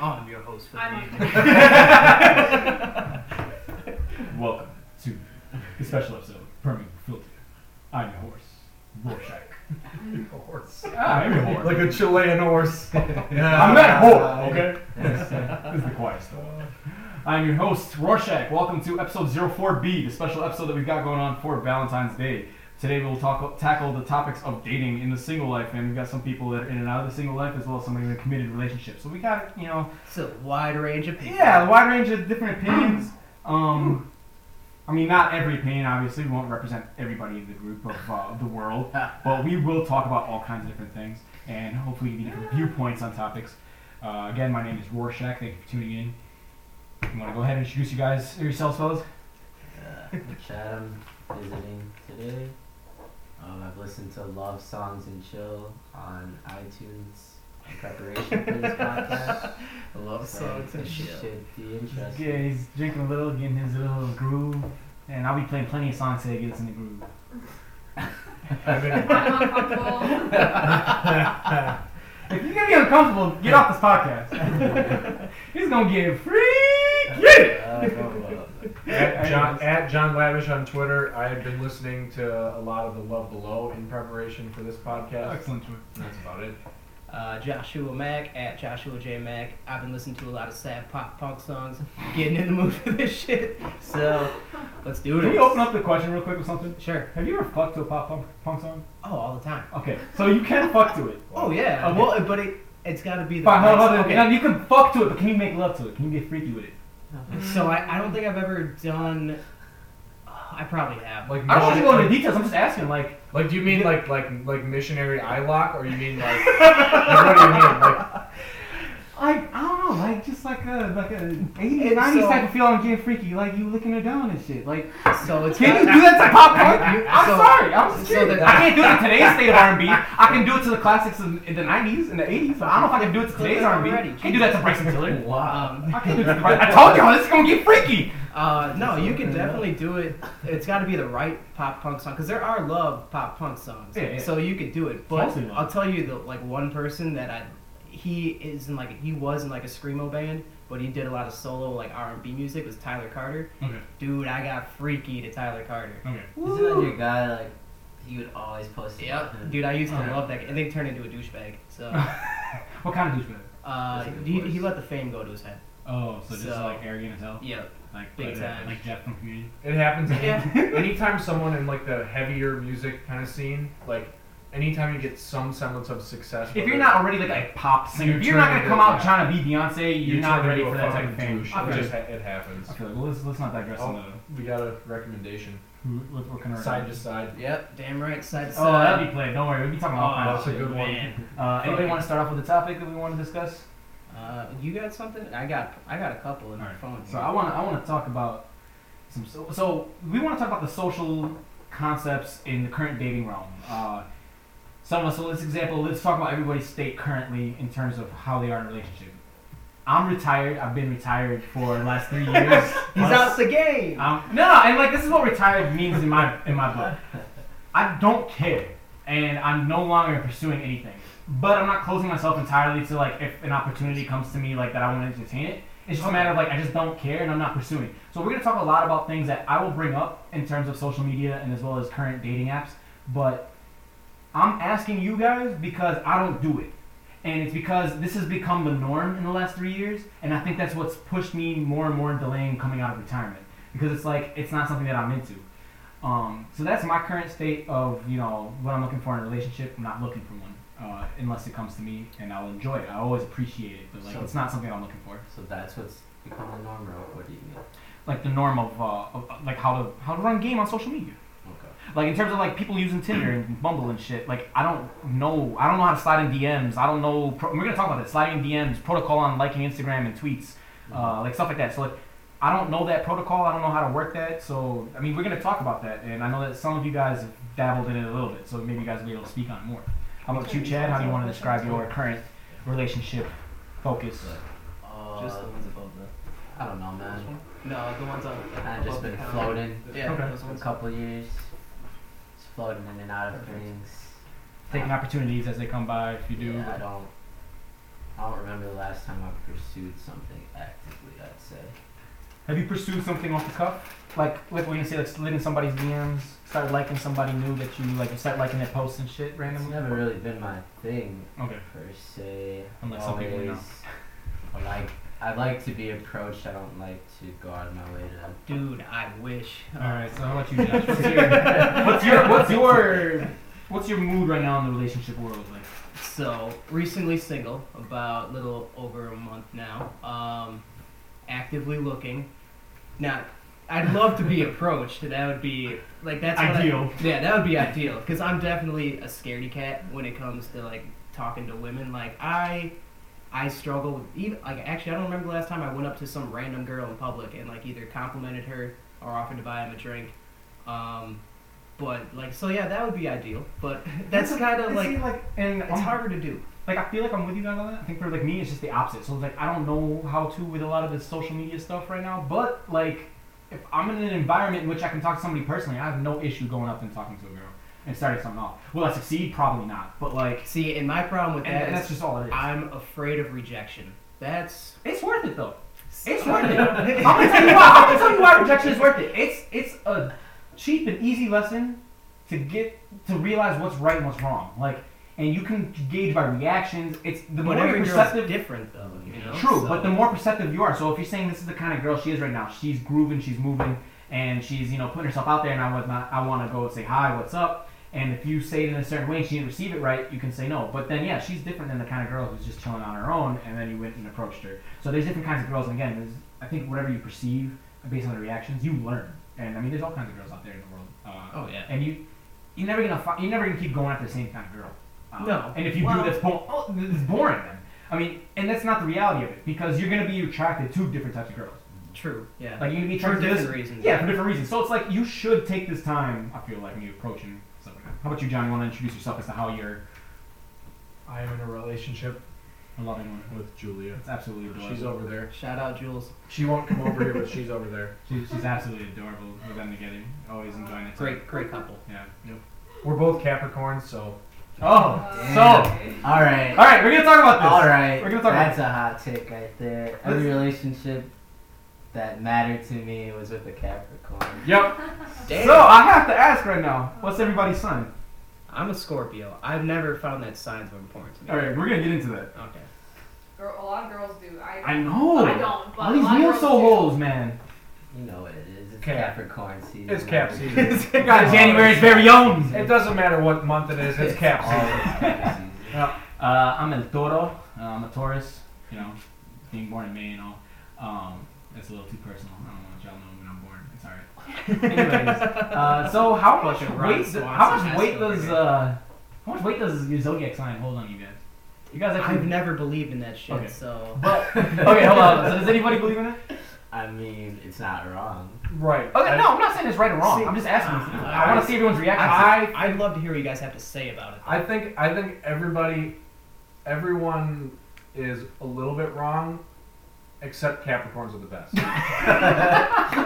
I'm your host for I'm the on- evening. Welcome to the special episode of Perming Filter. I'm your horse, Rorschach. horse. I'm your horse. Like a Chilean horse. I'm I'm not whore, okay? this is the quiet stuff. I'm your host, Rorschach. Welcome to episode 04B, the special episode that we've got going on for Valentine's Day. Today we'll talk, tackle the topics of dating in the single life, and we've got some people that are in and out of the single life, as well as somebody in a committed relationship. So we got, you know, It's a wide range of people. Yeah, a wide range of different opinions. Um, I mean, not every opinion, obviously. We won't represent everybody in the group of uh, the world, but we will talk about all kinds of different things and hopefully give you different viewpoints on topics. Uh, again, my name is Rorschach. Thank you for tuning in. You want to go ahead and introduce you guys yourselves, fellas? Uh, which I'm visiting today. Um, I've listened to Love Songs and Chill on iTunes in preparation for this podcast. I love so songs and it shit. should be interesting. Yeah, he's drinking a little, getting his little groove, and I'll be playing plenty of songs today to get us in the groove. I'm uncomfortable. If you're gonna be uncomfortable, get off this podcast. He's gonna get freaky. Uh, well, well, At John, at John Lavish on Twitter, I have been listening to a lot of the Love Below in preparation for this podcast. Excellent choice. That's about it. Uh, Joshua Mack at Joshua J Mack. I've been listening to a lot of sad pop punk songs, getting in the mood for this shit. So let's do it. Can we open up the question real quick with something? Sure. Have you ever fucked to a pop punk, punk song? Oh, all the time. Okay, so you can fuck to it. Oh yeah. Okay. Well, but it it's got to be the. Uh, Fine, hold on, hold on. okay. Now, you can fuck to it, but can you make love to it? Can you get freaky with it? So I, I don't think I've ever done. uh, I probably have. Like, I don't mission- need to go into details. I'm just asking. Like, like, do you mean like like like missionary eye lock, or you mean like, like, what do you mean? Like, like I don't know. Like just like a like a 80s, It's 90s so- type of feel on getting freaky. Like you licking her down and shit. Like. so it's. Can you got- do that to pop punk? You- I'm so- sorry, I'm just so kidding. that- I can't do it to today's state of R&B. I can do it to the classics in, in the 90s and the 80s. but I don't know if I can do it to today's R&B. I can't do that to Bryson Tiller. Um, I can't do it to Bryson. I told y'all this is gonna get freaky. Uh, no, you can definitely do it. It's got to be the right pop punk song because there are love pop punk songs. Yeah, yeah. So you could do it, but Mostly love. I'll tell you the like one person that I he is in like he was in like a screamo band, but he did a lot of solo like R and B music was Tyler Carter. Okay. Dude, I got freaky to Tyler Carter. Okay. Isn't that your guy, like, he would always post about him? Dude, I used to Okay. love that, guy, and then he turned into a douchebag. So What kind of douchebag? uh, That's a good he, voice. he let the fame go to his head. Oh, so just So- like arrogant as hell, Yeah. like Big like, time. like Jeff from Community. it happens any- Yeah. anytime someone in like the heavier music kind of scene, like anytime you get some semblance of success. If you're whether- not already like a pop singer, You if you're not turn gonna into- come out yeah. trying to be Beyonce, you're, you not turn ready into for a that type of fucking fame. douche. Okay. It just ha- it happens. Okay, well, let's let's not digress on Oh. the We got a recommendation. who what, what kind of Side to side. Yep. Damn right, side to Oh, side. that'd be played. Don't worry, we'll be talking about all Oh, kinds of that's a shit. good one. Man. Uh, anybody want to start off with a topic that we want to discuss? Uh, you got something? I got I got a couple in my Alright, phone. So I want to I want to talk about some so, so we want to talk about the social concepts in the current dating realm. Uh, some of us, so let's example, let's talk about everybody's state currently in terms of how they are in a relationship. I'm retired. I've been retired for the last three years. He's plus. out the game. Um, no, no, and like this is what retired means in my in my book. I don't care, and I'm no longer pursuing anything. But I'm not closing myself entirely to like if an opportunity comes to me like that I want to entertain it. It's just a matter of like I just don't care and I'm not pursuing. So we're gonna talk a lot about things that I will bring up in terms of social media and as well as current dating apps. But I'm asking you guys because I don't do it. And it's because this has become the norm in the last three years, and I think that's what's pushed me more and more delaying coming out of retirement because it's like it's not something that I'm into. Um, so that's my current state of you know what I'm looking for in a relationship. I'm not looking for one uh, unless it comes to me, and I'll enjoy it. I always appreciate it, but like So- it's not something I'm looking for. So that's what's become the norm, or what do you mean? Like the norm of, uh, of like how to how to run game on social media. Okay. Like in terms of like people using Tinder and Bumble and shit. Like I don't know. I don't know how to slide in DMs. I don't know. Pro- we're gonna talk about that. Sliding DMs, protocol on liking Instagram and tweets, uh, like stuff like that. So like, I don't know that protocol. I don't know how to work that. So I mean, we're gonna talk about that. And I know that some of you guys have dabbled in it a little bit. So maybe you guys will be able to speak on it more. How about you, Chad? How do you want to describe your current relationship focus? Uh, Just the ones above the. I don't know, man. No, the ones on. I've just been floating Yeah. Okay. Those for a ones. couple years. Just floating in and out of things. Taking opportunities as they come by, if you do. Yeah, I don't. I don't remember the last time I pursued something actively. I'd say. Have you pursued something off the cuff? Like, like when you say, like, slid in somebody's DMs, started liking somebody new that you, like, you start liking their posts and shit It's randomly? never really been my thing Okay. per se. Unlike some people we know. Always, I like I like to be approached. I don't like to go out of my way to. Dude, I wish. uh, All right. So how about you, Josh? What's your, what's your, what's your, what's your mood right now in the relationship world? Like, So recently single, about a little over a month now. Um, actively looking. Now, I'd love to be approached. That would be like that's what I- Ideal. yeah, that would be ideal because I'm definitely a scaredy cat when it comes to like talking to women. Like I, I struggle with even like actually I don't remember the last time I went up to some random girl in public and like either complimented her or offered to buy him a drink. Um, but like so yeah, that would be ideal. But that's kind of See, like and it's harder to do. Like I feel like I'm with you guys on that. I think for like me, it's just the opposite. So like I don't know how to with a lot of the social media stuff right now. But like if I'm in an environment in which I can talk to somebody personally, I have no issue going up and talking to a girl and starting something off. Will I succeed? Probably not. But like, See, and my problem with and, that and that's is just all it is. I'm afraid of rejection. That's it's worth it though. It's hard. worth it. I'm gonna tell you why. I'm gonna tell you why rejection is worth it. It's it's a cheap and easy lesson to get to realize what's right and what's wrong. Like, and you can gauge by reactions. It's the But more every you're girl's perceptive. different though, you know. True, So- but the more perceptive you are, so if you're saying this is the kind of girl she is right now, she's grooving, she's moving, and she's you know putting herself out there, and I want not, I want to go say hi, what's up. And if you say it in a certain way and she didn't receive it right, you can say no. But then, yeah, she's different than the kind of girl who's just chilling on her own, and then you went and approached her. So there's different kinds of girls, and again, there's, I think whatever you perceive based on the reactions, you learn. And I mean, there's all kinds of girls out there in the world. Uh, Oh, yeah. And you, you're never gonna, fi- you're never gonna keep going after the same kind of girl. Uh, No. And if you Well- do, that's bo- oh, it's boring then. I mean, and that's not the reality of it because you're gonna be attracted to different types of girls. True. Yeah. Like you're gonna be for attracted to different this, reasons. yeah, for different reasons. So it's like you should take this time. I feel like when you approach and stuff like that. How about you, John? You want to introduce yourself as to how you're I am in a relationship a loving one? with Julia. It's absolutely adorable. She's over there. Shout out Jules. She won't come over here, but she's over there. She's, she's absolutely adorable with them together. Always enjoying it. Great, great couple. Yeah. We're both Capricorns, so Oh, so Damn. All right. all right, we're gonna talk about this. All right. Oh, We're gonna talk about That's a hot take right there. Every relationship that mattered to me was with a Capricorn. Yep. So I have to ask right now, what's everybody's sign? I'm a Scorpio. I've never found that signs were important to me. All right, we're gonna get into that. Okay. Girl, a lot of girls do. I, I know. I don't. But All a these lot of real girls soul do. holes, man. You know what it is. It's Cap. Capricorn season. it's cap Whatever. season. They got January's very own. It doesn't matter what month it is, it's cap All season. cap season. Uh, I'm El Toro. Uh, I'm a Taurus. You know, being born in May and all. Um, that's a little too personal. I don't want y'all know when I'm born. It's alright. Anyways, uh, so how much Fucking Ron weight? Swanson How much ass weight over does here. uh, how much weight does uh, your zodiac sign hold on you guys? You guys I've actually. never believed in that shit, Okay. so. But okay, hold on. So does anybody believe in it? I mean, it's not wrong. Right. Okay, I- no, I'm not saying it's right or wrong. See, I'm just asking. uh, I want to see everyone's reaction. I, I'd love to hear what you guys have to say about it. I think I think everybody, everyone is a little bit wrong, except Capricorns are the best. All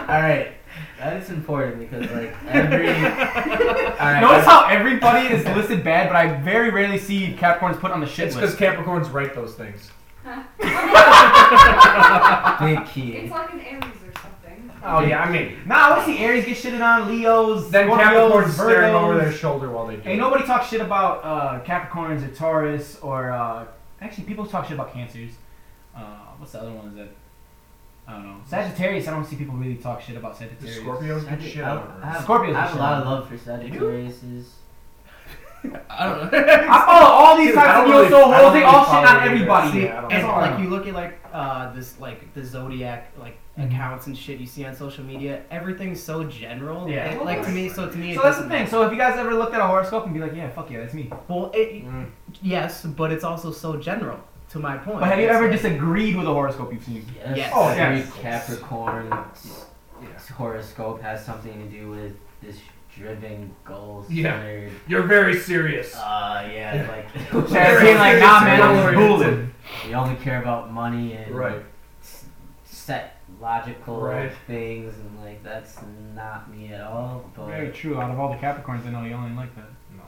right, that is important because like every. All right, Notice how everybody is listed bad, but I very rarely see Capricorns put on the shit it's because list. Capricorns write those things. big key. It's like an Aries or something. Oh yeah, I mean, Nah, I would see Aries get shitted on, Leos, then Scorpios, Capricorns staring over their Virgos. shoulder while they do. Ain't it. nobody talk shit about uh, Capricorns or Taurus or uh, actually people talk shit about Cancers. Uh, what's the other one? Is that I don't know. Sagittarius. I don't see people really talk shit about The Sagittarius. Scorpios I get do- shit I- on I have, Scorpios are I have a shit lot on of love for Sagittariuses. I don't know. I follow all these Dude, I types of don't real really- soul I holes. don't They really all shit follow on either. everybody. See, That's and all I like know. you look at like uh, this like the zodiac like Mhm. accounts and shit you see on social media. Everything's so general. Yeah. It- like to me, so to me. So it that's the doesn't thing. So if you guys ever looked at a horoscope and be like, yeah, fuck yeah, that's me. matter. Well, it, Mm. yes, but it's also so general. To my point. But have you It's ever like- disagreed with a horoscope you've seen? Yes. Yes. Oh, every yes. Capricorn Yeah. horoscope has something to do with this driven goal Yeah. centered. You're very serious. Uh, yeah, like Sarah's being like, nah, man, I'm just fooling. we only care about money and Right. s- set logical Right. things, and like that's not me at all. But Very true. Out of all the Capricorns, I know you only like that. No.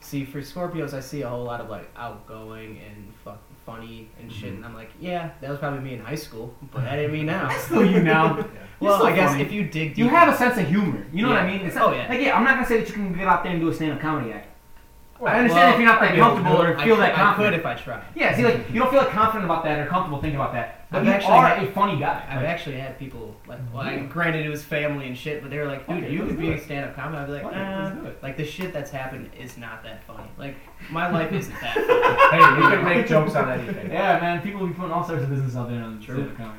See, for Scorpios, I see a whole lot of like outgoing and fu- funny and Mm-hmm. shit, and I'm like, yeah, that was probably me in high school, but that ain't me now. That's still you now. You're well, still I guess funny. if you dig deep, You have a sense of humor. You know what I Yeah. mean? It's Oh, not- yeah. Like yeah, I'm not gonna say that you can get out there and do a stand-up comedy act. Well, I understand if you're not that I don't comfortable know. or I feel could- that I could confident. if I tried. Yeah, see, like you don't feel like confident about that or comfortable thinking about that. But I've you actually are had- a funny guy. I've Like, actually had people like, well, I, granted it was family and shit, but they were like, dude, Mm-hmm. Okay, you let's could do be it. a stand-up comic. I'd be like, Fuck it, "Nah." let's do it. like the shit that's happened is not that funny. Like my life isn't that funny. hey, you can make jokes on anything. Yeah, man, people be putting all sorts of business out there on the True. stand-up comedy.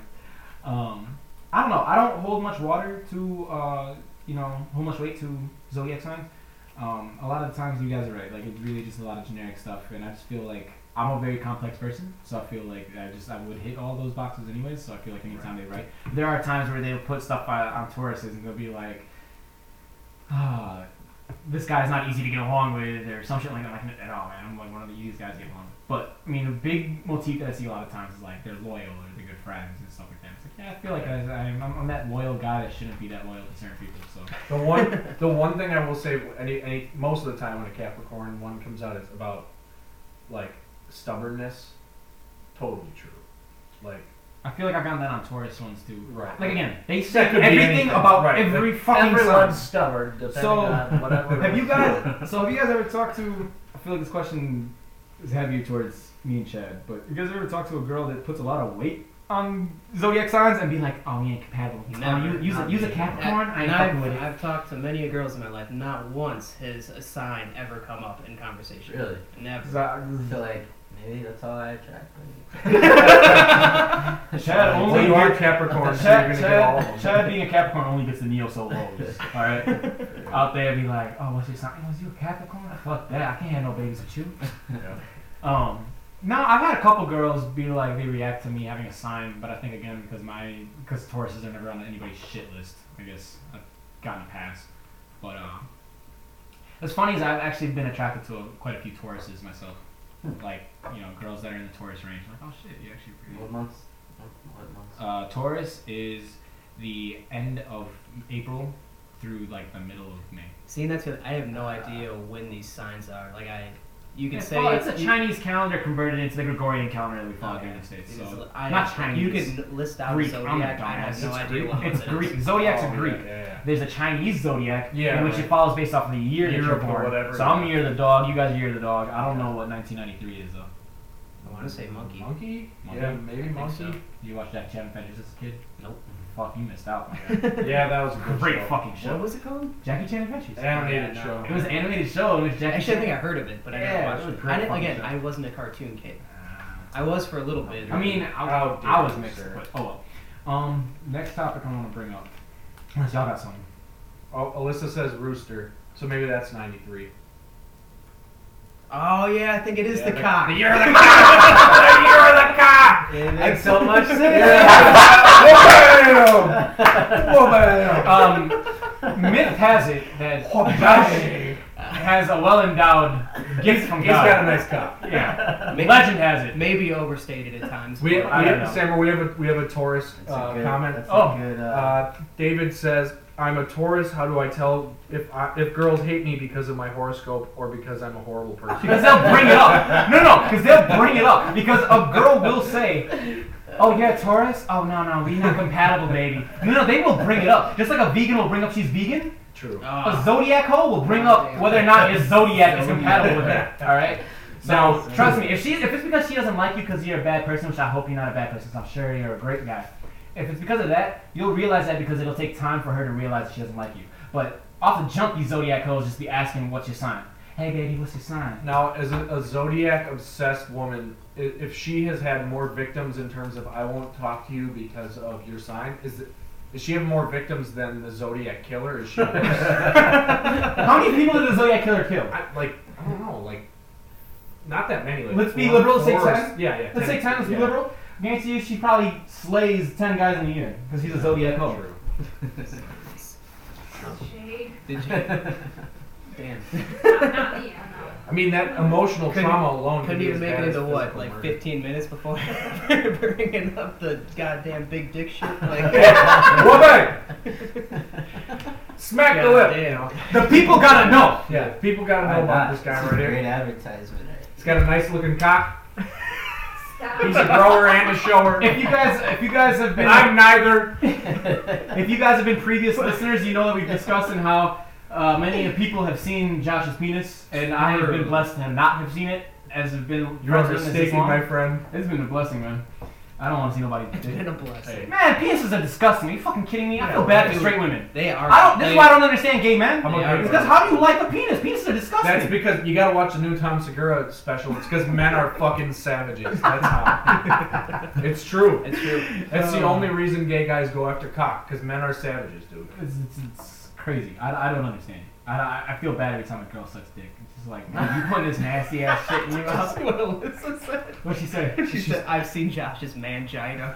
Um, I don't know. I don't hold much water to, uh, you know, hold much weight to zodiac signs. Um, a lot of the times, you guys are right. Like it's really just a lot of generic stuff, and I just feel like I'm a very complex person, so I feel like I just I would hit all those boxes anyways. So I feel like anytime they write, there are times where they'll put stuff by, on Tauruses, and they'll be like, ah. This guy's not easy to get along with, or some shit like that. Like, at all, man. I'm like one of the easiest guys to get along with. But I mean, the big motif that I see a lot of times is like they're loyal or they're good friends and stuff like that. It's like, yeah, I feel like I, I'm, I'm that loyal guy that shouldn't be that loyal to certain people. So The one, the one thing I will say, any, any, most of the time when a Capricorn one comes out, it's about like stubbornness. Totally true. Like I feel like I've gotten that on Taurus ones too. right. Like again, they say That could be everything anything, about right. every fucking Everyone's sign. stubborn, depending So, on whatever. Have you guys? So have you guys ever talked to? I feel like this question is heavy towards me and Chad, but you guys ever talked to a girl that puts a lot of weight on zodiac signs and be like, oh, we ain't compatible. Never. oh, you, use a, use a Capricorn. I And ain't fucking I've, with it. I've talked to many girls in my life. Not once has a sign ever come up in conversation. Really? Never. I Chad feel like maybe that's all I attract. Well, only you are Capricorn, so you're Chad, gonna get all of Chad, them. Chad being a Capricorn only gets the neo soul lows. All right, out there be like, oh, what's your sign? Was you a Capricorn? Fuck that! I can't have no babies with you. Yeah. Um, no, I've had a couple girls be like they react to me having a sign, but I think again because my because Tauruses are never on anybody's shit list. I guess I've gotten a pass. But um, as funny as I've actually been attracted to quite a few Tauruses myself, like you know girls that are in the Taurus range. Like oh shit, you actually pretty. What months? What months? Uh, Taurus is the end of April through like the middle of May. Seeing that's I have no idea when these signs are. Like I, you can It's, say well, it's a you- Chinese calendar converted into the Gregorian calendar that we follow here in the States. It So is- I- not Chinese. You could list out Greek. I'm zodiac. a I have dumbass. no It's idea what It's it is. Greek. Zodiac's Oh, a Greek. Yeah, yeah, There's a Chinese zodiac Yeah, in which right. it follows based off of the year, that Year you're of the born. whatever. So I'm year of the dog. You guys are year of the dog. I don't know what 1993 is though. I want to say yeah. monkey. Monkey? Monkey? Yeah, maybe I think monkey. so. Did you watch that Jam Adventures as a kid? Nope. Fuck, you missed out. My guy. Yeah, that was a good Great show. fucking What show. was it called? Jackie Chan Adventures. An animated Yeah, show. no. It was an animated show in which Jackie Actually, I Chan- think I heard of it, but I Yeah, never it watched was it. great I didn't, fucking again, show. I wasn't a cartoon kid. Ah. I was for a little bit. I mean, I, How dare I was you, mixed, sir. but oh well. Um, next topic I want to bring up. Unless y'all got something. Oh, Alyssa says rooster, so maybe that's 93. oh yeah, I think it is Yeah, the the- cock. year of the cock! the year of the cock! It Like is- so much Whoa, bam! Um, myth has it that Oh, Josh has a well endowed gift from He's God. got a nice cop. Yeah. May- Legend has it. maybe overstated at times. We, we but- I don't know. Samuel, we have a we have a Taurus That's uh, a good, comment. That's Oh, a good, uh, Uh, David says, "I'm a Taurus. How do I tell if I, if girls hate me because of my horoscope or because I'm a horrible person?" Because they'll bring it up. No, no, because they'll bring it up. Because a girl will say, Oh, yeah, Taurus? Oh, no, no, we not compatible, baby. No, no, they will bring it up. Just like a vegan will bring up she's vegan, True. a Ah. zodiac hole will bring up whether or not your zodiac is compatible with her. All right? So, Sounds- trust me, if, she, if it's because she doesn't like you because you're a bad person, which I hope you're not a bad person, 'cause I'm sure you're a great guy. If it's because of that, you'll realize that because it'll take time for her to realize that she doesn't like you. But off the jump, these zodiac hoes just be asking, what's your sign? Hey, baby, what's your sign? Now, as a, a zodiac obsessed woman, i- if she has had more victims in terms of "I won't talk to you because of your sign," is it, is she have more victims than the zodiac killer? Is she How many people did the Zodiac Killer kill? I, like I don't know, like not that many. Like, Let's be one liberal, say or s- 10? Yeah, yeah. Let's say 10 is yeah. liberal. Guarantee you she probably slays 10 guys in a year because he's a Zodiac Killer. True. Shade. Did you? Damn. Not, not me. I'm not. I mean, that emotional Couldn't- trauma alone. could Couldn't be even as make bad it as into what, physical like murder. 15 minutes before bringing up the goddamn big dick shit. Like, Woman! Smack the God lip. damn. The people gotta know. Yeah, people gotta Why know about not? this guy It's a right here. Great advertisement. right? He's got a nice looking cock. Stop. He's a grower and a shower. If you guys, if you guys have been, And I'm neither. if you guys have been previous listeners, you know that we've discussed in how uh, many people have seen Josh's penis, and I have been blessed to not have seen it, as have been. You're as this mistaken, long. my friend. It's been a blessing, man. I don't want to see nobody's It's been dick. a blessing. Man, penises are disgusting. Are you fucking kidding me? I Yeah, feel bad for dude. straight women. They are. I don't. This they, is why I don't understand gay men. I'm They okay are- with Because that. how do you like a penis? Penises are disgusting. That's because you gotta watch the new Tom Segura special. It's because men are fucking savages. That's how. it's true. It's true. That's the Oh. only reason gay guys go after cock, because men are savages, dude. It's, it's, it's crazy. I, I don't understand. it. I, I, I feel bad every time a girl sucks dick. It's just like, man, you putting this nasty ass shit in your mouth. That's what Alyssa said. What she say? She said, "I've seen Josh's mangina."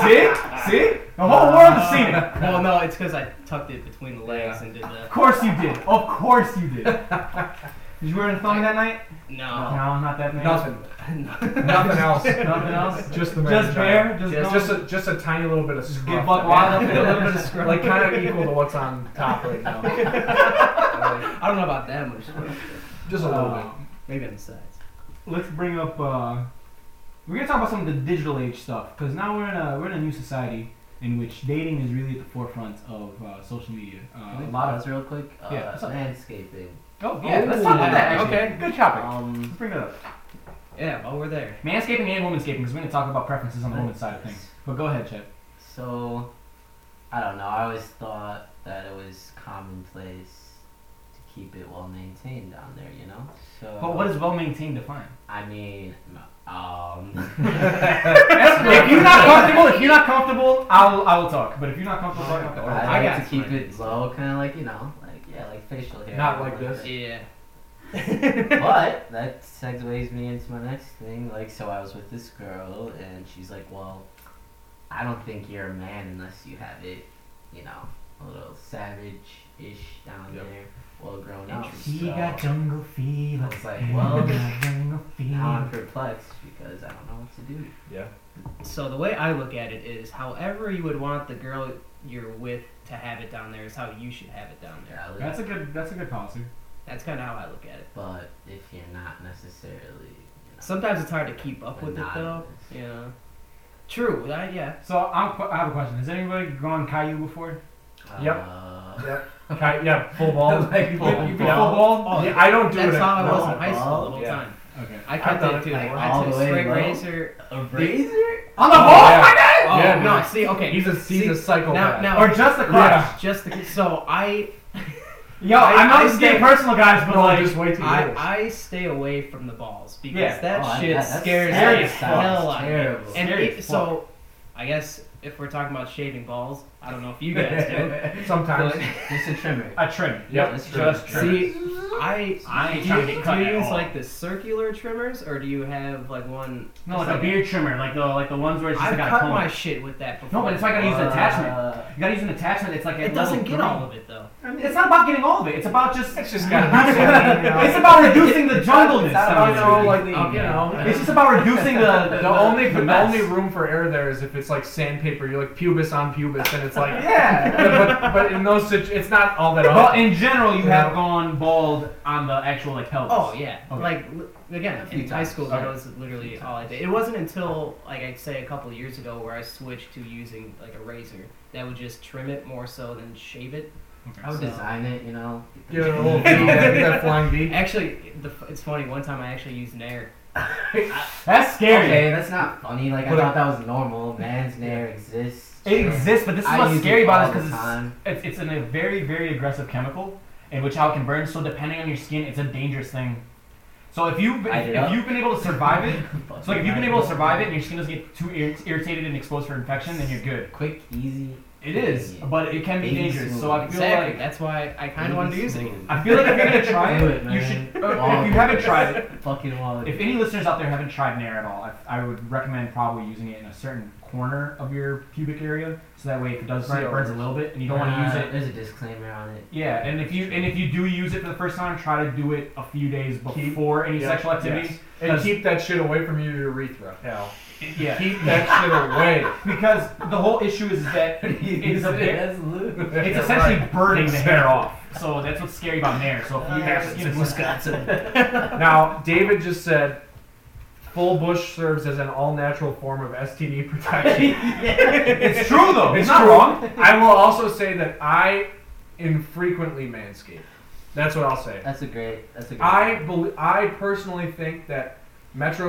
See? See? The whole world has seen it. well, no, it's because I tucked it between the legs Yeah. and did Of the. course you did. Of course you did. Did you wear a thong that night? No. No, not that night. Nothing. No. Nothing else. Nothing else? Just the man Just bare? giant. Just, Just- thong? Just a, just a tiny little bit of scruff. Get buck wild up in A a little little bit of scruff. like kind of equal to what's on top right now. I don't know about that much. Just a little Uh, bit. Maybe on the sides. let's bring up. Uh, we're gonna talk about some of the digital age stuff because now we're in a we're in a new society in which dating is really at the forefront of uh, social media. Uh, a lot of Pause real quick. Uh, Yeah, what's up? landscaping. oh yeah, let's talk about that, actually. Okay, good topic. Um, Let's bring it up. Yeah, while we're there. Manscaping and womanscaping because we're gonna talk about preferences on the woman's side of things. But go ahead, Chad. so I don't know. I always thought that it was commonplace to keep it well maintained down there. You know. So. But what is well maintained define? I mean, um. if you're not comfortable, if you're not comfortable, I'll I will talk. But if you're not comfortable, talk about that. I, I like got to keep mine. it low, kind of like you know, like yeah, like facial hair. Not like this. Yeah. But that segues me into my next thing. Like, so I was with this girl, and she's like, "Well, I don't think you're a man unless you have it, you know, a little savage-ish down Yep. there, well grown up." He So got jungle fever. I was like, well, got jungle now I'm fever. perplexed because I don't know what to do. Yeah. So the way I look at it is, however you would want the girl you're with to have it down there is how you should have it down there. Yeah, like, That's a good. That's a good policy. That's kind of how I look at it. but if you're not necessarily, you know, Sometimes it's hard to keep up with it though. monogamous. You know. True. I, yeah. So I'm, I have a question. Has anybody gone Caillou before? Yep. Uh, Ki- yeah, full balls. Like You've full been- you've been balls. full balls? Oh, Yeah, I don't do That's it. how I No. was in high school the well, whole yeah. time. Okay. I I've done cut it it, too. like, I all took the way straight low. razor. A razor? On the Oh, ball, yeah. my God! Oh Yeah, no! man. See, okay. He's a he's See, a now, psychopath. now, Or just the crotch. Yeah. just the so I Yo, I- I, am I not just stay- getting personal, guys, but No, like, just wait till you hear I, this. I stay away from the balls because Yeah. that Oh, I- shit that- that's scares scary the stuff. hell out of Terrible. me. And Scary it- fuck. so, I guess if we're talking about shaving balls, I don't know if you guys do. Sometimes. but- Just a trimmer. a trim. Yep. That's true. Just trim. See, I I ain't do trying you, to get do cut you at use all. like the circular trimmers or do you have like one? no, it's like a beard trimmer, like the like the ones where it's just I've got cut a comb. my shit with that before. no, but it's why I gotta use an attachment. Uh, You gotta use an attachment. It's like it doesn't get all all. of it though. It's not about getting all of it. It's about just. It's just it's about reducing the jungleness. I sounds know, really. like, clean, uh, you yeah. know. It's just about reducing the The only the the mess. only room for error there is if it's like sandpaper. You're like pubis on pubis, and it's like. Yeah. but, but in those situ- it's not all that. Well, often. in general, you Yeah. have gone bald on the actual like pelvis. Oh yeah, Okay. like l- again few in high times. school that Okay. was literally all I did. It wasn't until like I'd say a couple of years ago where I switched to using like a razor that would just trim it more so than shave it. I would design it, you know. Give it a little V, yeah, get that flying V. Actually, the, f- it's funny. One time I actually used Nair. That's scary. Okay, that's not funny. Like I But- thought that was normal. Man's nair exists. It exists, but this is I what's use scary it all about the this because time. it's, it's, it's in a very, very aggressive chemical, in which how it can burn. So depending on your skin, it's a dangerous thing. So if you I if, know. if you've been able to survive it, so like if you've been able to survive it and your skin doesn't get too ir- irritated and exposed for infection, then you're good. quick, easy. It is, but it can be Baby dangerous. So I feel Exactly. like That's why I kind of wanted to use it. I feel like if you're gonna try Do it, it, you man. should. Uh, if you haven't tried it, Fucking wallet. If any listeners out there haven't tried Nair at all, I, I would recommend probably using it in a certain corner of your pubic area, so that way if it does burn, See, it burns a ours. little bit, and you don't want to use it. There's a disclaimer on it. Yeah, and if you and if you do use it for the first time, try to do it a few days Keep- before any yeah, sexual activity. yes. And 'cause- keep that shit away from your urethra, pal. Yeah, Keep that because the whole issue is that it's a bit That's lewd. shit away. It's essentially burning the hair off. So that's what's scary about Nair. So if you have skin Uh, Wisconsin. Now, David just said full bush serves as an all natural form of STD protection. it's true though. It's, It's not true. wrong. I will also say that I infrequently manscape. That's what I'll say. That's a great. That's a great. I bel I personally think that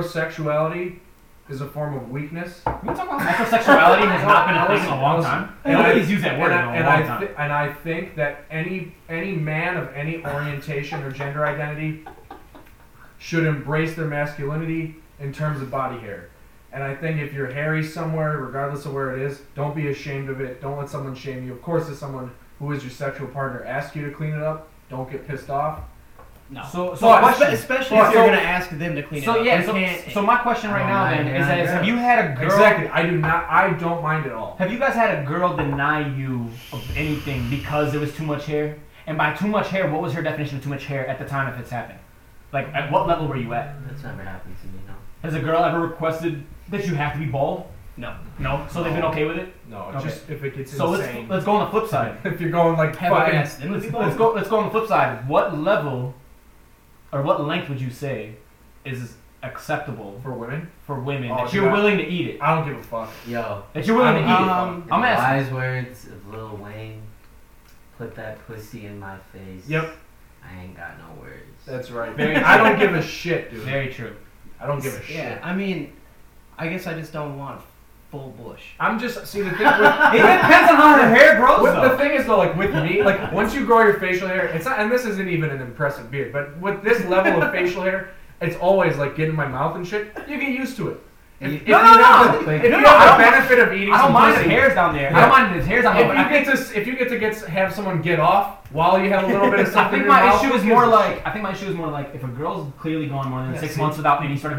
metrosexuality is a form of weakness. We talk about heterosexuality has not been a thing in a long time. And Nobody's I- used that word and in a I, long and I time. thi- and I think that any any man of any orientation or gender identity should embrace their masculinity in terms of body hair. And I think if you're hairy somewhere, regardless of where it is, don't be ashamed of it. Don't let someone shame you. Of course, if someone who is your sexual partner asks you to clean it up, don't get pissed off. No. so, so, But- my Espe- question, Especially Well, if you're so- gonna ask them to clean it so up. yeah, You so, can't- so my question right Oh now my then is God, that have yeah. you had a girl? Exactly. I do not. I don't mind at all. Have you guys had a girl deny you of anything because there was too much hair? And by too much hair, what was her definition of too much hair at the time if it's happened? Like, at what level were you at? That's never happened to me. No. Has a girl ever requested that you have to be bald? no. No. So they've been okay with it? No, Okay. just if it gets So insane. let's, let's go on the flip side. if you're going like Have I fucking asked them to Let's, be let's bald? go. Let's go on the flip side. What level, or what length would you say, is acceptable for women, for women Oh, that you're yeah. willing to eat it? I don't give a fuck. Yo. That you're willing to eat Um, it. in I'm the asking. Wise words of Lil Wayne. Put that pussy in my face. Yep. I ain't got no words. That's right. Very I don't give a shit, dude. Very true. I don't give a Yeah, shit. I mean, I guess I just don't want full bush. I'm just see the thing. With, It depends on how her hair grows, with- the though. thing is though, like with me, like once you grow your facial hair, it's not. And this isn't even an impressive beard, but with this level of facial hair, it's always like getting in my mouth and shit. You get used to it. If, You- if No, you no, have the- no. If No, you no, I have don't the benefit of eating I don't some mind his pussy, hair's down there. I Yeah. don't mind his hair's down there. but I If think- you get to if you get to get to have someone get off while you have a little bit of I something, think in your my mouth, issue is who gives more a like I think my issue is more like if a girl's clearly gone more than Yeah, six see. months without any sort of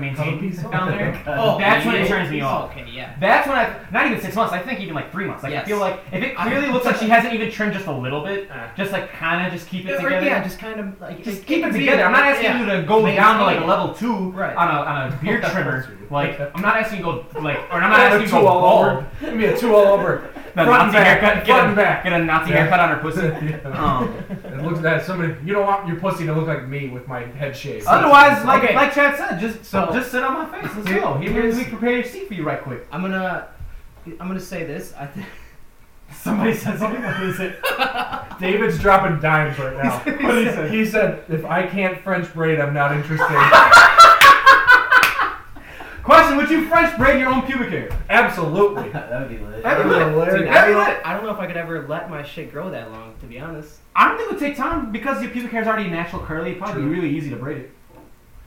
Copies. maintenance down there. Oh, that's when yeah, it turns me it's off. Okay, yeah. That's when I not even six months. I think even like three months. Like I Yes. feel like if it I- clearly looks like she hasn't even trimmed just a little bit, Uh. just like kind of just keep it Yeah, or, together. yeah, just kind of like just it- keep it could be- together. I'm not asking yeah. you to go Maintain down to like a it. level two Right. on a on a beard trimmer. That's like I'm not asking you to go like or I'm I'm not asking you to go all bald. over. Give me a two all over. The Front and Nazi back, front haircut. Get a, and back. get a Nazi Yeah. haircut on her pussy. Yeah. Um, It looks that somebody you don't want your pussy to look like me with my head shaved. Otherwise, like Okay. like Chad said, just So- just sit on my face. Let's Here- go. Here here's- we prepare your seat for you right quick. I'm gonna, I'm gonna say this. I think Somebody said something. What is it? David's dropping dimes right now. What did he say? He said, "If I can't French braid, I'm not interested." Question: Would you French braid your own pubic hair? Absolutely. that would be lit. That'd be lit. Hilarious. Dude, Yeah, I, don't yeah. know, I don't know if I could ever let my shit grow that long, to be honest. I don't think it would take time because your pubic hair is already natural curly. It'd probably be True. really easy to braid it.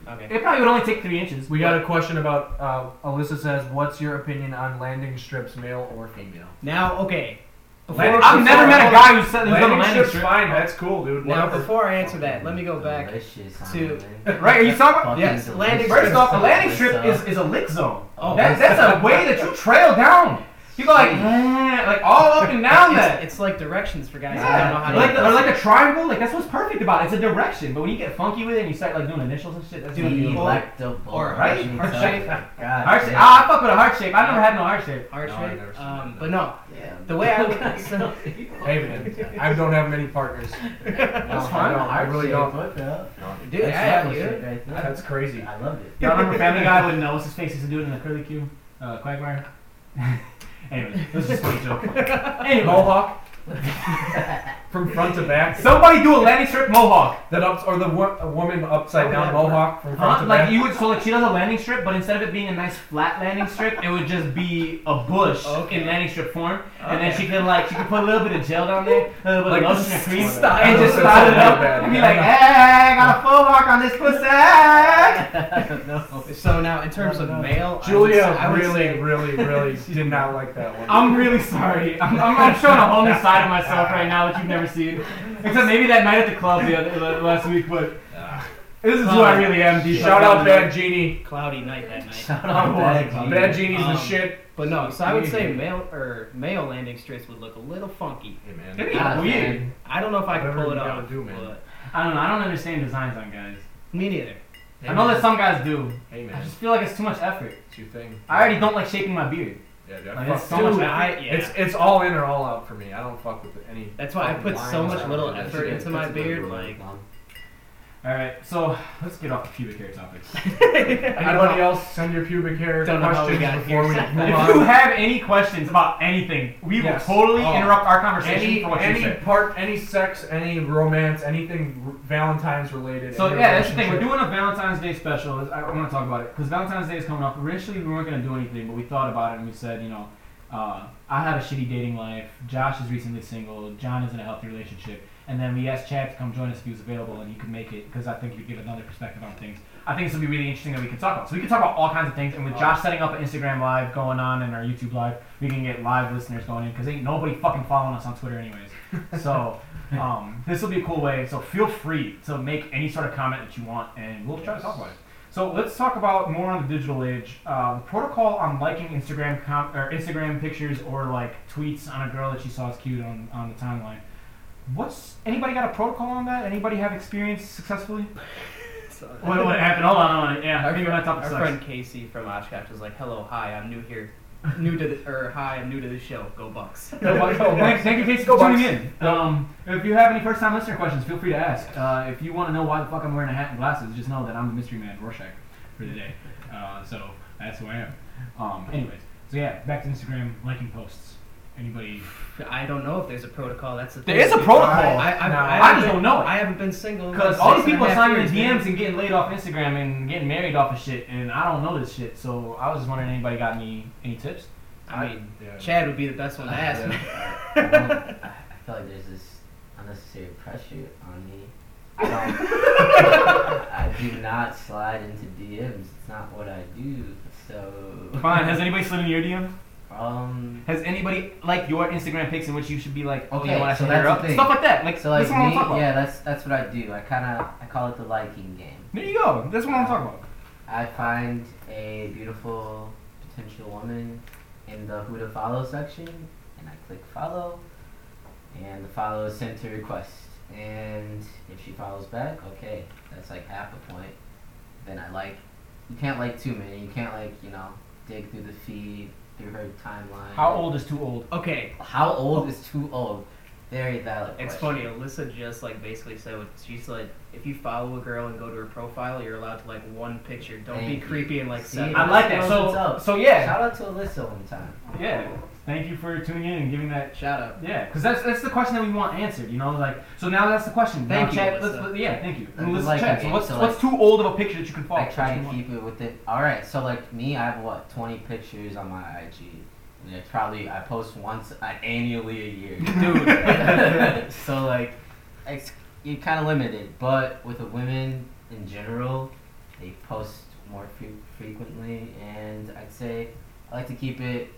Okay. It probably would only take three inches. We got a question about. Uh, Alyssa says, "What's your opinion on landing strips, male or female?" Now, okay. Before, Landing I've never met a guy who said there's Landing, no landing strips, strip. fine. That's cool, dude. now, Whatever. before I answer that, let me go back. to- Right? Are you talking? about- Yes, landing First off, a landing strip is, is a lick zone. Oh. That, that's a way that you trail down. You go like, "Eh," like all up and down that. It's, it's like directions for guys that don't know how Yeah, I to like like the, or like a triangle, like that's what's perfect about it. It's a direction, but when you get funky with it and you start like doing initials and shit, that's Dude, gonna be. you- All or right? Heart shape. right, so- ah, I fuck with a heart shape. I never had no heart shape. Heart No, I've shape. never seen Um, that. but no, Yeah. the way I would. So, Hey man, I don't have many partners. That's I fine. don't. I really don't. dude, I That's have you. That's crazy. I loved it. Y'all remember Family Guy when uh, what's his face used to do it in the curly cue, uh, Quagmire. Anyways, this is just a joke. Anyway, Mohawk from front to back. somebody do a landing strip mohawk, That ups or the wo- a woman upside down mohawk from front huh? to back. Like you would. So like she does a landing strip, but instead of it being a nice flat landing strip, it would just be a bush Okay. in landing strip form, and then Okay. she could like she could put a little bit of gel down there, a little bit Like of lotion the and cream, style. and just That's style it really up bad. and be like, "Hey, I got a full mark on this pussy." no. so now, in terms of No, no. male, I would Julia say- I would really, say- really, really did not like that one. I'm really sorry. I'm, I'm, I'm showing a whole new side of myself right now that you've never seen, except maybe that night at the club the other la- last week. But This is who I really am. D. Shout out Bad Genie. Cloudy night that night. Shout out Bad Genie. Bad Genie's Um, the shit. But no, so I would say male or male landing strips would look a little funky. Hey They'd man. be God, weird. Ah, man. I don't know if I could Whatever pull it you gotta off. do, man. but- I don't know. I don't understand designs on guys. me neither. I know that some guys do. Hey I man, just feel like it's too much effort. it's your thing. I already don't like shaping my beard. Yeah, Like, yeah. it's Fuck, so dude, much effort. I yeah. It's it's all in or all out for me. I don't fuck with any. that's why I put so lines much out little there. effort Yeah, into my beard. Like All right, so let's get off the pubic hair topic. Anybody else send your pubic hair Don't know how we questions got before we here. move If you on? have any questions about anything, we Yes. will totally Oh. interrupt our conversation Any for what you any said. part, any sex, any romance, anything r- Valentine's related. So any yeah, that's the thing. We're relationship. doing a Valentine's Day special. I, I want to talk about it because Valentine's Day is coming up. Initially, we weren't going to do anything, but we thought about it and we said, you know, uh, I had a shitty dating life. Josh is recently single. John is in a healthy relationship. And then we asked Chad to come join us if he was available and he could make it because I think he'd give another perspective on things. I think this would be really interesting that we could talk about. So we could talk about all kinds of things. And with Josh setting up an Instagram live going on and our YouTube live, we can get live listeners going in because ain't nobody fucking following us on Twitter anyways. So um, this will be a cool way. So feel free to make any sort of comment that you want, and we'll try to talk about it. So let's talk about more on the digital age. Um, protocol on liking Instagram com- or Instagram pictures or like tweets on a girl that you saw as cute on, on the timeline. What's anybody got a protocol on that? Anybody have experience successfully? What, what happened? Hold on, hold on. Yeah, I Our, think we're on top of our sex. friend Casey from Oshkosh was like, "Hello, hi, I'm new here, new to the or hi, I'm new to the show. Go Bucks." Go Bucks. Go Thank, thank you, Casey, Go for tuning Bucks. in. Um, if you have any first-time listener questions, feel free to ask. Uh, if you want to know why the fuck I'm wearing a hat and glasses, just know that I'm the mystery man Rorschach for the day. Uh, so that's who I am. Um, anyways, so yeah, back to Instagram liking posts. Anybody? I don't know if there's a protocol. That's the There thing. is a protocol. I, I, No, I, I just haven't- don't know it. I haven't been single in Because like all these six and people a are half signing years, DMs man. and getting laid off Instagram and getting married off of shit, and I don't know this shit. So I was just wondering, anybody got any any tips? I mean, Yeah. Chad would be the best one Ah, to ask. me. I, don't- I I feel like there's this unnecessary pressure on me. I, don't- I do not slide into DMs. It's not what I do. So, Fine. Has anybody slid in your DM? um, Has anybody liked your Instagram pics in which you should be like, oh, you Okay, know what, I so should hit her that's up? the thing. Stuff like that. Like, so like that's what I'm me, talking about. yeah, that's that's what I do. I kind of I call it the liking game. There you go. That's what I'm talking about. I find a beautiful potential woman in the who to follow section, and I click follow, and the follow is sent to request. And if she follows back, okay, that's like half a point. Then I like. You can't like too many. You can't like you know dig through the feed through her timeline. How old is too old? Okay, How old is too old? Very valid. it's funny. question. Alyssa just like basically said what she's like. If you follow a girl and go to her profile, you're allowed to like one picture. Don't be Thank you. creepy and like See? seven. I like that. What's So, up? so yeah, Shout out to Alyssa one time. yeah. Thank you for tuning in and giving that. Shout out. Yeah, because that's that's the question that we want answered. You know, like so now that's the question. Now Thank you, chat- let's- Alyssa. let- yeah, thank you. I And let's like chat. it. So what's So, what's too old of a picture that you can follow? I try What and you keep it within. All right, so like me, I have what twenty pictures on my IG, and it's probably I post once uh, annually a year. Dude, so like, it's you're kind of limited, but with the women in general, they post more fre- frequently, and I'd say I like to keep it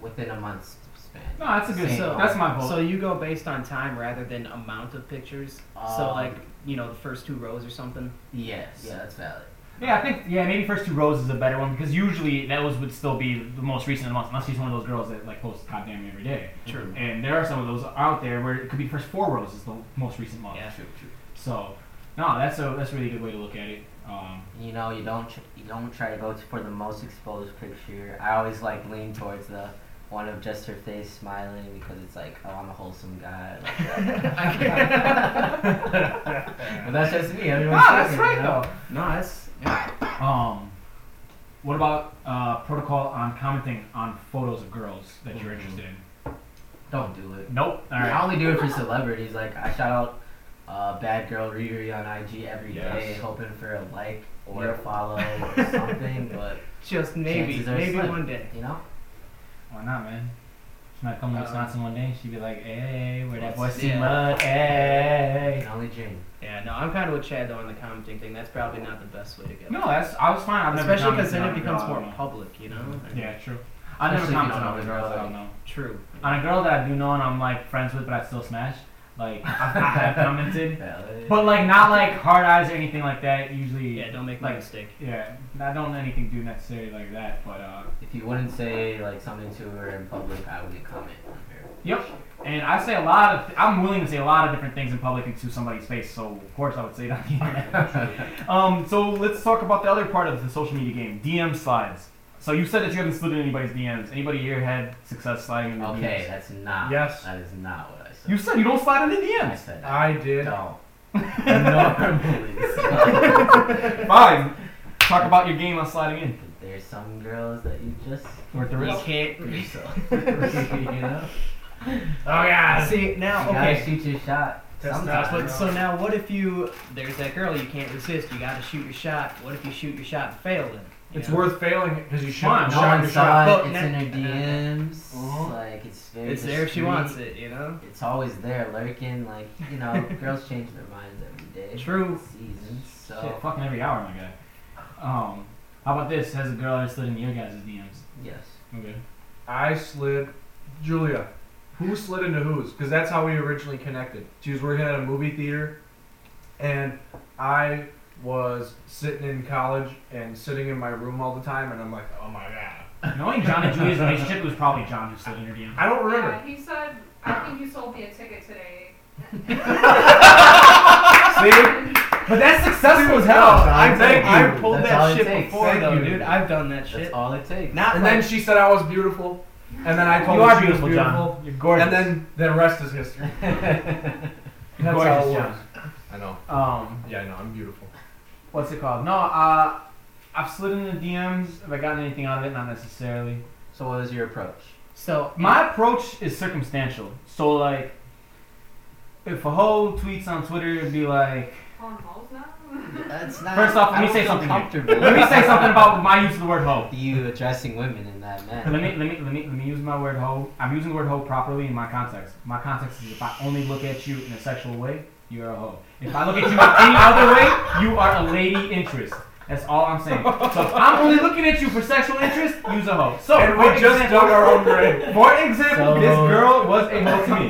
within a month's span. want. No, that's a good. Same. So- that's my vote. So you go based on time rather than amount of pictures. so Um, like you know the first two rows or something. Yes, yeah, that's valid. yeah, I think yeah maybe first two rows is a better one because usually that was would still be the most recent month unless she's one of those girls that like posts goddamn every day. True. And there are some of those out there where it could be first four rows is the most recent month. Yeah. True, true. So, no, that's a that's a really good way to look at it. Um, You know, you don't tr- you don't try to go t- for the most exposed picture. I always like lean towards the one of just her face smiling because it's like, oh, I'm a wholesome guy. Like that. but that's just me. Everyone's different, you know? No, that's Um, what about uh, protocol on commenting on photos of girls that you're interested in? Don't do it. Nope. All I right. only do it for celebrities. Like I shout out uh, bad girl Riri on IG every day, Yes. hoping for a like or Yep. a follow or something. But just maybe chances are maybe slim, one day. you know. Why not, man? She might come to Um, Wisconsin one day. She'd be like, "Hey, where that boy Let's- see yeah. mud? I Hey." can only dream. Yeah, no, I'm kind of with Chad though on the commenting thing. That's probably not the best way to go. No, that's I was fine. I've Especially never because then it commented on becomes a more girl I don't public, you know. know. Yeah, true. I never Especially if comment it's on not other a girls I girl. don't know. True. On a girl that I do know and I'm like friends with, but I still smash. Like I, I have commented, Valid. but like not like hard eyes or anything like that. Usually, Yeah, don't make my Like- mistake. yeah, I don't anything do necessarily like that. But uh, if you wouldn't say like something to her in public, I wouldn't comment on her. Yep. and I say a lot of I'm willing to say a lot of different things in public and to somebody's face. So of course I would say it on the internet. Um, so let's talk about the other part of the social media game, DM slides. So you said that you haven't slid in anybody's DMs. Anybody here had success sliding in their Okay, DMs? that's not. Yes. That is not what I said. You said you don't slide into I DMs. said I did. don't. Normally. Fine. Talk about your game on sliding in. There's some girls that you just Worth the You risk. can't. for yourself. you know? Oh yeah. See now, You gotta okay. shoot your shot. That's That's not what, Sometimes. so now, what if you? There's that girl you can't resist. You got to shoot your shot. What if you shoot your shot and fail? Then You It's know? worth failing because you Come shouldn't on, No shot one your saw shot. shot. it. It's in her DMs. Uh-huh. Like it's very. It's there if she discreet. wants it. You know. It's always there, lurking. Like you know, girls change their minds every day. True. Seasons. So Shit, fucking every hour, my guy. Um, how about this? Has a girl ever slid into your guys' DMs? yes. Okay. I slid. Julia, who slid into whose? Because that's how we originally connected. She was working at a movie theater, and I was sitting in college and sitting in my room all the time, and I'm like, oh my god. Knowing John and Julia's relationship, it was probably John who slid in her DM. I don't remember. Yeah, he said, I think you sold me a ticket today. See? But that's successful as hell. I've, Thank you. I've pulled That's all it that shit takes. before, Thank though, you. dude. I've done that That's shit. all it takes. Not And then like- she said I was beautiful, and then I told you her are she was beautiful, beautiful, John. You're gorgeous. and then the rest is history. You're That's how it gorgeous, works. I know. John. Um, Yeah, I know. I'm beautiful. what's it called? No, uh, I've slid in the DMs. Have I gotten anything out of it? Not necessarily. so what was your approach? so My approach is circumstantial. So like, if a hoe tweets on Twitter, it'd be like, On Moles now? That's not. First off, let I me don't say feel something here. Comfortable. let me say something about my use of the word hoe. you addressing women in that manner. Let me, let me let me let me use my word hoe. I'm using the word hoe properly in my context. My context is if I only look at you in a sexual way, you're a hoe. If I look at you in any other way, you are a lady interest. That's all I'm saying. So if I'm only looking at you for sexual interest, use a hoe. So and we for just example- dug our own grave. For example, So- this girl was a hoe to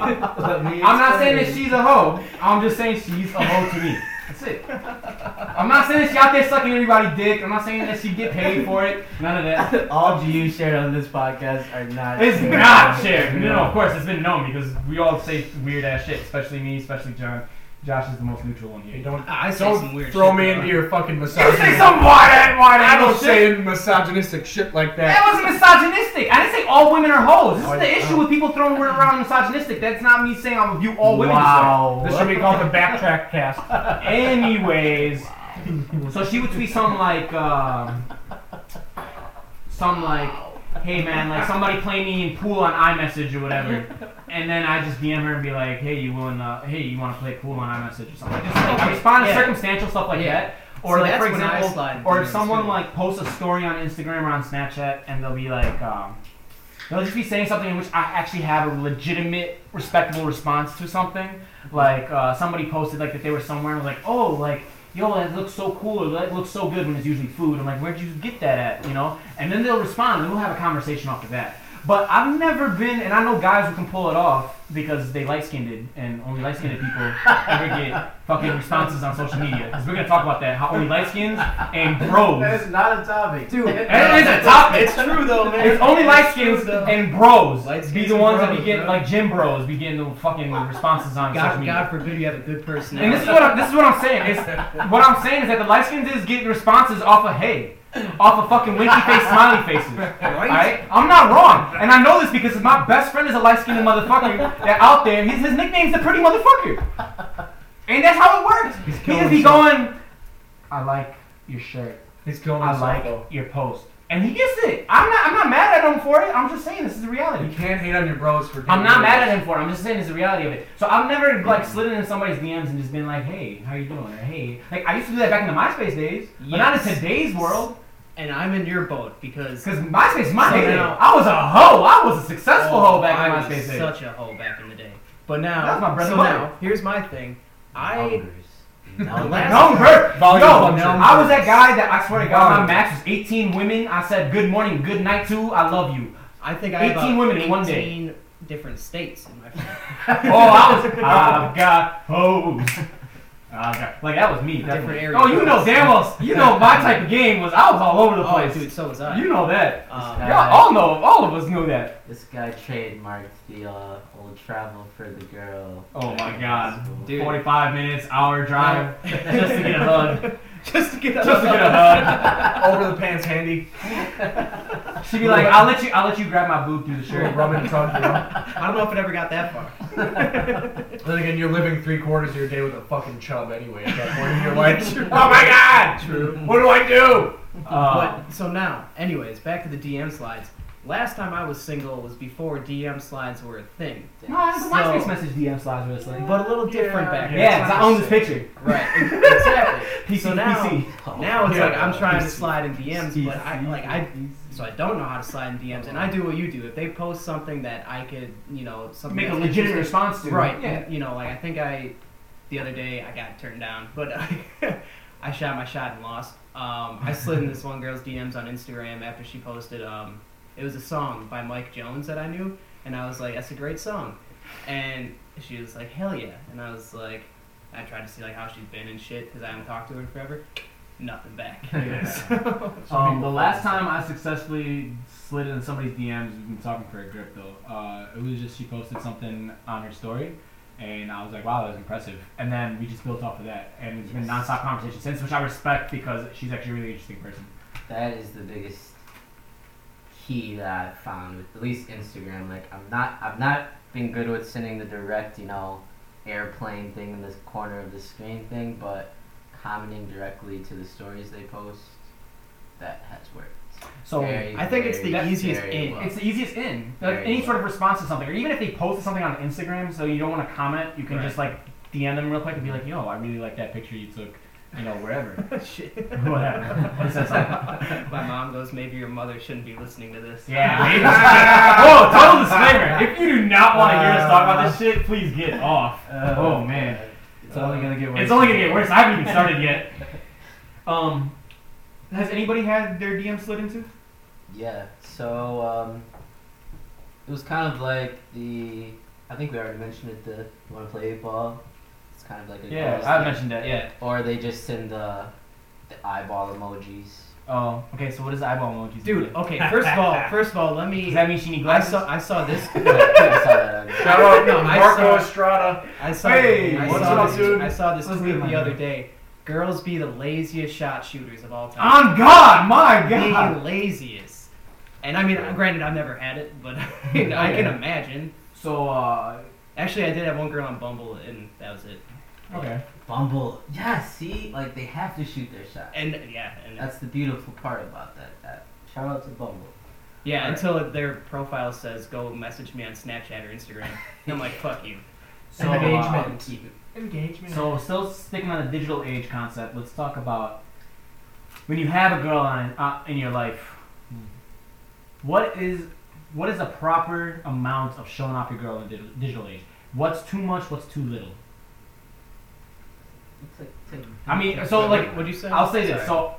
me. I'm not saying that she's a hoe. I'm just saying she's a hoe to me. That's it. I'm not saying that she out there sucking everybody's dick. I'm not saying that she get paid for it. None of that. All views shared on this podcast are not. It's shared. not shared. No, no, of course it's been known because we all say weird ass shit, especially me, especially John. Josh is the most neutral one Hey, here. don't Ah, I say some don't weird throw shit, me though. into your fucking You say misogyny. some wide ass, wide I ass don't shit. say misogynistic shit like That that. wasn't misogynistic. I didn't say all women are hoes. This Oh, is the yeah. issue with people throwing word around misogynistic. That's not me saying I'm view all women. this way. Wow. This should be called the backtrack cast. Anyways, so she would tweet something like, um, some like, hey man, like somebody play me in pool on iMessage or whatever, and then I just DM her and be like, hey, you willing? Uh, hey, you want to play pool on iMessage or something? Just like, I respond to Yeah. circumstantial stuff like Yeah. that. Or See, like that's for when I example, slide or if DMs someone too. like posts a story on Instagram or on Snapchat and they'll be like, um, they'll just be saying something in which I actually have a legitimate, respectable response to something. Like uh, somebody posted like that they were somewhere and was like, oh, like yo, that looks so cool or that looks so good when it's usually food. I'm like, where'd you get that at? You know? And then they'll respond and we'll have a conversation off of that. But I've never been, and I know guys who can pull it off because they light skinned and only light skinned people ever get fucking responses on social media. Because we're gonna talk about that, how only light skins and bros. That is not a topic. Dude, That is a topic. It's true though, man. It's only It's light true, skins though. and bros Light be skins the and ones that bros, be getting bro. like gym bros be getting the fucking responses on social God, media. God forbid you have a good person. And this is what I'm, this is what I'm saying. Is what I'm saying is that the light skins is getting responses off of hey, off of fucking winky face smiley faces. right? Alright? I'm not wrong. And I know this because my best friend is a light skinned motherfucker that out there and his, his nickname's the pretty motherfucker. And that's how it works. He's He killing just be himself. going, I like your shirt. He's killing I himself. like though. your post. And he gets it. I'm not I'm not mad at him for it. I'm just saying this is the You reality. can't hate on your bros for. I'm not mad at him for it. I'm just saying it's the reality of it. So I've never like slid into somebody's DMs and just been like, "Hey, how you doing?" or "Hey." Like I used to do that back in the MySpace days, but not in Yes. today's world. And I'm in your boat because Because MySpace, my So heyday. now- I was a hoe. I was a successful oh, hoe back I in was MySpace days. such a hoe back in the day. But now, That was my bread so and butter. now, here's my thing. I Numbers. Last- Numbers. No, Bert. Yo, Volume one, Bert. I was that guy that I swear to God, my Volume. max was 18 women. I said good morning, good night to, I love you. I think I have 18 about women in one day. 18 different states in my oh, I was. I've got hoes. I've got like that was me. Different definitely. areas. Oh, you know damn well. You know my type of game was I was all over the Oh, place. dude, so was I. you know that. um, Y'all all know. All of us know that. This guy trademarked the uh, old travel for the girl. Oh my god. Dude. Forty-five minutes, hour drive, just to get a hug. just to get a Just to get a hug. Over the pants handy. She'd be like, "I'll let you. I'll let you grab my boob through the Sure, shirt." rub it and tug, you know? I don't know if it ever got that far. Uh, Then again, you're living three quarters of your day with a fucking chub anyway at that point in your life. Oh my god. True. What do I do? Uh, But so now, anyways, back to the DM slides. Last time I was single was before DM slides were a thing, no, I have a MySpace So- message DM slides where it's like. but a little different back then. Yeah, 'cause I own this picture. Right, exactly. PC, So now- PC. Now it's Yeah. like I'm trying to slide in DMs, but I E. like I so I don't know how to slide in DMs, and I do what you do. If they post something that I could, you know, something Make a that's legitimate interesting- response to. right? Yeah. You know, like I think I the other day I got turned down, but I, I shot my shot and lost. Um, I slid in this one girl's DMs on Instagram after she posted. Um, it was a song by Mike Jones that I knew, and I was like, "That's a great song," and she was like, "Hell yeah!" And I was like, I tried to see like how she's been and shit because I haven't talked to her in forever. Nothing back. So- Um, the last time I successfully slid into somebody's DMs, we've been talking for a grip though. Uh, it was just she posted something on her story, and I was like, wow, that was impressive. And then we just built off of that, and it's been nonstop conversation since, which I respect because she's actually a really interesting person. That is the biggest key that I've found with at least Instagram. Like I'm not I've not been good with sending the direct, you know, airplane thing in the corner of the screen thing, but commenting directly to the stories they post, that has worked. So Very, I think it's the very, easiest very in. well. it's the easiest in like There you any go. sort of response to something, or even if they posted something on Instagram, so you don't want to comment, you can Right. just like DM them real quick and be like, yo, I really like that picture you took, you know, wherever, shit. whatever. It says something. My mom goes, maybe your mother shouldn't be listening to this. Yeah, maybe. Whoa, total disclaimer. If you do not want to hear us talk about this shit, please get off. oh man, It's only gonna get it's only gonna get worse. I haven't even started yet. Um, has anybody had their DM slid into? Yeah. So um, it was kind of like the I think we already mentioned it. The you want to play eight ball? It's kind of like a girls' I've thing. mentioned that. Yeah. Or they just send the, the eyeball emojis. Oh, okay. So what is eyeball emojis? Dude, okay. First of all, first of all, let does me. that mean she needs I glasses? saw. I saw this. I saw that on- Shout out No, to I Marco saw- Estrada. I saw. Hey, I what's saw up, this, dude? I saw this Let's tweet get my the other man. day. Girls be the laziest shot shooters of all time. On God, Oh my God. the laziest. And I mean, granted, I've never had it, but you know, I can imagine. So, uh, Actually, I did have one girl on Bumble, and that was it. okay. Bumble. Yeah. See, like they have to shoot their shot. And yeah, and That's the beautiful part about that. that. Shout out to Bumble. yeah, until their profile says go message me on Snapchat or Instagram. And I'm like, fuck you. So uh, Engagement. Keep it. Engagement. So, still sticking on the digital age concept, let's talk about when you have a girl on uh, in your life. What is what is the proper amount of showing off your girl in the dig- digital age? What's too much? What's too little? It's like, it's like- I mean, so like, what'd you say? I'll say this. So,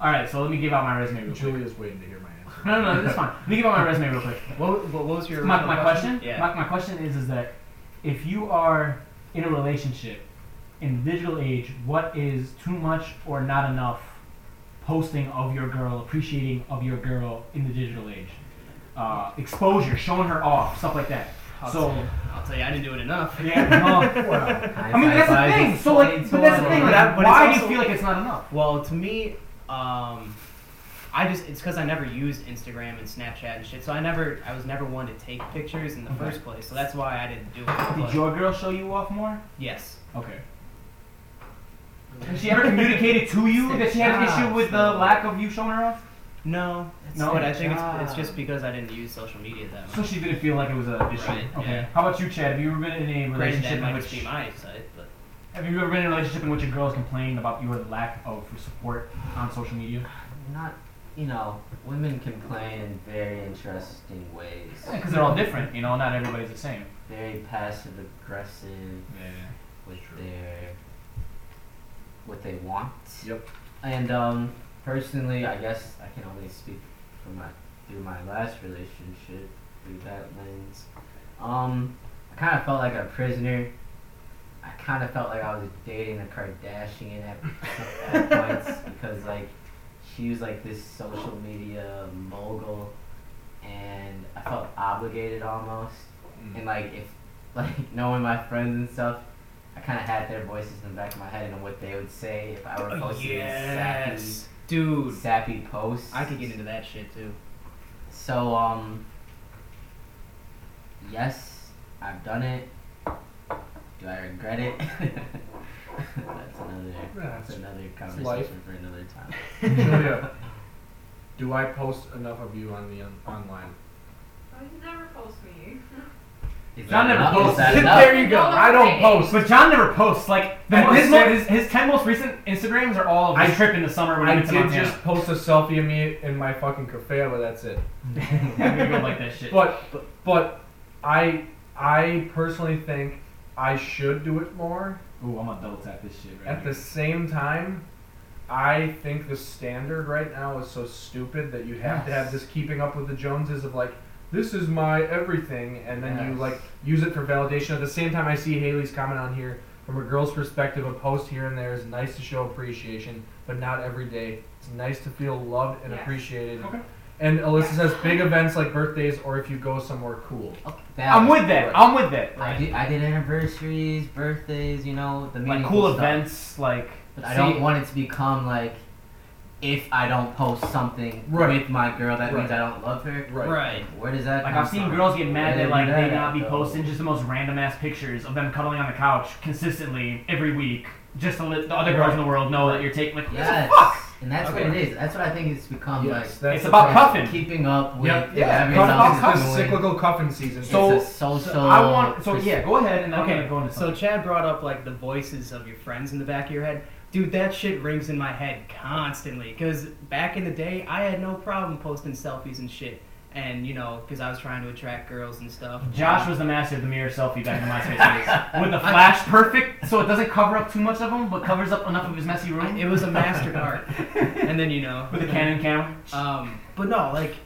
all right. So let me give out my resume real quick. Julia's waiting to hear my answer. No, no, no, that's fine. Let me give out my resume real quick. What, what was your my, original my question, Yeah. my, my question is is that if you are in a relationship in the digital age what is too much or not enough posting of your girl appreciating of your girl in the digital age uh, exposure showing her off stuff like that I'll so tell you, I'll tell you, I didn't do it enough. yeah no. i mean that's the thing so like but that's the thing But I- like, but it's why do you also- feel like it's not enough Well, to me, um, I just it's because I never used Instagram and Snapchat and shit, so I never I was never one to take pictures in the Okay. first place, so that's why I didn't do it. But did your girl show you off more yes, okay has she ever communicated to you that she had an issue with the lack of you showing her off no, That's no, but their I think it's, it's job. just because I didn't use social media that much. So she didn't feel like it was an issue. Right, okay. yeah. How about you, Chad? Have you ever been in a Granted, relationship that in might just which be my side, but have you ever been in a relationship in which a girl's complained about your lack of support on social media? not you know women can play in very interesting ways Because they're all different. You know, not everybody's the same. very passive aggressive Yeah. with True. their what they want Yep. and um personally i guess i can only speak for my through my last relationship through that lens Um, I kind of felt like a prisoner. I kind of felt like I was dating a Kardashian at, at points because like she was like this social media mogul, and I felt obligated almost. And like if like knowing my friends and stuff, I kind of had their voices in the back of my head and what they would say if I Oh, were posting these yes, dude. sappy, sappy posts. I could get into that shit too. So, um, yes, I've done it. Do I regret it? that's another. That's That's- another life. conversation for another time. Julia, do I post enough of you on the on- online? Oh, you never post me. Is John that never enough? Is posted. that enough? there you go. No, I don't I'm post. But John never posts. Like the I his, did- mo- his, his ten most recent Instagrams are all of his I- trip in the summer when he I went to did Montana. just post a selfie of me in my fucking cafe, but that's it. I'm gonna go like that shit. But but I I personally think I should do it more. Ooh, I'm gonna double tap this shit right At the same time, I think the standard right now is so stupid that you have to have Yes. this keeping up with the Joneses of like, this is my everything, and then you Yes. like use it for validation. At the same time, I see Haley's comment on here from a girl's perspective. A post here and there is nice to show appreciation, but not every day. It's nice to feel loved and Yes. appreciated. Okay. And Alyssa says big events like birthdays or if you go somewhere cool. Oh, I'm with that. I'm with that. I did, I did anniversaries, birthdays, you know, the Like meaningful cool stuff. events, like But I See, don't want it to become like, if I don't post something Right. with my girl, that means Right. I don't love her. Right. Where does that Like come I've seen from? girls get mad Yeah, that like they yeah, not be though. posting just the most random ass pictures of them cuddling on the couch consistently every week, just to let the other girls in the world know that you're taking like Yes. fuck. And that's what Okay. it is. That's what I think it's become like. Yes, that's Um, it's the about problem. cuffing. keeping up with Yep. yeah, Yeah, everyone cut else off is This is doing. cyclical cuffing season. So- it's a social. So I want. So yeah, go ahead and then Okay, I'm gonna go into So something. Chad brought up like the voices of your friends in the back of your head. Dude, that shit rings in my head constantly. Cause back in the day, I had no problem posting selfies and shit, and you know, cause I was trying to attract girls and stuff. Josh was the master of the mirror selfie back in MySpace days with the flash perfect, so it doesn't cover up too much of him, but covers up enough of his messy room. It was a master art, and then you know, with a Canon cam. Um, but no, like,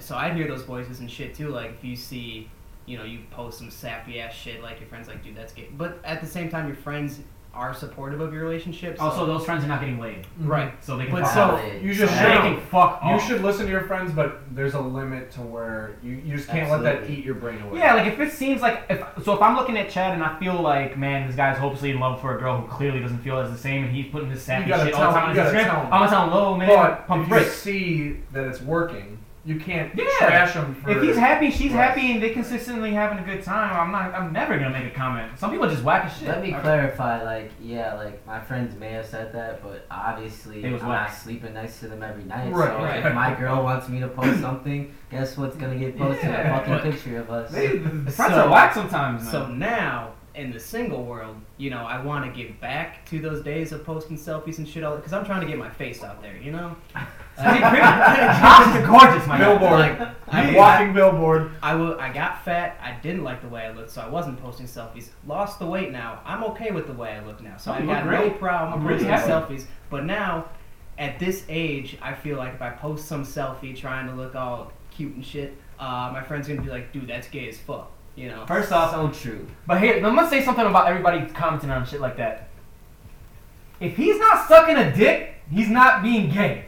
so I hear those voices and shit too. Like, if you see, you know, you post some sappy ass shit, like your friends, like, dude, that's gay. But at the same time, your friends are supportive of your relationship. So, Also, those friends are not getting laid, right. so they can. But fuck so- off. You just they shut up. can fuck You off. should listen to your friends, but there's a limit to where you, you just can't let that Absolutely. eat your brain away. Yeah, like if it seems like if so if I'm looking at Chad and I feel like man this guy's hopelessly in love for a girl who clearly doesn't feel as the same and he's putting this sappy You gotta shit all the tell- time on you his gotta Instagram, tell I'm him. gonna tell him, low man, But pump if the you brakes. see that it's working, you can't Yeah. trash them for If he's happy, she's Right. happy, and they consistently having a good time, I'm not. I'm never gonna make a comment. Some people just whack as shit. Let me Okay. clarify. Like, yeah, like my friends may have said that, but obviously It was I'm whack. not sleeping next to them every night. Right, so right. if my girl wants me to post something, guess what's gonna get posted? Yeah. A fucking picture of us. They, the the friends So- are whack sometimes. So So, now, in the single world, you know, I want to get back to those days of posting selfies and shit all because I'm trying to get my face out there, you know? Josh is gorgeous, my guy. Billboard. Like, I, walking billboard. I, wa- I got fat. I didn't like the way I looked, so I wasn't posting selfies. Lost the weight now. I'm okay with the way I look now, so Oh, I you got look no great. problem I'm really posting happy. selfies. But now, at this age, I feel like if I post some selfie trying to look all cute and shit, uh, my friend's gonna be like, "Dude, that's gay as fuck," you know. First off, so true. But here, let me say something about everybody commenting on shit like that. If he's not sucking a dick, he's not being gay.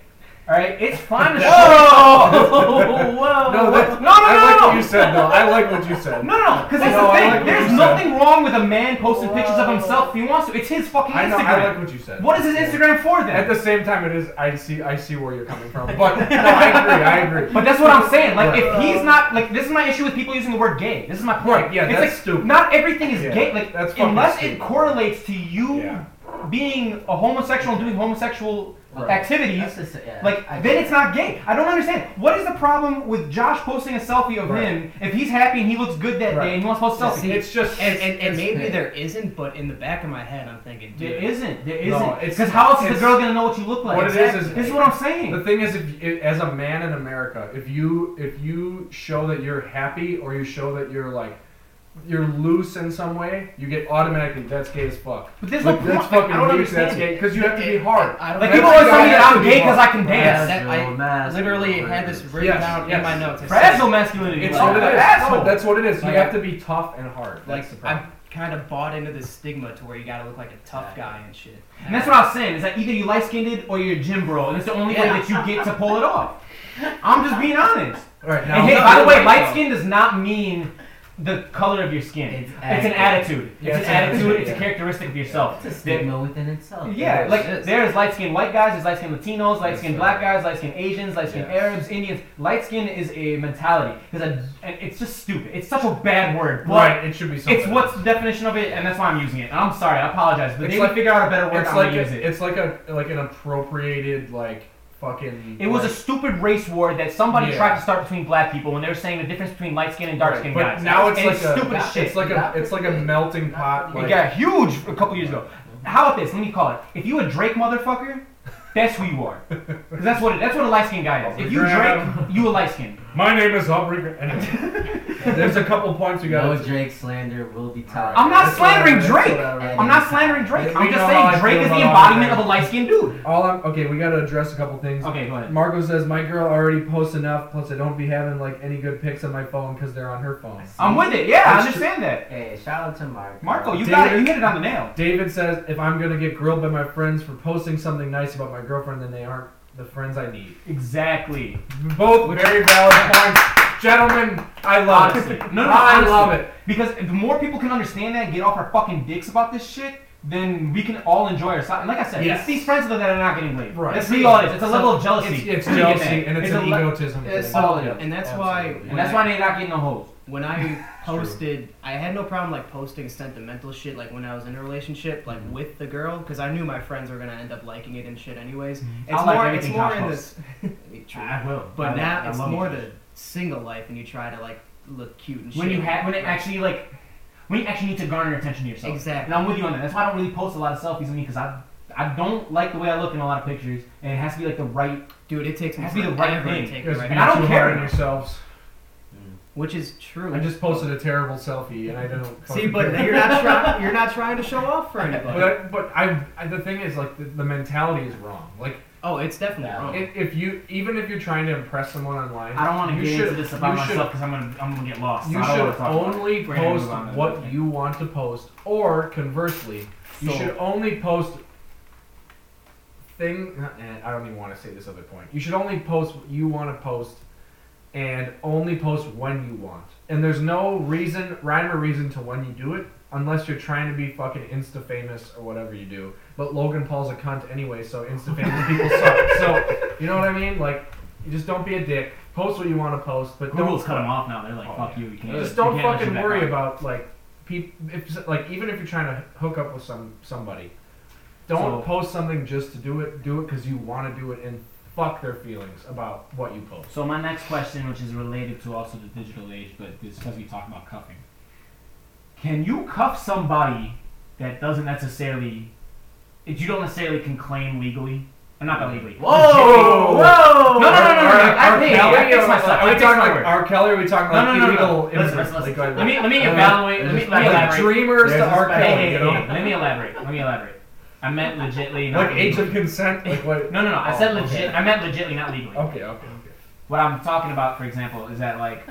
All right, it's fine to Whoa! whoa, No, that, no, no, I like no, what you no. said, though. I like what you said. No, no, because that's No, the I thing. like what There's you nothing wrong with a man posting pictures of Whoa. himself if he wants to. It's his fucking I know. I like Instagram. what you said. What is his Instagram for At then? the same time, it is. I see. I see where you're coming from. But no, I agree. I agree. But that's what I'm saying. Like, if Right. he's not like, this is my issue with people using the word gay. This is my point. Right, yeah, it's that's like, stupid. Not everything is Yeah, gay. Like, that's fucking unless stupid. it correlates to you Yeah. being a homosexual and doing homosexual Right. activities, That's just- yeah, like uh, I then get it's it. not gay. I don't understand. What is the problem with Josh posting a selfie of Right. him if he's happy and he looks good that Right. day and he wants to post a selfie? See, it's just. and and, and it's- maybe big. there isn't, but in the back of my head, I'm thinking, dude, There isn't. There No, isn't. it's- Because how else is the it's- girl gonna know what you look like? What it is is- this is what I'm saying. The thing is, if, if, as a man in America, if you if you show that you're happy or you show that you're like you're loose in some way, you get automatically that's gay as fuck. But there's Like, no that's point. Like, fucking I don't loose, understand. that's gay, because you have to be hard. I, I don't Like That's people always why tell me I that have I'm to gay be because I can dance. that- I literally had this written Yes, down in yes. my notes. It's Fragile masculinity. It's like, what it I'm is. an asshole. No, that's what it is. You Like, have to be tough and hard. That's the Like problem. I kind of bought into this stigma to where you gotta look like a tough guy and shit. And that's what I was saying. Is that either you light skinned or you're a gym bro, and it's the only way Yeah. that you get to pull it off. I'm just being honest. All right, And now hey, no, by the you're way, right, light though. skin does not mean the color of your skin. It's, It's an attitude. It's Yeah, an it's an attitude. attitude, It's a yeah. characteristic of yourself. It's a stigma within itself. Yeah, Yes, like it is. there's light skinned white guys, there's light skinned Latinos, light skinned Yes, black sir. guys, light skinned Asians, light skinned Yes. Arabs, Indians. Light skin is a mentality. It's, a, and it's just stupid. It's such a bad word. But right, it should be something. It's what's else. the definition of it, and that's why I'm using it. And I'm sorry, I apologize, but It's they like- can figure out a better word. It's I'm like gonna use a, it. it's like a like an appropriated like fucking. It was a like- stupid race war that somebody Yeah. tried to start between black people when they were saying the difference between light skin and dark skin But guys. now it's And like a stupid as shit. It's like a it's like a melting pot. it Like, got huge a couple years ago. How about this? Let me call it. If you a Drake motherfucker, that's who you are. 'Cause that's what that's what a light skin guy is. If you Drake, you a light skin. My name is Aubrey. Anyway, there's a couple points we got. No Drake slander will be tolerant. I'm not slandering Drake. And- I'm not slandering Drake. We I'm just know how saying I Drake feel is the about embodiment Andre. of a light skinned dude. All I'm okay. We got to address a couple things. Okay, go ahead. Margot says my girl already posts enough. Plus, I don't be having like any good pics on my phone because they're on her phone. I'm with it. Yeah, I That's true. understand that. Hey, shout out to Marco. Marco, you got it. You David- hit it on the nail. David says if I'm gonna get grilled by my friends for posting something nice about my girlfriend, then they aren't the friends I need. Exactly. Both very valid points, gentlemen. I love Honestly. it. No, no, I honestly. love it. Because the more people can understand that and get off our fucking dicks about this shit, then we can all enjoy ourselves. And like I said, Yes. it's these friends that are not getting laid. Right. That's really all it is. It's a level of jealousy. It's, it's We get jealousy that. and it's, a an le- egotism. It's thing. all- Yep, and that's why- absolutely. And that's why they're not getting no hoes. when I posted, I had no problem like posting sentimental shit like when I was in a relationship Mm-hmm. like with the girl because I knew my friends were gonna end up liking it and shit anyways. It's Mm-hmm. I like more, it's everything more Josh in posts. this. True. will. But now it's more the single life and you try to like look cute and shit. when you ha- when it actually like when you actually need to garner attention to yourself. Exactly. And I'm with you on that. That's why I don't really post a lot of selfies of me because I I don't like the way I look in a lot of pictures, and it has to be like the right. dude, it takes me Has to be the forever right to thing. take You guys the right being I don't too care. hard on yourselves. which is true. I just posted a terrible selfie and I don't. See, fucking but care. you're not trying. You're not trying to show off for anybody. But I, but I, I the thing is like the, the mentality is wrong. Like oh, it's definitely Yeah. wrong. if, if you even if you're trying to impress someone online, I don't want to you get should, into this about you should- myself because I'm gonna I'm gonna get lost. You I don't wanna should talk about it. only We're gonna move post on to the what next. you want to post, or conversely, you So- should only post thing. eh, I don't even want to say this other point. You should only post what you want to post, and only post when you want. And there's no reason, rhyme or reason to when you do it, unless you're trying to be fucking insta famous or whatever you do. But Logan Paul's a cunt anyway, so insta famous people suck. So you know what I mean? Like, you just don't be a dick. Post what you want to post, but don't Google's cut them off now. They're like, Oh, fuck yeah. you. You can't. just don't you can't fucking mention that worry guy. about like peop If like even if you're trying to hook up with some somebody, don't So- post something just to do it. Do it because you want to do it and fuck their feelings about what you post. So my next question, which is related to also the digital age, but this because we talk about cuffing. Can you cuff somebody that doesn't necessarily, that you don't necessarily can claim legally? And not that legally. Whoa! Whoa! No, no, no, no, no. Are- I are think Kelly I fix or- my stuff. Are we I fix talking my like word. R. Kelly? Are we talking No, like no, no, illegal no. Listen, immigrants? listen, Like, listen. like, Let me let me uh, evaluate. Let me there's let me like elaborate. Dreamers There's to this R. back- Hey, Kelly, hey, you know? hey, let me elaborate. Let me elaborate. I meant legitly, not Like age legally. of consent. Like what? No, no, no. I Oh, said okay. legit. I meant legitly, not legally. Okay, okay, okay. What I'm talking about, for example, is that like,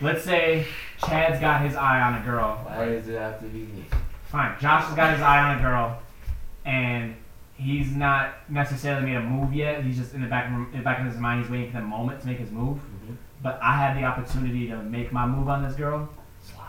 let's say Chad's got his eye on a girl. Why does it have to be me? Fine, Josh has got his eye on a girl, and he's not necessarily made a move yet. He's just in the back, in the back of his mind, he's waiting for the moment to make his move. Mhm. But I had the opportunity to make my move on this girl. Slide.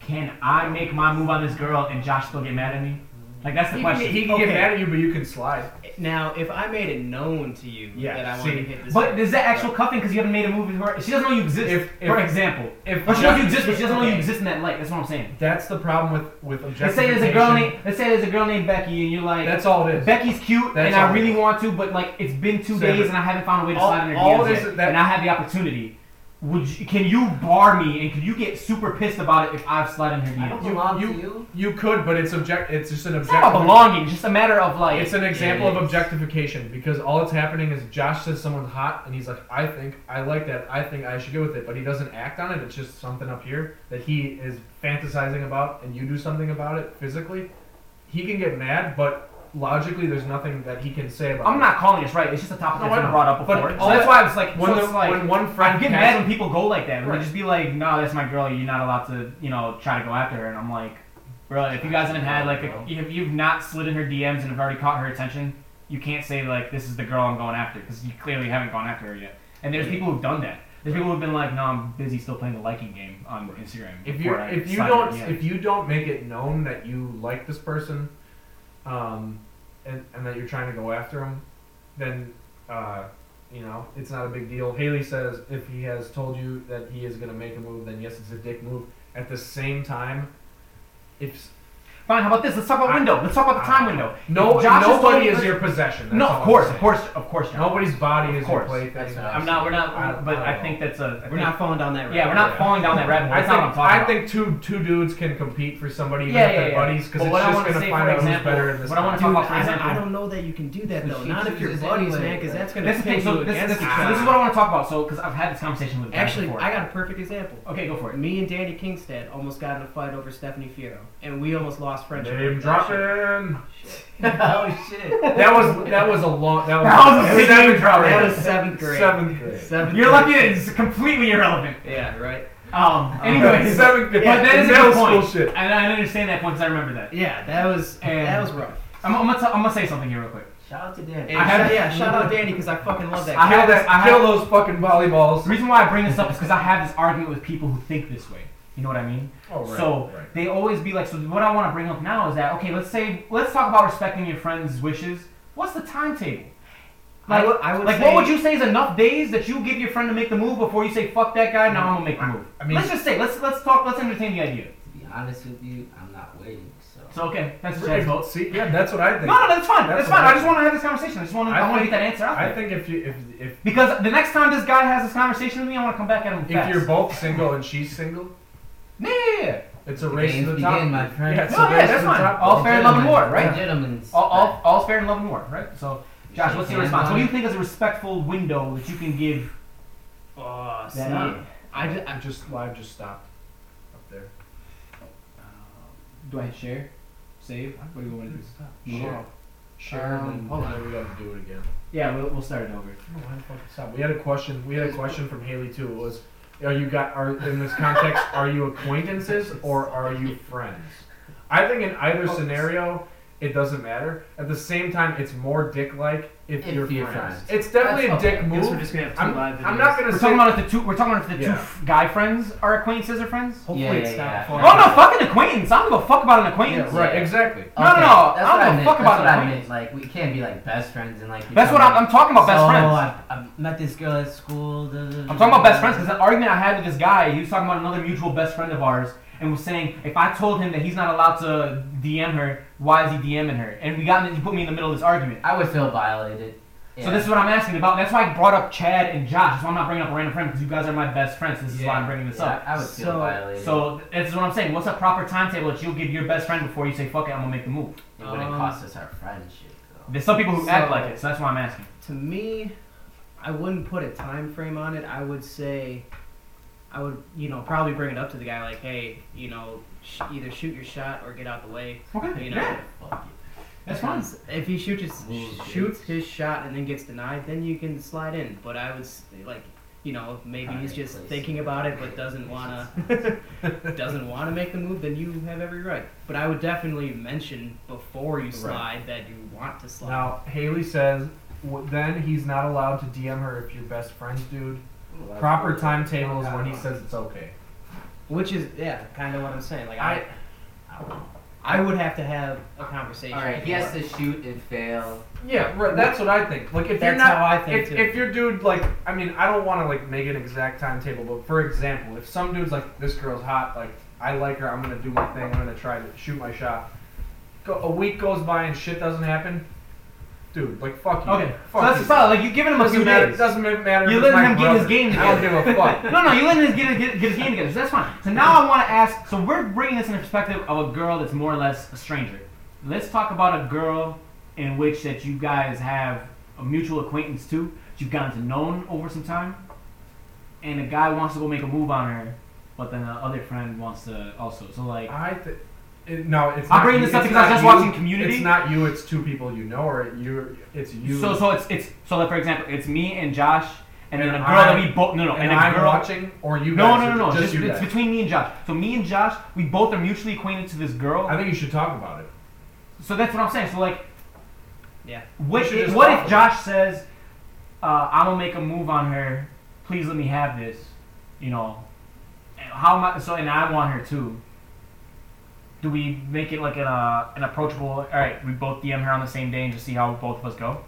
Can I make my move on this girl and Josh still get mad at me? Like that's the He can, question. get, he can Okay. get mad at you, but you can slide. Now, if I made it known to you Yeah, that I see, wanted to hit this, But is that actual cuffing because you haven't made a move with her? She doesn't know you exist. If- if- for example, If or she knows you exist, but she doesn't know you Okay. exist in that light. That's what I'm saying. That's the problem with with Let's objectification. say there's a girl named Let's say there's a girl named Becky, and you're like, That's all it is. Becky's cute, That's and I all. really want to, but like it's been Sam, two days, but- and I haven't found a way to all- slide in her all DMs this yet, is that- and I have the opportunity. Would you, can you bar me and could you get super pissed about it if I've slid in her I don't DMs? You- belong you- to you. You could, but it's object. It's just an It's not about objective. belonging, it's just a matter of like. It's an example of is. objectification because all that's happening is Josh says someone's hot and he's like, I think I like that. I think I should go with it. But he doesn't act on it. It's just something up here that he is fantasizing about and you do something about it physically. He can get mad, but logically, there's nothing that he can say about it. I'm not calling this right. It's just a topic No, I that's know. been brought up But before. so all that's that- why I was like, When, so the- it's like when one I friend get cancels- mad when people go like that. Right. Right. just be like, "No, that's my girl. You're not allowed to, you know, try to go after her." And I'm like, "Bro, if you guys haven't had like, a, if you've not slid in her DMs and have already caught her attention, you can't say like, this is the girl I'm going after because you clearly haven't gone after her yet." And there's people who've done that. There's people who've been like, "No, I'm busy still playing the liking game on Instagram." if you before I if you slide don't her DM." if you don't make it known that you like this person, um, and, and that you're trying to go after him, then uh, you know it's not a big deal. Haley says if he has told you that he is gonna make a move, then yes, it's a dick move. At the same time, if fine, how about this? Let's talk about window. Let's talk about the time window. no If Josh is nobody totally- is your possession. that's No, all of I'm course, saying. of course, of course, John. Nobody's body Of is your course. plaything. That's what I'm not. We're not. I don't- but I don't I think that's a. I We're think- not falling down that road. Yeah, we're not falling down that rabbit hole. I That's not what I'm think, talking I about. think two two dudes can compete for somebody even Yeah, if yeah, they're yeah. buddies because But it's what I just wanna gonna say, find for out example- who's better in this. what I wanna time. Dude, Talk about, for I, don't- example- I don't know that you can do that But though. she Not if you're chooses buddies, anyway, man, because right? that's gonna That's the pit thing. you So this, this, against this each other. is what I want to talk about. So because I've had this conversation with guys Actually, before. I got a perfect example. okay, go for it. Me and Danny Kingstead almost got in a fight over Stephanie Fiero, and we almost lost friendship. Name That shit. dropping. oh shit. That was that was a long. That was, That was a seventh big drop. That grade. was seventh grade. Seventh grade. Seventh You're grade. lucky that it's completely irrelevant. Yeah, right. Um. Anyways, seventh grade. but that is a middle good school point. shit. And I understand that point because I remember that. Yeah, that was And- that was rough. I'm, I'm, gonna t- I'm gonna say something here real quick. Shout out to Dan. And I have- yeah, shout out Danny because I fucking love that. I guy. Kill have that. this- I kill have- those fucking The volleyballs. reason why I bring this up is because I have this argument with people who think this way. You know what I mean? Oh, so they always be like, so what I want to bring up now is that okay, let's say let's talk about respecting your friend's wishes. What's the timetable? I would- I would like say- what would you say is enough days that you give your friend to make the move before you say fuck that guy? Now I'm gonna make the move. I mean- let's just say let's let's talk let's entertain the idea. To be honest with you, I'm not waiting. So. So okay, that's a Right. chance vote. See, yeah, that's what I think. No, no, that's fine. That's That's, what fine. I I just think. want to have this conversation. I just want to I I, want to think- get that answer out I there. think if you if if Because the next time this guy has this conversation with me, I want to come back at him. if fast. you're both single and she's single, yeah, yeah, yeah. it's a The race to games the begin, top. my friend. Yeah, it's No, a yeah, race to that's the fine. top. All fair and love and war, right? Gentlemen. All, all, all's fair in love and war, right? So. Josh, what's your response? What do you uh, think is a respectful window that you can give Oh, see, that? uh, up? I ju- I just live just stopped up there. do I hit share, save? What do you want to do? Share. Share. Um, and- hold on. then we gotta do it again. Yeah, we'll, we'll start it I over. don't know why the fuck it stopped. We had a question. We had a question from Haley too. It was, are you got are in this context? Are you acquaintances or are you friends? I think in either scenario, it doesn't matter. At the same time, it's more dick like if, If you're, you're friends. friends. It's definitely That's a okay. dick I guess we're move. just gonna have 2 I'm, live videos. I'm not gonna We're say. talking about if the two. We're talking about if the two Yeah. f- guy friends are acquaintances or friends. Hopefully Yeah, it's yeah, not yeah. fun. Oh no, fucking acquaintance. I don't give a fuck about an acquaintance. yeah, right. Exactly. No, no, no, I That's don't what give a meant, fuck about that's what the I meant. Like we can't be like best friends and like. That's what I'm, I'm talking about. Best friends. So Oh, I, I met this girl at school. da, da, da, I'm talking about best friends because the argument I had with this guy, he was talking about another mutual best friend of ours, and was saying if I told him that he's not allowed to DM her, why is he DMing her? And we got in- he put me in the middle of this argument. I would feel violated. Yeah. So this is what I'm asking about. That's why I brought up Chad and Josh. That's why I'm not bringing up a random friend because you guys are my best friends. This is why I'm bringing this Yeah, up. I would feel So- violated. So this is what I'm saying. What's a proper timetable that you'll give your best friend before you say fuck it? I'm gonna make the move. it wouldn't um, cost us our friendship though. There's some people who act So- like it, so that's why I'm asking. To me, I wouldn't put a time frame on it. I would say, I would you know probably bring it up to the guy like, hey, you know, sh- either shoot your shot or get out the way. Okay, You know, yeah, Fuck that's fine. Because If he shoots his, Ooh, shoots his shot and then gets denied, then you can slide in. But I would s- like, you know, if maybe he's Alright, just please. thinking about it but doesn't wanna doesn't wanna make the move. Then you have every right. But I would definitely mention before you slide that you want to slide. Now Haley says, w- then he's not allowed to DM her if you're best friends, dude. you. Proper timetable is when he says it's okay. Which is yeah, kind of what I'm saying. Like I I, I would have to have a conversation. All right, he before. has to shoot and fail. Yeah, right. That's what I think. Like, if That's you're not, how I think, if, too. if your dude, like, I mean, I don't want to like make an exact timetable, but for example, if some dude's like, this girl's hot, like, I like her, I'm gonna do my thing, I'm gonna try to shoot my shot. Go, a week goes by and shit doesn't happen. dude, like fuck you. Okay, so fuck that's you. the problem. Like you're giving him a few doesn't matter. days. Doesn't ma- matter. You if letting it's my him get his brother. game I don't together. give a fuck. No, no, you letting him get, get, get his game together. So that's fine. So now I want to ask. So we're bringing this in the perspective of a girl that's more or less a stranger. Let's talk about a girl in which that you guys have a mutual acquaintance to. that You've gotten to know over some time, and a guy wants to go make a move on her, but then the other friend wants to also. So like, I th- it, no, it's. I'm not bringing you, this up it's because I not was just you, watching Community. It's not you. It's two people you know, or you. It's you. so so it's it's so like for example, it's me and Josh, and, And then a girl I- that we both no no and, a I'm girl watching, or you. No, guys no, are- no, no. Just Just, you it's guys. between me and Josh. So me and Josh, we both are mutually acquainted to this girl. I think you should talk about it. so that's what I'm saying. So like, Yeah. what, You should if- just what talk if about Josh says, uh, "I'm gonna make a move on her. Please let me have this." You know, and how am I? So and I want her too. Do we make it like an uh, an approachable? All right, we both DM her on the same day and just see how both of us go.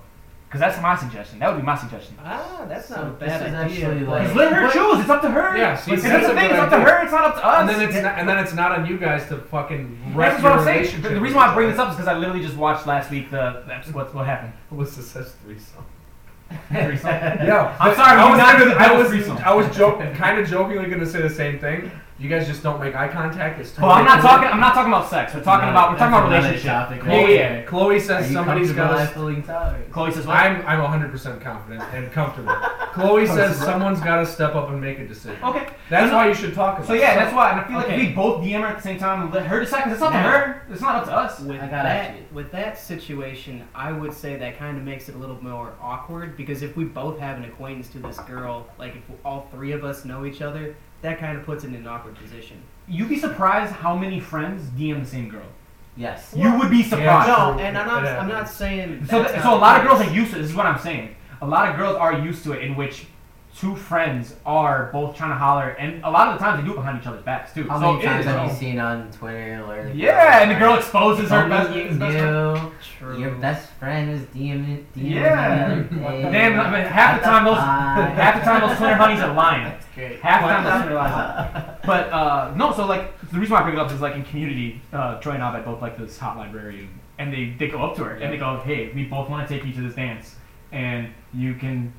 Because that's my suggestion. That would be my suggestion. Ah, that's not So a this bad is idea. actually, but- like- Just let her But- choose. It's up to her. Yeah, see, Like, that's that's the a thing. good It's up to idea. her. It's not up to us. And then it's not, and then it's not on you guys to fucking. wreck That's what your I'm saying. relationship The reason why I bring this up is because I literally just watched last week the that's what what happened. was this as threesome. Yeah. I'm but sorry, I we was, not gonna- do I that was, threesome. I was joking, kind of jokingly going to say the same thing. You guys just don't make eye contact. It's Well, totally I'm not cool. talking. I'm not talking about sex. We're talking No, about we're talking about that's another relationship. topic, Chloe, right? yeah. Chloe Are says you somebody's comfortable got at Filling towers? Chloe says to. what? I'm I'm 100 percent confident and comfortable. Chloe says someone's got to step up and make a decision. okay. That's why you should talk about. So it. yeah, that's why. And I feel Okay. like we both DM her at the same time and let her decide. Cause it's not Now- to her. It's not up to us. With I got that, you. with that situation, I would say that kind of makes it a little more awkward because if we both have an acquaintance to this girl, like if all three of us know each other, that kind of puts it in an awkward position. You'd be surprised how many friends DM the same girl. Yes. You would be surprised. Yeah. No, true. and I'm not. It I'm not happens. saying. So, that's th- so how a lot of it girls is. are used to. This is what I'm saying. A lot of girls are used to it, in which two friends are both trying to holler, and a lot of the times they do it behind each other's backs too. How so many it times is, have though. you seen on Twitter or? Yeah, and the girl exposes her best. Only you best friend. knew True. your best friend was DMing. DMing Yeah. Damn, I mean, half the time those half the time those Twitter honeys are lying. That's great. Half the time those Twitter honeys are lying. But uh, no, so like the reason why I bring it up is like in community, uh, Troy and I both like this hot librarian, and they they go up to her and they go, hey, we both want to take you to this dance, and you can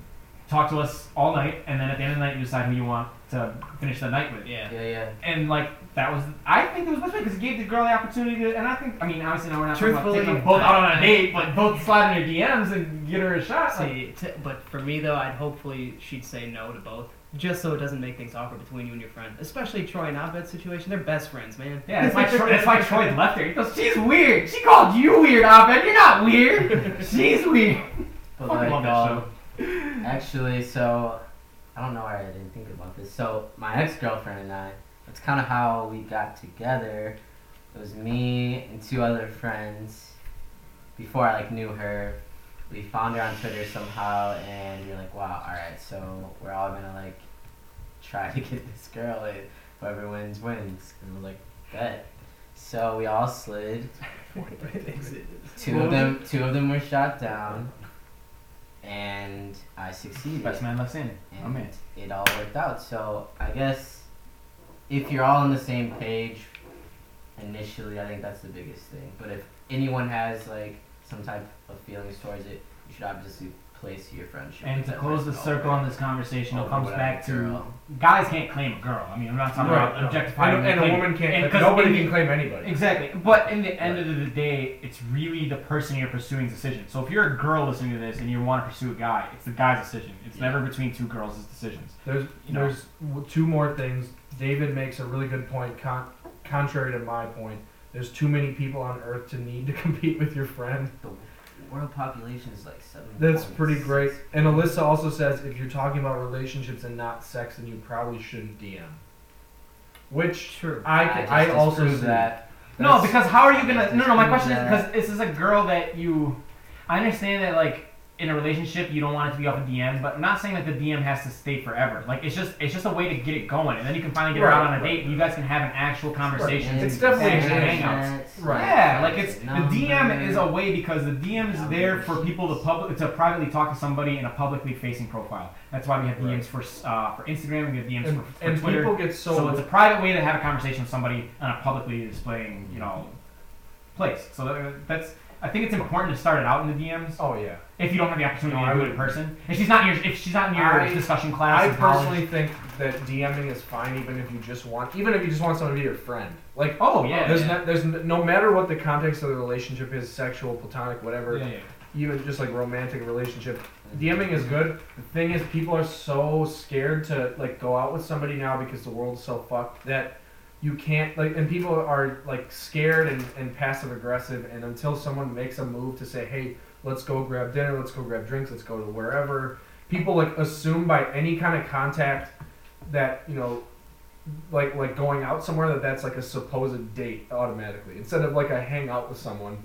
talk to us all night, and then at the end of the night you decide who you want to finish the night with. Yeah. Yeah, yeah. And like that was, I think it was best way because it gave the girl the opportunity to, and I think, I mean, obviously now we're not talking about Truthfully, taking them both out on a date, but both slide in your DMs and get her a shot. like- See, t- but for me though, I'd hopefully she'd say no to both, just so it doesn't make things awkward between you and your friend, especially Troy and Abed's situation. They're best friends, man. Yeah, that's why, Troy, that's why Troy left her. He goes, she's weird. She called you weird, Abed. You're not weird. She's weird. Oh But Fucking like, love that um, actually, so I don't know why I didn't think about this. So my ex girlfriend and I, that's kind of how we got together. It was me and two other friends. Before I like knew her, we found her on Twitter somehow, and we were like, wow, all right, so we're all gonna like try to get this girl, and whoever wins wins. And I was like, bet. So we all slid. Two of them, two of them were shot down, and I succeeded. Best man left in. and Oh, man. it all worked out. So I guess if you're all on the same page initially, I think that's the biggest thing. But if anyone has like some type of feelings towards it, you should obviously place your friendship. And with to that close the person circle over- on this conversation, it over comes whatever back to girl. guys can't claim a girl. I mean, I'm not talking Oh, Right, about no. objectifying And, and a claiming- woman can't. and 'cause nobody in can the- claim anybody. Exactly. But in the end of the day, it's really the person you're pursuing's decision. So if you're a girl listening to this and you want to pursue a guy, it's the guy's decision. It's Yeah. never between two girls' decisions. There's You know. there's w- two more things. David makes a really good point, con- contrary to my point. There's too many people on Earth to need to compete with your friend. World population is like seven. That's point pretty six. great. And Alyssa also says if you're talking about relationships and not sex, then you probably shouldn't DM. Which True. I I, can, just I, also disprove see. that. No, because how are you gonna? No, no. My Yeah. question is because this is a girl that you. I understand that like in a relationship you don't want it to be off a DM, but I'm not saying that the DM has to stay forever. Like it's just it's just a way to get it going, and then you can finally get her out Right, on a date, and you guys can have an actual conversation. It's And definitely an internet, hangouts. Right. Yeah, like it's the DM Number. is a way because the DM is there for people to public to privately talk to somebody in a publicly facing profile. That's why we have DMs for uh, for Instagram, we have DMs And, for, for and Twitter. people get so, So, it's a private way to have a conversation with somebody on a publicly displaying, you know, place. So that, that's. I I think it's important to start it out in the DMs Oh yeah. if you don't have the opportunity No, to I do it would- in person. If she's not in your if she's not in your I- discussion class, I in college, personally think that DMing is fine, even if you just want, even if you just want someone to be your friend. Like, Oh yeah, there's yeah. no, there's no, no matter what the context of the relationship is, sexual, platonic, whatever, Yeah, yeah. even just like romantic relationship. DMing is good. The thing is, people are so scared to like go out with somebody now because the world's so fucked that you can't like, and people are like scared and, and passive aggressive. And until someone makes a move to say, hey, let's go grab dinner, let's go grab drinks, let's go to wherever, people like assume by any kind of contact that you know like like going out somewhere that that's like a supposed date automatically instead of like a hangout with someone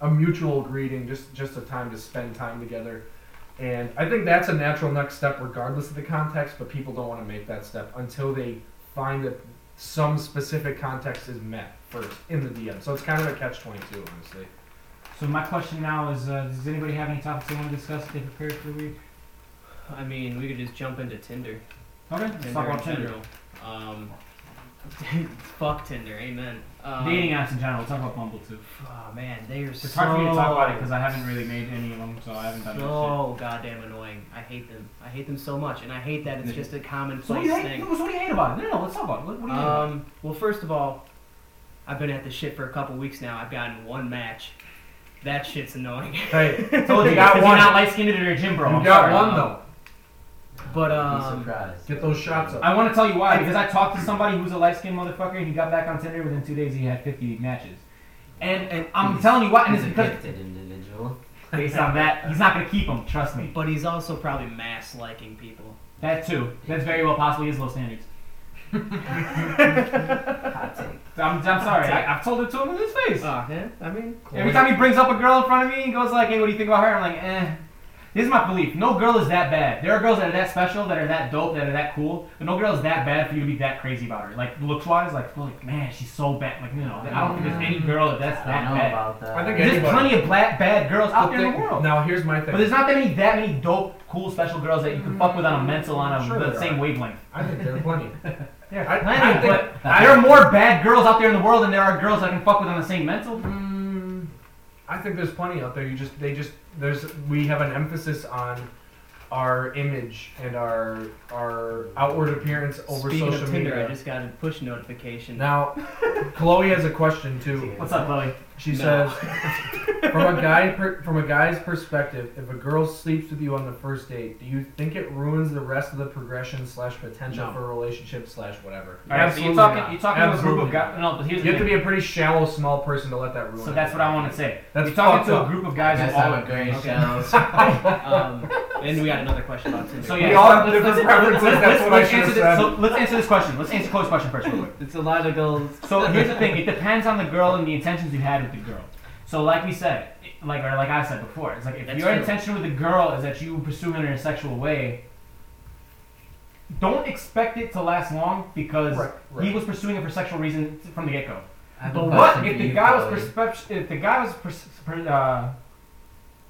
Mhm. a mutual greeting just just a time to spend time together and i think that's a natural next step regardless of the context but people don't want to make that step until they find that some specific context is met first in the dm so it's kind of a catch 22 honestly So my question now is: uh, Does anybody have any topics they want to discuss? that They prepared for the week. I mean, we could just jump into Tinder. Okay, let's talk Tinder in about Tinder. general. Um, fuck Tinder, amen. Um, Dating apps in general. We'll talk about Bumble too. Oh man, they are It's so. hard for me to talk about it because I haven't really made any of them, so I haven't done that so goddamn annoying. I hate them. I hate them so much, and I hate that it's just a shit. So what commonplace do you hate? thing. No, so what do you hate about it? No, no, let's talk about it. What, what do you hate about it? Um, well, first of all, I've been at this shit for a couple weeks now. I've gotten one match. That shit's annoying. hey I told you, you got because one. You're not light skinned or a gym bro. you I'm got sorry. one though But Be um, surprised. get those shots up I want to tell you why because I talked to somebody who's a light skinned motherfucker and he got back on Tinder within two days. He had 50 matches. And, and I'm He's- telling you why, and He's it's a because gifted individual. based on that, he's not gonna keep them. Trust me. but he's also probably mass liking people. That too. That's very well possibly his low standards. Hot take. I'm, I'm sorry. I, I've told it to him in his face. Ah, yeah. I mean, Every time he brings up a girl in front of me and goes like, "Hey, what do you think about her?" I'm like, "Eh." This is my belief. No girl is that bad. There are girls that are that special, that are that dope, that are that cool, but no girl is that bad for you to be that crazy about her. Like looks wise, like, well, like man, she's so bad. Like you know, I don't think there's any girl that that's I that don't know bad. about that. I think There's Anybody. plenty of black bad girls out The there in the thing- world, now here's my thing but there's not that many that many dope, cool, special girls that you can fuck with on a mental on a Sure the there same are. wavelength. i think there are plenty There I- are I plenty, think- but there are more bad girls out there in the world than there are girls I can fuck with on the same mental. Mm, I think there's plenty out there. You just they just there's we have an emphasis on our image and our our outward appearance over speaking social of Tinder, media. I just got a push notification. Now, Chloe has a question too. What's up, Chloe? She No. says, from a guy per, from a guy's perspective, if a girl sleeps with you on the first date, do you think it ruins the rest of the progression slash potential No. for a relationship slash whatever? All right, so you're Absolutely talking, not. you're talking to a group Absolutely of guys. not. No, but here's You the have to thing. be a pretty shallow, small person to let that ruin. so that's what I want to say. That's you're talking fucked to up. a group of guys Guess who I'm all. a gray okay. shell. um, and we got another question about Tinder. So We yeah, all so have let's- different let's- preferences, let's- that's what I let's should've answer this- said. So let's answer this question. Let's answer Chloe's question first, real quick. It's a lot of goals. So here's the thing: it depends on the girl and the intentions you had with the girl. So like we said, like or like I said before, it's like if That's your true. intention with the girl is that you pursue her in a sexual way, don't expect it to last long because Right, right. he was pursuing it for sexual reason from the get go. I have a But question what for if the you, guy was Chloe. perspect- if the guy was pers- per- uh,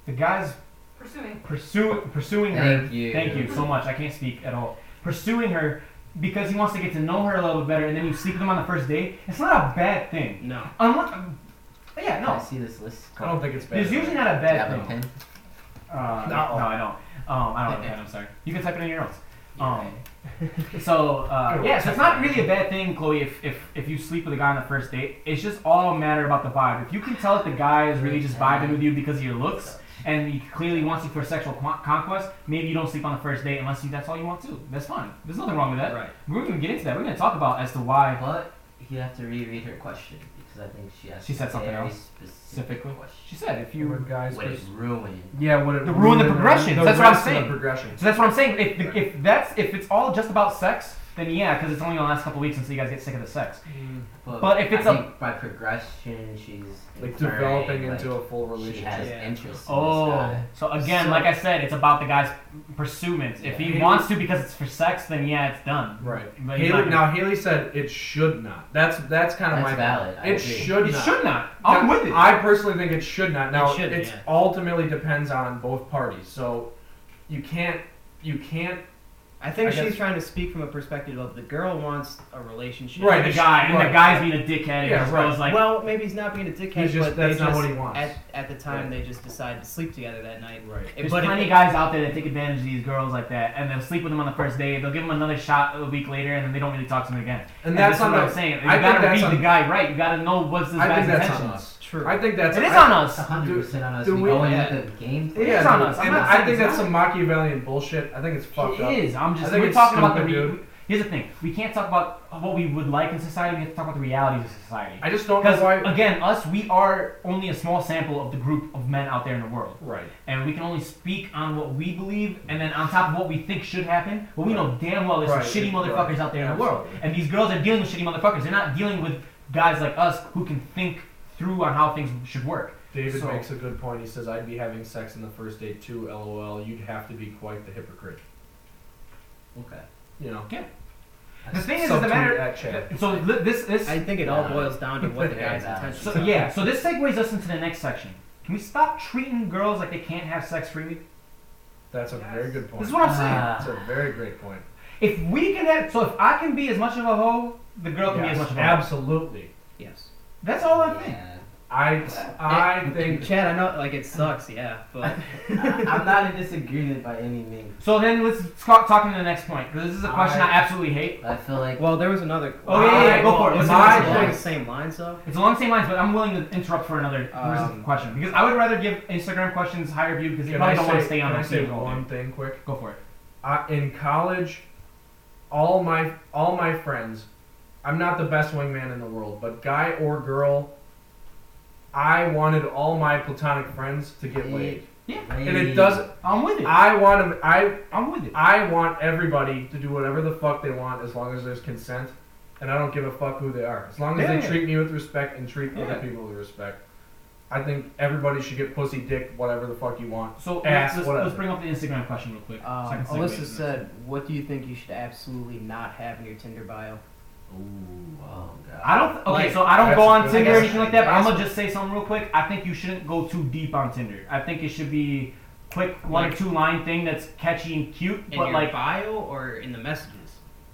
the guy's Pursuing. pursue- pursuing her? Thank you. Thank you so much. I can't speak at all. Pursuing her because he wants to get to know her a little bit better, and then you sleep with him on the first date. It's not a bad thing. no, Unless, yeah, I no, see this list. I don't think it's bad. there's usually not a Do you bad have a thing. pen? Uh, no, Uh-oh. I don't. Um, I don't have a pen. I'm sorry. You can type it in your notes. You're Um, so uh, Good yeah, work. so it's not really a bad thing, Chloe. If, if if you sleep with a guy on the first date, it's just all a matter about the vibe. If you can tell that the guy is really just vibing with you because of your looks, and he clearly wants you for sexual con- conquest, maybe you don't sleep on the first date unless you, that's all you want to. That's fine. There's nothing wrong with that. right. We're gonna get into that. We're gonna talk about as to why But you have to reread her question because I think she asked She said a something very else. specific Specifically? she question. said if From a you. guy's Would it pers- ruin? Yeah, what it The ruin the progression, The that's what I'm rest of saying. The progression. So that's what I'm saying. If the, if that's if it's all just about sex, then yeah, because it's only gonna last a couple weeks until you guys get sick of the sex. Mm. But if it's I a- think by progression, she's Like inferring, developing like, into a full She relationship. has Yeah. interest. In this Oh, guy. so again, So- like I said, it's about the guy's pursuance. If he Yeah. wants to because it's for sex, then yeah, it's done. Right. But he's Haley, not- now Haley said it should not. That's that's kind of That's my valid. I It agree. should it not. should not. I'm Now, with it. I personally think it should not. Now It it shouldn't, yeah. ultimately depends on both parties. So you can't you can't I think I she's guess- trying to speak from a perspective of the girl wants a relationship. Right, the guy, and the Right. guy's being a dickhead. Yeah, and the girl's like, well, maybe he's not being a dickhead, He's just- but they that's not just- what he wants. At, at the time, they just decide to sleep together that night. Right. It- there's but plenty it, guys out there that take advantage of these girls like that, and they'll sleep with them on the first day. They'll give them another shot a week later, and then they don't really talk to them again. And that's what on I'm us. saying. You I think gotta that's read the on- guy right. You gotta know what's this I guy's think that's on intentions. us. true. I think that's It is I- on us. It's 100% on us. Do we we- go in yeah. with a game It plan. is on us. I'm And not I saying think it's that's some Machiavellian bullshit. I think it's fucked up. It is. I'm just. I think We're it's talking about the. stupid, Re- dude. Here's the thing. We can't talk about what we would like in society. We have to talk about the realities of society. I just don't know Because why. again, us, we are only a small sample of the group of men out there in the world. right. and we can only speak on what we believe, and then on top of what we think should happen. But we know damn well there's Right, some shitty right. motherfuckers out there in the world, Absolutely. and these girls are dealing with shitty motherfuckers. They're not dealing with guys like us who can think through on how things should work. David So- makes a good point. He says, "I'd be having sex on the first date too." LOL. You'd have to be quite the hypocrite. Okay. You know. The thing is, is the Subtweet matter. at Chad. So li- this this I think it all Yeah. boils down to what the guy's Yeah. intentions so, are. yeah. So this segues us into the next section. Can we stop treating girls like they can't have sex freely? That's a very good point. This is what I'm saying. Ah. That's a very great point. if we can have, so if I can be as much of a hoe, the girl can be as Yes, much of a hoe. absolutely. Yes. That's all I think. Yeah. I I And- think Chad, I know, like, it sucks, yeah, but. I- I'm not in disagreement by any means. So then let's start talking to the next point because this is a question I I- absolutely hate. I feel like Well, there was another. Oh, yeah, yeah, yeah, go for it. Let's Is hear what My it you along thing- the same lines, though? It's along the same lines, but I'm willing to interrupt for another Um, question because I would rather give Instagram questions higher view because they Can probably I don't want to say, stay on can I their say feed all one day. thing quick? Go for it. I, in college, all my all my friends, I'm not the best wingman in the world, but guy or girl, I wanted all my platonic friends to get laid, and it doesn't. I'm with it. I want them. I I'm with it. I want everybody to do whatever the fuck they want as long as there's consent, and I don't give a fuck who they are. As long as Yeah. they treat me with respect and treat Yeah. other people with respect, I think everybody should get pussy, dick, whatever the fuck you want. So Ass, let's, let's, whatever. let's bring up the Instagram question real quick. so I Um, can segue into Alyssa this. said, "What do you think you should absolutely not have in your Tinder bio?" Ooh, oh god. I don't. Okay, Like, so I don't that's go a on good- Tinder or that's- anything like that. But I'm that's- gonna just say something real quick. I think you shouldn't go too deep on Tinder. I think it should be quick one or Like- two line thing that's catchy and cute, In but your like, bio or in the messages?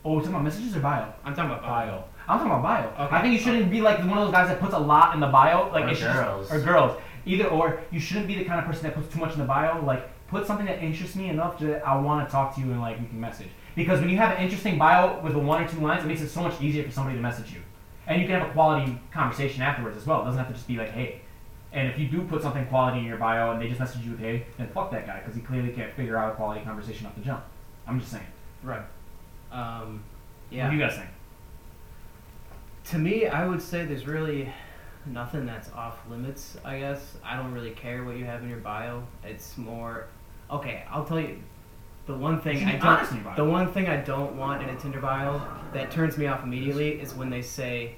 oh, it's in my messages or bio. I'm talking about bio. Kyle. I'm talking about bio. Okay. I think you shouldn't be like one of those guys that puts a lot in the bio, like Or it's just- girls. or girls. Either or, you shouldn't be the kind of person that puts too much in the bio. Like put something that interests me enough that I want to talk to you and like we can message. Because when you have an interesting bio with a one or two lines, it makes it so much easier for somebody to message you, and you can have a quality conversation afterwards as well. It doesn't have to just be like hey. And if you do put something quality in your bio and they just message you with hey, then fuck that guy because he clearly can't figure out a quality conversation off the jump. I'm just saying. Right. Um, What do yeah. you guys think? To me, I would say there's really nothing that's off limits. I guess I don't really care what you have in your bio. It's more, okay. I'll tell you, the one You thing should I be don't. honest in your bio. The one thing I don't want in a Tinder bio that turns me off immediately is when they say,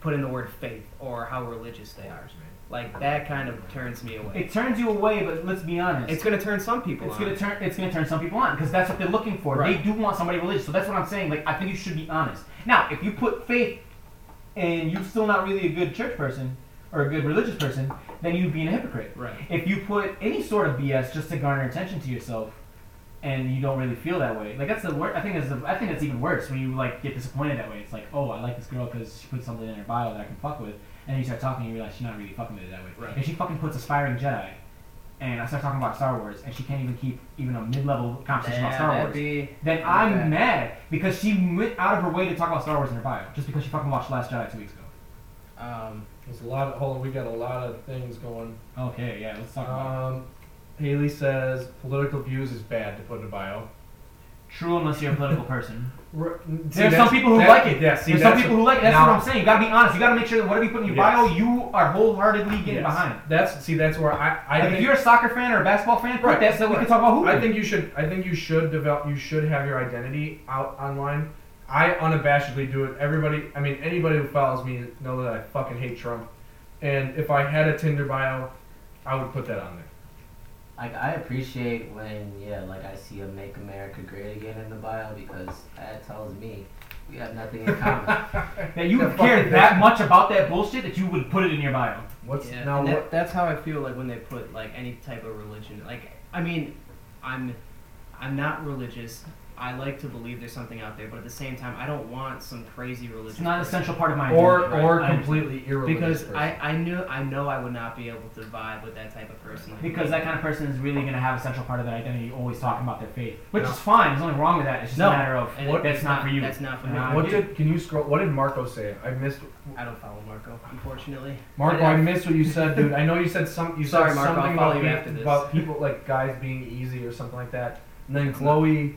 put in the word faith or how religious they are. Like that kind of turns me away. It turns you away, but let's be honest. It's gonna turn some people It's on. gonna turn. It's gonna turn some people on because that's what they're looking for. They Right. do want somebody religious, so that's what I'm saying. Like I think you should be honest. Now, if you put faith, and you're still not really a good church person or a good religious person, then you'd be a hypocrite. right. If you put any sort of BS just to garner attention to yourself, and you don't really feel that way, like that's the worst. I think that's the, I think that's even worse when you like get disappointed that way. It's like, oh, I like this girl because she put something in her bio that I can fuck with, and then you start talking and you realize she's not really fucking with it that way. Right. If she fucking puts aspiring Jedi, and I start talking about Star Wars, and she can't even keep even a mid-level conversation about Star that'd Wars, be then I'm bad. mad because she went out of her way to talk about Star Wars in her bio just because she fucking watched Last Jedi two weeks ago. um, There's a lot of, hold on, we got a lot of things going Okay, yeah, let's talk Uh, about it. Um, Haley says political views is bad to put in a bio. True, unless you're a political person. There's There's some people who like it. Yeah, see, There's some that's people who what- like it. That's now- what I'm saying. You gotta be honest. You gotta make sure that whatever you put in your Yes. bio, you are wholeheartedly getting yes. behind. That's see, that's where I I Like if think you're a soccer fan or a basketball fan, put Right, that so we right. can talk about who. I think you should I think you should develop you should have your identity out online. I unabashedly do it. Everybody, I mean anybody who follows me know that I fucking hate Trump. And if I had a Tinder bio, I would put that on there. Like I appreciate when yeah, like I see a "Make America Great Again" in the bio because that tells me we have nothing in common. that you Yeah, would fuck care it. that much about that bullshit that you would put it in your bio. What's yeah. now and what? that, that's how I feel like when they put like any type of religion. Like I mean, I'm I'm not religious. I like to believe there's something out there, but at the same time, I don't want some crazy religion. It's not an essential part of my Or identity, or right? I- completely irreligious. because person. I, I knew I know I would not be able to vibe with that type of person. because that kind of person is really going to have a central part of their identity, always talking about their faith, which Yeah. is fine. There's nothing wrong with that. It's just No. a matter of And What- that's not for you. That's not for Nah. me. what did can you scroll? What did Marco say? I missed I don't follow Marco, unfortunately. Marco. Yeah. I missed what you said, dude. I know you said some. You Sorry, said Marco, something I'll follow about, you pe- after this. about people like guys being easy or something like that. And then Chloe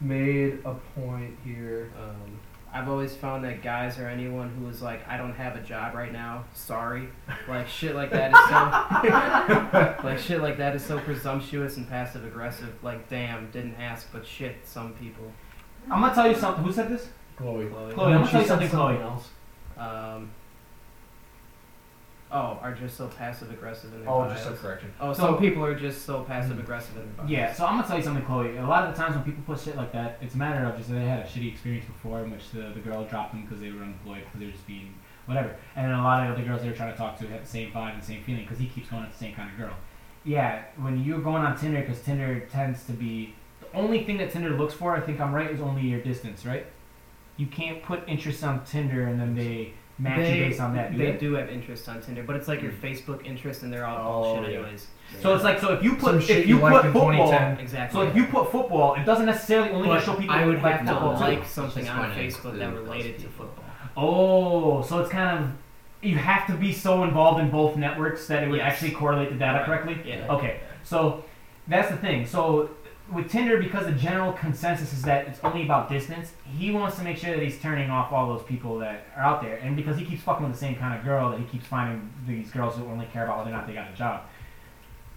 made a point here. Um, I've always found that guys or anyone who is like, I don't have a job right now, sorry, like shit like that is so, like shit like that is so presumptuous and passive aggressive. Like, damn, didn't ask, but shit, some people. I'm gonna tell you something. Who said this? Chloe. Chloe. Chloe, I'm No, gonna she tell you said something, Chloe. something else. Um, oh, are just so passive aggressive in their Oh, bios. just a correction. oh, So- some people are just so passive aggressive in their bios. Yeah, so I'm gonna tell you something, Chloe. A lot of the times when people put shit like that, it's a matter of just they had a shitty experience before in which the, the girl dropped them because they were unemployed, because they were just being whatever. And then a lot of the other girls they were trying to talk to had the same vibe and the same feeling because he keeps going at the same kind of girl. Yeah, when you're going on Tinder, because Tinder tends to be the only thing that Tinder looks for, I think I'm right, is only your distance, right? You can't put interests on Tinder and then they match They, you based on that. do they they? do have interests on Tinder, but it's like your Facebook interest, and they're all Oh, bullshit, yeah. anyways. So it's like so if you Some put shit if you you liked put in football 2010. Exactly. So if you put football, it doesn't necessarily only But show people. I would who like have to football. No. like too. something Just on wanna Facebook that include those related to people. football. Oh, so it's kind of you have to be so involved in both networks that it would Yes. actually correlate the data Right. correctly. Oh. Yeah. Okay, so that's the thing. So with Tinder, because the general consensus is that it's only about distance, he wants to make sure that he's turning off all those people that are out there, and because he keeps fucking with the same kind of girl, that he keeps finding these girls who only care about whether or not they got a job.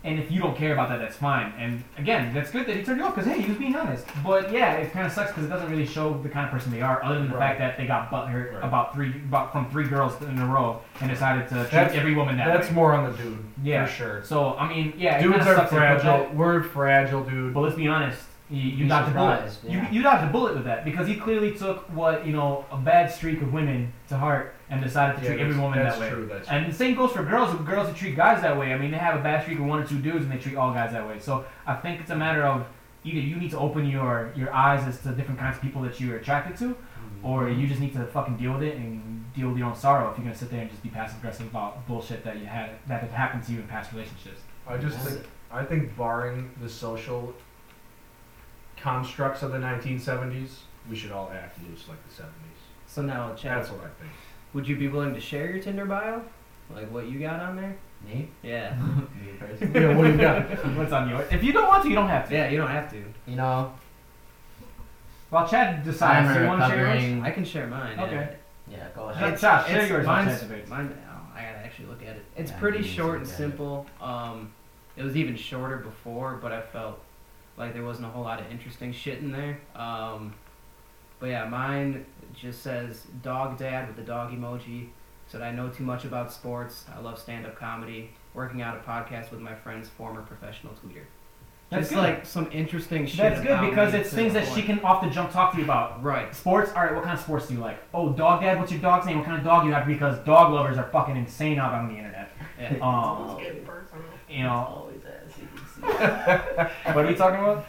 And if you don't care about that, that's fine. And again, that's good that he turned you off because hey, he was being honest. But yeah, it kind of sucks because it doesn't really show the kind of person they are, other than the Right. fact that they got butt hurt Right. about three about from three girls in a row and decided to That's- treat every woman that That's way. more on the dude. Yeah. For sure. So I mean, yeah, it Dudes kinda are sucks that he felt fragile. We're fragile, that. dude. But let's be honest, you, you Be dodged a bullet. surprised, You, yeah. you dodged a bullet with that because he clearly took what you know a bad streak of women to heart and decided to Yeah, treat every that's- woman that's that way. True, that's And the same goes for girls. Girls who treat guys that way. I mean, they have a bad streak of one or two dudes, and they treat all guys that way. So I think it's a matter of either you need to open your your eyes as to different kinds of people that you're attracted to, or you just need to fucking deal with it and deal with your own sorrow if you're gonna sit there and just be passive aggressive about bullshit that you had that had happened to you in past relationships. I just That's think I think barring the social constructs of the 1970s, we should all act loose like the 70s. So now, Chad, That's what I think. would you be willing to share your Tinder bio, like what you got on there? Me? Yeah. Me personally? Yeah, what do you got? What's on yours? If you don't want to, you don't have to. Yeah, you don't have to. You know, While Chad decides, I'm you a want to share yours? recovering. I can share mine. yeah. Okay. Yeah, go Hey, ahead. It's- Josh, share it's- yours on Mine's, Tinder page. mine, oh, I gotta actually look at it. It's Yeah, I pretty need to short and look at it. simple. Um, it was even shorter before, but I felt like there wasn't a whole lot of interesting shit in there. Um, but yeah, mine just says dog dad with the dog emoji. Said I know too much about sports. I love stand up comedy. Working out a podcast with my friend's former professional tweeter. That's just good. like some interesting shit. That's good about because me it's to things the that she point. can off the jump talk to you about. Right. Sports. All right. What kind of sports do you like? Oh, dog dad. What's your dog's name? What kind of dog you have? Because dog lovers are fucking insane out on the internet. Yeah. Oh. Um, you know. Always ass eating. What are we talking about?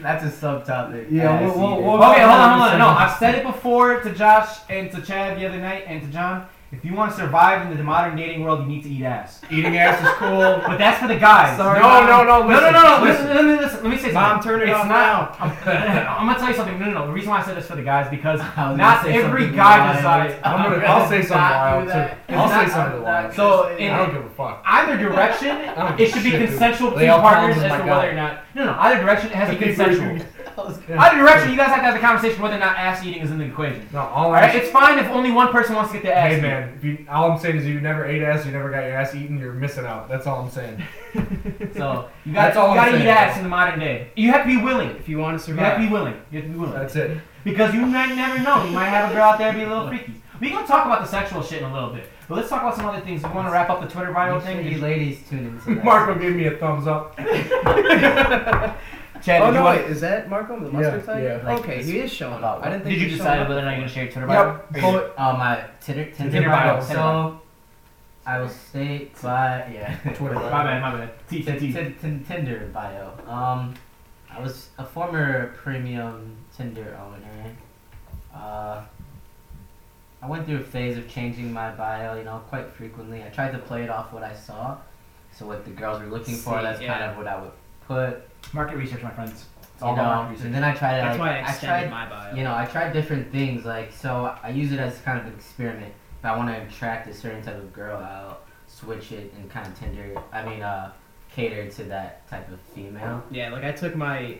That's a subtopic. Yeah, Ass we'll- we'll- eating. we'll- Okay, hold on, hold on. No, I've said it before to Josh and to Chad the other night and to John. If you want to survive in the modern dating world, you need to eat ass. Eating ass is cool. But that's for the guys. Sorry, no, Mom. no, no, Listen, no, no, no. listen. Listen, listen, listen, Let me say something. Mom, turn it it's off not, I'm, I'm gonna tell you something. No, no, no. The reason why I said this for the guys because I was gonna not say every something guy wild. decides. I'm gonna, I'll say something wild too. I'll say something wild. So I in, don't give a fuck. either direction, I don't give it a should be shit, dude. consensual They between all call partners them as my to God. whether or not. No, no, either direction, it has to be consensual. That was good. Either direction, you guys have to have the conversation whether or not ass eating is in the equation. No, all I. Alright, it's fine if only one person wants to get the ass. Hey eaten. man, if you, all I'm saying is you never ate ass, you never got your ass eaten, you're missing out. That's all I'm saying. So you That's got all you I'm got to saying. eat ass in the modern day. You have to be willing. If you want to You have survive, to be willing. You have to be willing That's it. because you might never know. You might have a girl out there be a little freaky. We gonna talk about the sexual shit in a little bit, but let's talk about some other things. We want to wrap up the Twitter viral Make sure thing. you ladies tune into that. Marco gave me a thumbs up. Chad, oh did you no, want- wait, is that Marco the Yeah, mustard tiger? yeah. okay, he is showing up. About I didn't think did you he was decide showing whether or up. not you're gonna share Twitter viral? Yep. Or you- Bullet. Oh my Tinder Tinder, Tinder bio, bio. Tinder So I will state by yeah. Twitter bio. My bad, my bad. T T Tin- T. tin- tin- Tinder bio. Um, I was a former premium Tinder owner. Uh, I went through a phase of changing my bio, you know, quite frequently. I tried to play it off what I saw. So what the girls were looking for, See, that's kind yeah. of what I would put. Market research, my friends. It's You all about know, market and research. then I tried That's like, why I I extended tried my bio. you know, I tried different things, like, so I use it as kind of an experiment. If I want to attract a certain type of girl, I'll switch it and kind of tender, I mean, uh, cater to that type of female. Yeah, like I took my,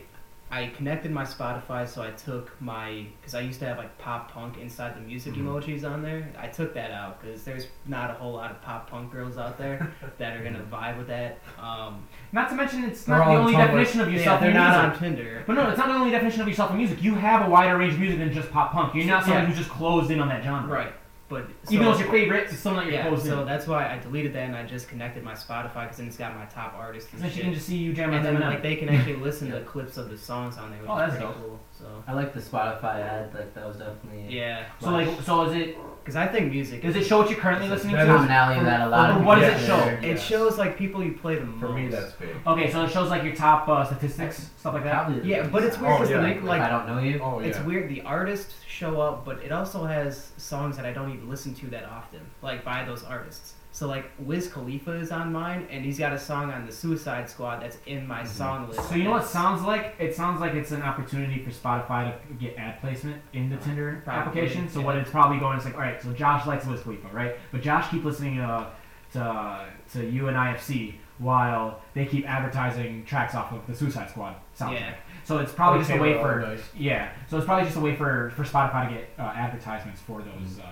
I connected my Spotify, so I took my, because I used to have like pop punk inside the music Mm-hmm. Mhm. emojis on there. I took that out because there's not a whole lot of pop punk girls out there that are gonna vibe with that. Um, Not to mention, it's They're not the all only Tumblr. definition of yeah, yourself they're in not music. on Tinder. But no, it's not the only definition of yourself in music. You have a wider range of music than just pop punk. You're not someone Yeah. who's just closed in on that genre. Right, but so, Even though it's your favorite, it's someone that you're yeah, closed so in. that's why I deleted that and I just connected my Spotify because then it's got my top artists So and she can shit. just see you jam on And then like Eminem. they can actually listen to Yeah. clips of the songs on there, which Oh, is that's pretty dope. cool. So I like the Spotify ad, like, that was definitely yeah, So like, so is it? because I think music. Does it show what you're currently listening a That to? is- commonality that a lot Or of what people does it do. show? It shows like people you play the most. For me, that's big. Okay, so it shows like your top uh, statistics, stuff like that. Probably the Yeah, but it's biggest weird Oh, because yeah. like, if I like don't know you. Oh yeah. it's weird. The artists show up, but it also has songs that I don't even listen to that often, like by those artists. So like Wiz Khalifa is on mine, and he's got a song on the Suicide Squad that's in my song list. So you know what it sounds like? It sounds like it's an opportunity for Spotify to get ad placement in the Tinder Probably, application. So yeah. what it's probably going is like, all right, so Josh likes Wiz Khalifa, right? But Josh keep listening to to to you and IFC while they keep advertising tracks off of the Suicide Squad soundtrack. Yeah. So it's probably just a Okay, way well, for nice. yeah. So it's probably just a way for for Spotify to get uh, advertisements for those. Uh,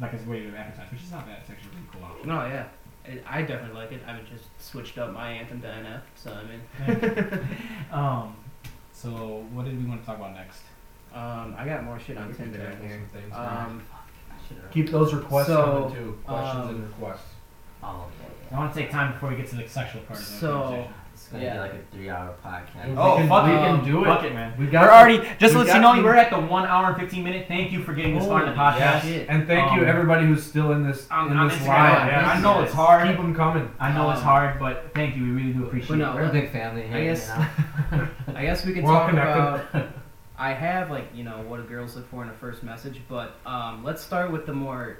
like as a way to advertise, which is not bad. It's actually a really cool. option. No, yeah, it, I definitely like it. I've just switched up my anthem to NF, so I mean, um, so what did we want to talk about next? um, I got more shit on Tinder right here. Um, Keep those requests So, coming too. Questions um, and requests. Oh, I want to take time before we get to the sexual part. of the So- conversation. Oh. It's gonna Yeah. be like a three-hour podcast. Oh, We can- fuck we it. can do it. Fuck it, man. We got We're some- already just we to let got you know some- we're at the one hour and fifteen minute. Thank you for getting this far in the Holy podcast. shit. And thank you Um, everybody who's still in this On, in on this Instagram, live. yeah, This I is- know it's hard. Keep them coming. I know it's Um, hard, but thank you. We really do appreciate but it. no, We're a big family here, I guess- you know? I guess we can We're all talk connected. about. I have like you know what girls look for in a first message, but um, let's start with the more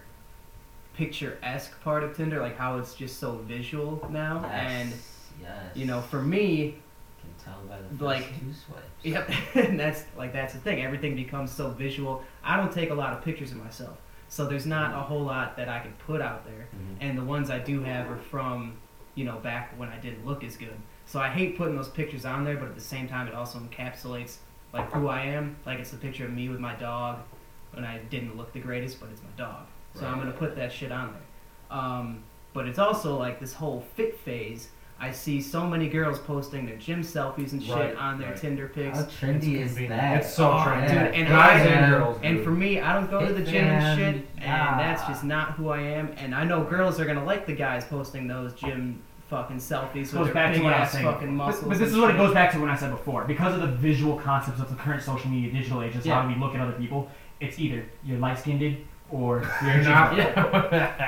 picturesque part of Tinder, like how it's just so visual now, and Yes, yes. you know for me, can tell by the first like- two swipes. yep, and that's like that's the thing. Everything becomes so visual. I don't take a lot of pictures of myself, so there's Mm-hmm. not a whole lot that I can put out there, Mhm. and the ones I do have are from you know back when I didn't look as good. So I hate putting those pictures on there, but at the same time, it also encapsulates like who I am. Like it's a picture of me with my dog when I didn't look the greatest, but it's my dog. So I'm gonna put that shit on there. Um, but it's also like this whole fit phase. I see so many girls posting their gym selfies and shit Right, on their right. Tinder pics. How trendy is that? It's so Oh, trendy. dude, and Guys I- and girls. And dude. for me, I don't go to the gym and shit, and Yeah. that's just not who I am. And I know girls are gonna like the guys posting those gym fucking selfies Goes with their back to big what I was ass saying. fucking But- muscles. But, this and is what it shit. goes back to when I said before. Because of the visual concepts of the current social media digital age, is how Yeah. we look at other people. It's either you're light skinned or you're You're not. not. And that,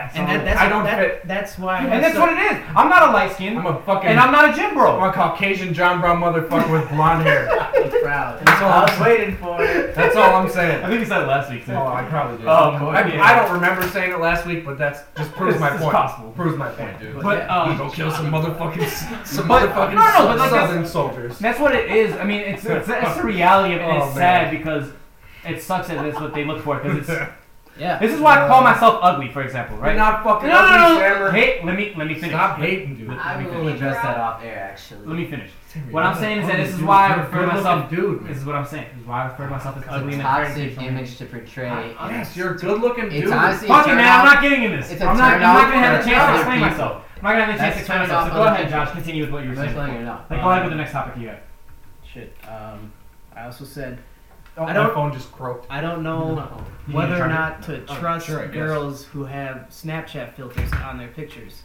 that's I don't that, fit. That's why. I And that's so, what it is. I'm not a light skinned, I'm a fucking. and I'm not a gym bro. I'm a Caucasian John Brown motherfucker with blonde hair. I'm proud. That's all I I'm was saying. waiting for it. That's all I'm saying. I think you said it last week. too. Oh, I probably did. Um, I, yeah. I don't remember saying it last week, but that's just proves It's- my it's point. possible. Proves my point, dude. But- But Yeah. um, You go kill some motherfucking some But- motherfucking no, no, but like southern soldiers. That's what it is. I mean, it's it's, it's the reality of it. It's Oh, man. sad because it sucks that that's what they look for. Because it's Yeah. this is why I call myself ugly, for example, right? Right now, fucking no, no, no, ugly no. Stammer. Hey, let me let me finish. Stop hating, dude. Let I me will finish. address that off air, actually. Let me finish. What I'm saying is that this is why I refer to myself. This is what I'm saying. This is why I refer to myself as ugly It's a and toxic image to portray. I- and Yes, you're a good-looking It's dude. honestly a Fuck it, turn man. off. I'm not getting in this. It's a I'm not. I'm turn not off gonna have for the chance to other explain people. myself. I'm not gonna have the chance That's to explain turns off myself. So go other ahead, people. Josh. Continue with what you were Just saying. Like, letting you know. go ahead with the next topic you have. Shit. Um, I also said Oh, I don't- my phone just croaked. I don't know You whether or need to charge it? not to Oh, trust sure, I guess. girls who have Snapchat filters on their pictures.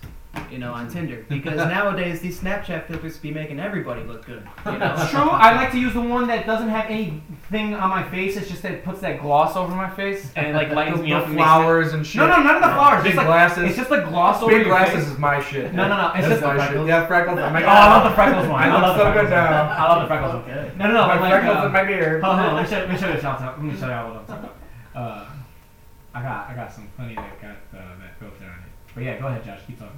you know, on Tinder because nowadays these Snapchat filters be making everybody look good. You know, It's true. I like to use the one that doesn't have anything on my face. It's just that it puts that gloss over my face and it, like lightens The- me the up. and makes it- flowers and shit. No, no, none of the flowers. Big It's like- glasses. It's just the gloss over Big your glasses face. is my shit. No, no, no. It's That's just my the shit. freckles. Yeah, freckles. Oh my Oh, god. I love the freckles one. I I look love the so good freckles one. now. I love the freckles one. okay. No, no, no. my but like, freckles uh, in my beard. Hold on, let me show, let me show you shout out. Let me show you all what I'm talking about. Uh, I got, I got some funny that got uh, that filter on it. But yeah, go ahead, Josh. Keep talking.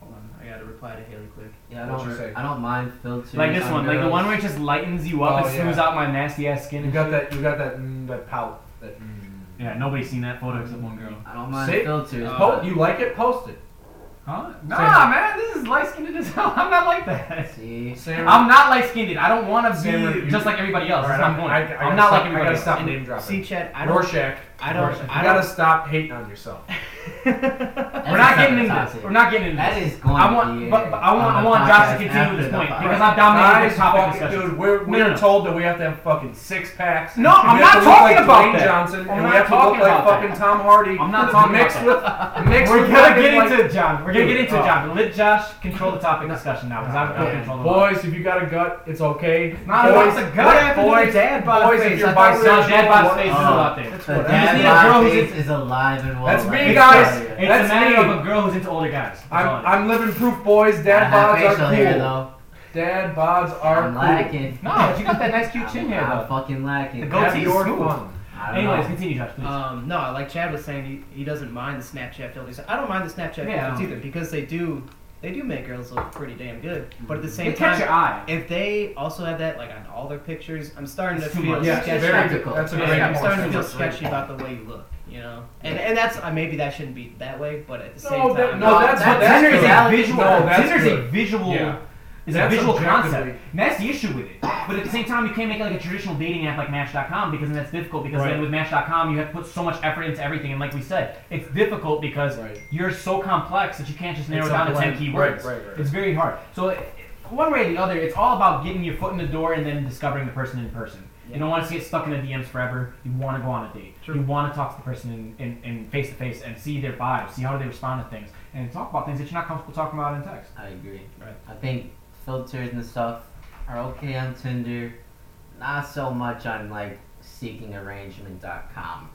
Hold on, I gotta reply to Haley quick. Yeah, I What'd you say? don't. I don't mind filters. Like this on one, like the girls. one where it just lightens you up Oh, and smooths yeah. out my nasty ass skin. You and got shit. that. You got that. Mm, that pout. That. Mm. Yeah, nobody's seen that photo except one girl. I don't mind See? filters. Uh, Oh, but- Po- you like it? Post it. Huh? Sam. man, this is light skinned as hell. I'm not like that. see. Sam. I'm not light skinned. I don't want to be Sam, you- just like everybody else. All right, That's I'm, my point. I, I I'm gotta not stop, like I everybody gotta else. stop And name dropping. See, Chad, I don't, Rorschach. I don't, Rorschach. You I gotta don't. stop hating on yourself. That's We're not a getting into topic. this. We're not getting into That this. is going I to be want, a- but, but I want, on I the want Josh podcast to continue after with this the point podcast. because I've dominated Guys, this topic fuck, discussion. dude, we're, No, we no, are no. told that we have to have fucking six packs. No, I'm we have not to look talking like about Dwayne that. Johnson, I'm and not we have to talking look like about that. fucking Tom Hardy. I'm not talking mixed about with mixed We're with gonna fucking, get like, into it, John. We're gonna get into it, Oh. John. Let Josh control the topic discussion now because I'm Yeah. control the Boys, if you got a gut, it's okay. Nah, boys, what's a gut? What happened to boys, the dad bod boys, face? if you're I thought we were- bisexual, dad bod what- face is uh, all out there. that's The what- dad dad need a bod girl who's face is alive and well. That's alive. me, It's guys. fire. It's That's a matter me. of a girl who's into older guys. That's all I'm, it is. I'm living proof, boys. I Dad have bods facial hair are cool. though. Dad bods are I'm cool. lacking. No, but you got that nice cute chin I'm, hair I'm though. fucking The lacking. goatee Have Goatee's your smooth. fun. I don't Anyways, know. continue, Josh, please. Um, no, like Chad was saying, he, he doesn't mind the Snapchat filters. I don't mind the Snapchat Yeah, I filters don't. either because they do, they do make girls look pretty damn good. But at the Mm-hmm. They same catch your time, eye. if they also have that like on all their pictures, I'm starting to It's too feel much. Yeah, sketchy. very good. Skeptical. That's a Yeah, great Yeah, I'm point. starting to feel That's a sketchy great about the way you look, you know. And and that's uh, maybe that shouldn't be that way, but at the same No, that- time, no, that's that's what that's Tinder is good. a reality. visual. No, that's Tinder is a good. visual. Yeah. Is a That's visual concept, objectively- and that's the issue with it. But at the same time, you can't make like a traditional dating app like Match.com because then that's difficult. Because Right. then with Match.com, you have to put so much effort into everything, and like we said, it's difficult because Right. you're so complex that you can't just narrow It's it a down to ten blend. Right, keywords. right, right. It's very hard. So it- one way or the other, it's all about getting your foot in the door and then discovering the person in person. You don't want to get stuck in the DMs forever. You want to go on a date. True. You want to talk to the person in- in in face to face and see their vibe, see how they respond to things, and talk about things that you're not comfortable talking about in text. I agree. Right. I think filters and stuff are okay on Tinder, not so much on like seekingarrangement.com.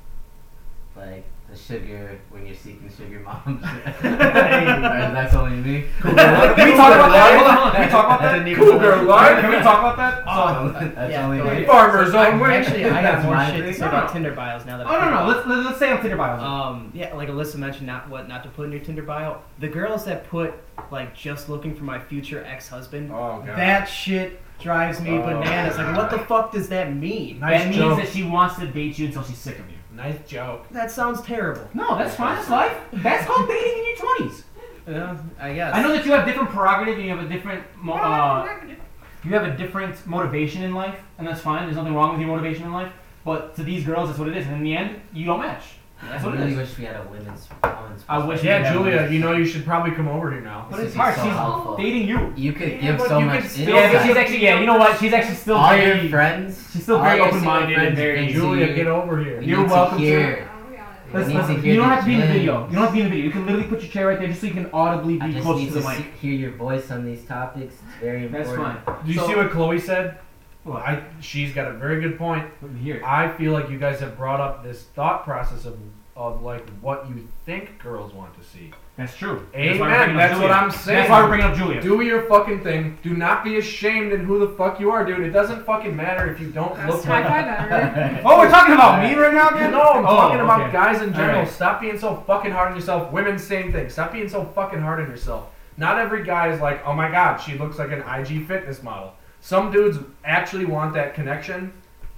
Like the sugar when you're seeking sugar moms. Or That's only me. Can we talk about that? Hold on, hold on. Can we talk about I that? didn't even Cougar know that. life. Can we talk about that? Oh, that's Yeah, only go me. ahead. point. Farmers I- only. actually, I have That's more my shit to thing. say No, about no. Tinder bios now that. Oh I no think no. about it. Let's let- let's stay on Tinder bios. Um, yeah, like Alyssa mentioned, not what not to put in your Tinder bio. The girls that put like just looking for my future ex-husband, Oh god. that shit drives me Oh. bananas. Like, what the fuck does that mean? Nice that means joke. that she wants to date you until she's sick of you. nice joke. That sounds terrible. No, that's fine. That's life. That's called dating in your twenties. Yeah, I guess. I know that you have different prerogative and you have a different mo- uh, Conservative. you have a different motivation in life, and that's fine. There's nothing wrong with your motivation in life. But to these girls, that's what it is. And in the end, you don't match. I That's what it really is. wish we had a women's. women's I wish. we Yeah, had Julia, one. you know you should probably come over here now. But This it's is hard. so she's helpful. dating you. You could Yeah, give but so you much could still- Yeah, but insight. she's actually. Yeah, you know what? She's actually still all very. your friends. she's still all very your open-minded single and friends very- into Julia, you. get over here. We You're need to welcome to- hear. Oh, yeah. We Let's, need let's, to hear you don't have to be in the these video. names. You don't have to be in the video. You can literally put your chair right there just so you can audibly I be just close need to to the mic. see- hear your voice on these topics. It's very That's important. fine. Do you So- see what Chloe said? Well, I she's got a very good point. Let me hear it. I feel like you guys have brought up this thought process of of like what you think girls want to see. That's true. Amen. why we're bringing up That's Julia. what I'm saying. That's why we're bringing up Julia. Do your fucking thing. Do not be ashamed in who the fuck you are, dude. It doesn't fucking matter if you don't look That's high like. five ever. oh, we're talking about me right now, dude. No, I'm Oh, talking about okay. guys in general. Alright. Stop being so fucking hard on yourself. Women, same thing. Stop being so fucking hard on yourself. Not every guy is like, oh my god, she looks like an IG fitness model. Some dudes actually want that connection,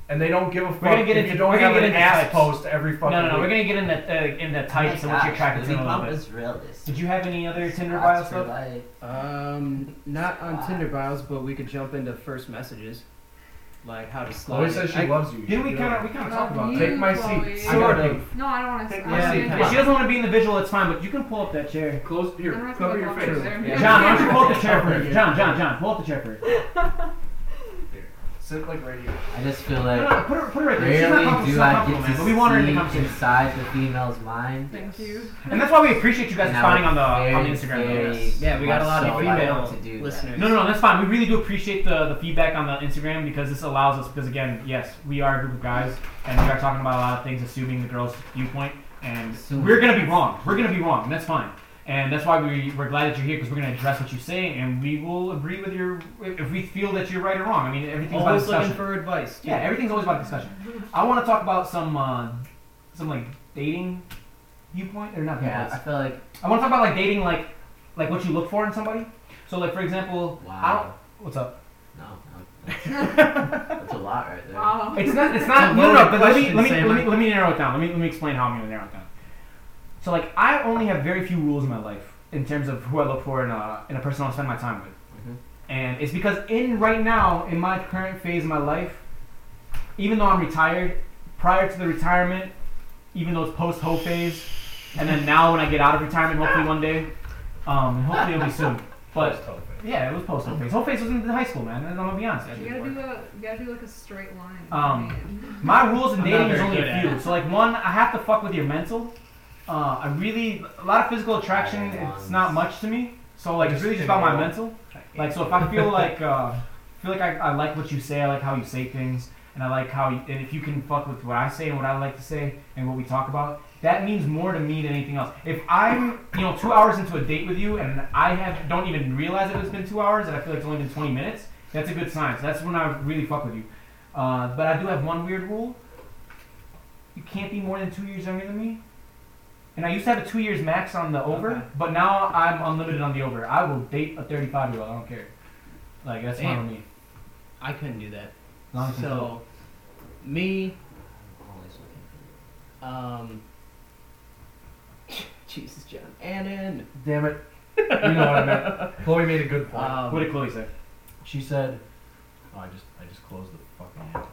and they don't give a fuck gonna if get into- you don't we're gonna have get an into ass types. post every No, fucking. no, no. We're week. gonna get in the uh, in the Oh my types and what you're gosh, attracted to in Lily a little Pump bit. is realist. Did you have any other Tinder Shots bio for stuff? life. Um, not on Tinder bios, but we could jump into first messages, like how to slide. Chloe says she I- loves you. Didn't we You kind of know. we kind of talk about You, that? Take my Chloe. seat. I Sort gotta- of. No, I don't want to. Take I my don't seat. wanna- Come If she doesn't want to be in the visual, it's fine. But you can pull up that chair. Close I don't here. have to Cover go your all face. the way there. John, why don't you pull up the chair for her? John, John, John, pull up the chair for her. Sit like right here. I just feel No, no, like no, put her, put her right there. She's not rarely comfortable, she's do not I comfortable, get man, to but we want her in the see conversation. inside the female's mind. Thank you. And that's why we appreciate you guys And I responding would on the on the very, Instagram. very Yes. Yeah, we got a lot of much so female like to do that. listeners. No, no, no, that's fine. We really do appreciate the, the feedback on the Instagram because this allows us. Because again, yes, we are a group of guys, and we are talking about a lot of things, assuming the girls' viewpoint, and Assuming. we're gonna be wrong. We're gonna be wrong, and that's fine. And that's why we we're glad that you're here because we're gonna address what you say, and we will agree with your if we feel that you're right or wrong. I mean, everything's about Always looking discussion. for advice. Too. yeah, everything's always about discussion. I want to talk about some uh, some like dating viewpoint or not Yeah, viewpoints. I feel like I want to talk about like dating, like like what you look for in somebody. So like for example, I don't, wow. what's up? No, no, that's, that's a lot right there. Wow. It's not. It's not. It's a no, no. loaded But let me question, let me, let me Sam. let me narrow it down. Let me let me explain how I'm gonna narrow it down. So like I only have very few rules in my life in terms of who I look for in a in a person I'll spend my time with, Mhm. and it's because in right now in my current phase of my life, even though I'm retired, prior to the retirement, even though it's post ho phase, and then now when I get out of retirement, hopefully one day, um, and hopefully it'll be soon, but. Yeah, it was post whole face. Whole face was in high school, man. And I'm gonna be honest. That You didn't gotta do work. a, you gotta do like a straight line. Um, Man. My rules in I'm not dating is very only good a at few. it. So like one, I have to fuck with your mental. Uh, I really a lot of physical attraction. Oh, It's not much to me. So like it's really just about my mental. Like so if I feel like uh, feel like I, I like what you say, I like how you say things, and I like how you, and if you can fuck with what I say and what I like to say and what we talk about, that means more to me than anything else. If I'm you know two hours into a date with you and I have don't even realize that it's been two hours and I feel like it's only been twenty minutes, that's a good sign. So that's when I really fuck with you. Uh, but I do have one weird rule. You can't be more than two years younger than me. And I used to have a two years max on the over, Okay. but now I'm unlimited on the over. I will date a 35 year old. I don't care. Like that's fine Damn. with me. I couldn't do that. Long as it's cool. So, me, I'm always looking um, Jesus, John, Annan. Damn it. You know what I meant. Chloe made a good point. what Um, did Chloe say? she said, oh, I just I just closed the fucking. for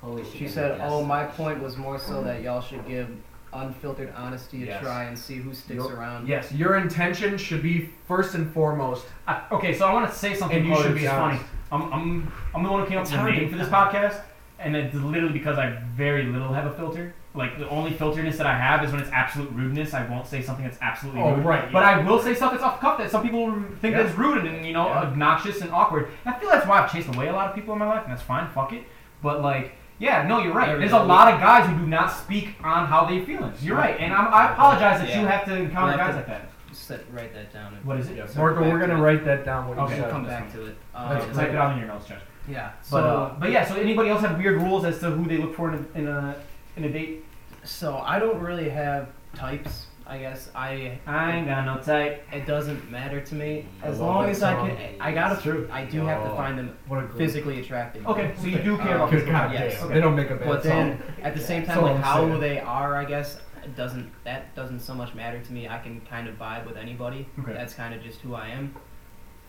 Holy shit. she said, yes. "Oh, my point was more so that y'all should give unfiltered honesty a Yes. try and see who sticks Yup. around." Yes, your intention should be first and foremost, I, okay, so I want to say something. and you Chloe, should which be is honest. funny. I'm, I'm, I'm the one who came up It's with the hard to- name for this podcast, and it's literally because I very little have a filter. Like the only filterness that I have is when it's absolute rudeness. I won't say something that's absolutely Oh, rude. right, But yeah. I will say stuff that's off the cuff that some people think Yeah. that's rude and you know Yeah. obnoxious and awkward. And I feel that's why I've chased away a lot of people in my life, and that's fine. Fuck it. But like, yeah, no, you're right. Every There's a week. lot of guys who do not speak on how they feel. You're right, and I'm, I apologize that Yeah. you have to encounter We'll have guys to- like that. Set, write that down. And What is it? Yes. So Marco, back we're to gonna it. write that down. What you Okay, said. We'll come back to it. Um, Type it out in your notes, Josh. yeah. So, But uh, but yeah, so anybody else have weird rules as to who they look for in a in a, in a date? so I don't really have types. I guess I I ain't got no type. it doesn't matter to me I as love long that as I song. can. I gotta. It's true. I do have to Yo. find them What a great- physically attractive. Okay, so you do care Um, about Good physical God, Yes. damn. They don't make a bad But song. then at the same That's time, all like I'm how saying. they are, I guess it doesn't that doesn't so much matter to me. I can kind of vibe with anybody. Okay. That's kind of just who I am.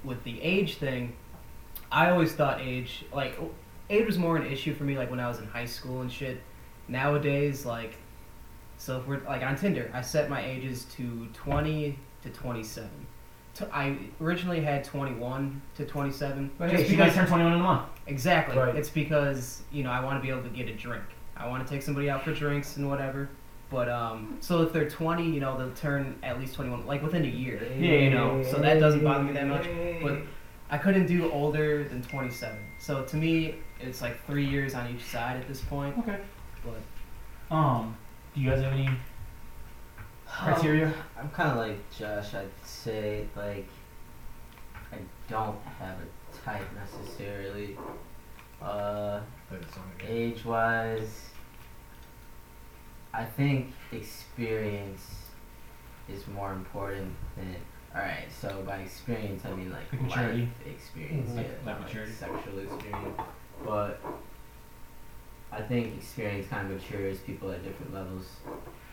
With the age thing, I always thought age like age was more an issue for me like when I was in high school and shit. Nowadays, like so if we're like on Tinder, I set my ages to twenty to twenty seven. I originally had 21 to 27. But just hey, you because- guys turn 21 in a month. Exactly. Right. It's because you know I want to be able to get a drink. I want to take somebody out for drinks and whatever. But um, so if they're 20, you know they'll turn at least 21, like within a year. You know, so that doesn't bother me that much. But I couldn't do older than 27. So to me, it's like three years on each side at this point. Okay. But Um, do you guys have any criteria? I'm kind of like Josh. I'd say like I don't have a type necessarily. Uh, age-wise, I think experience is more important than. All right, so by experience I mean like Like maturity. life experience, Mhm. yeah, Like not, maturity. sexual experience, but. I think experience kind of matures people at different levels.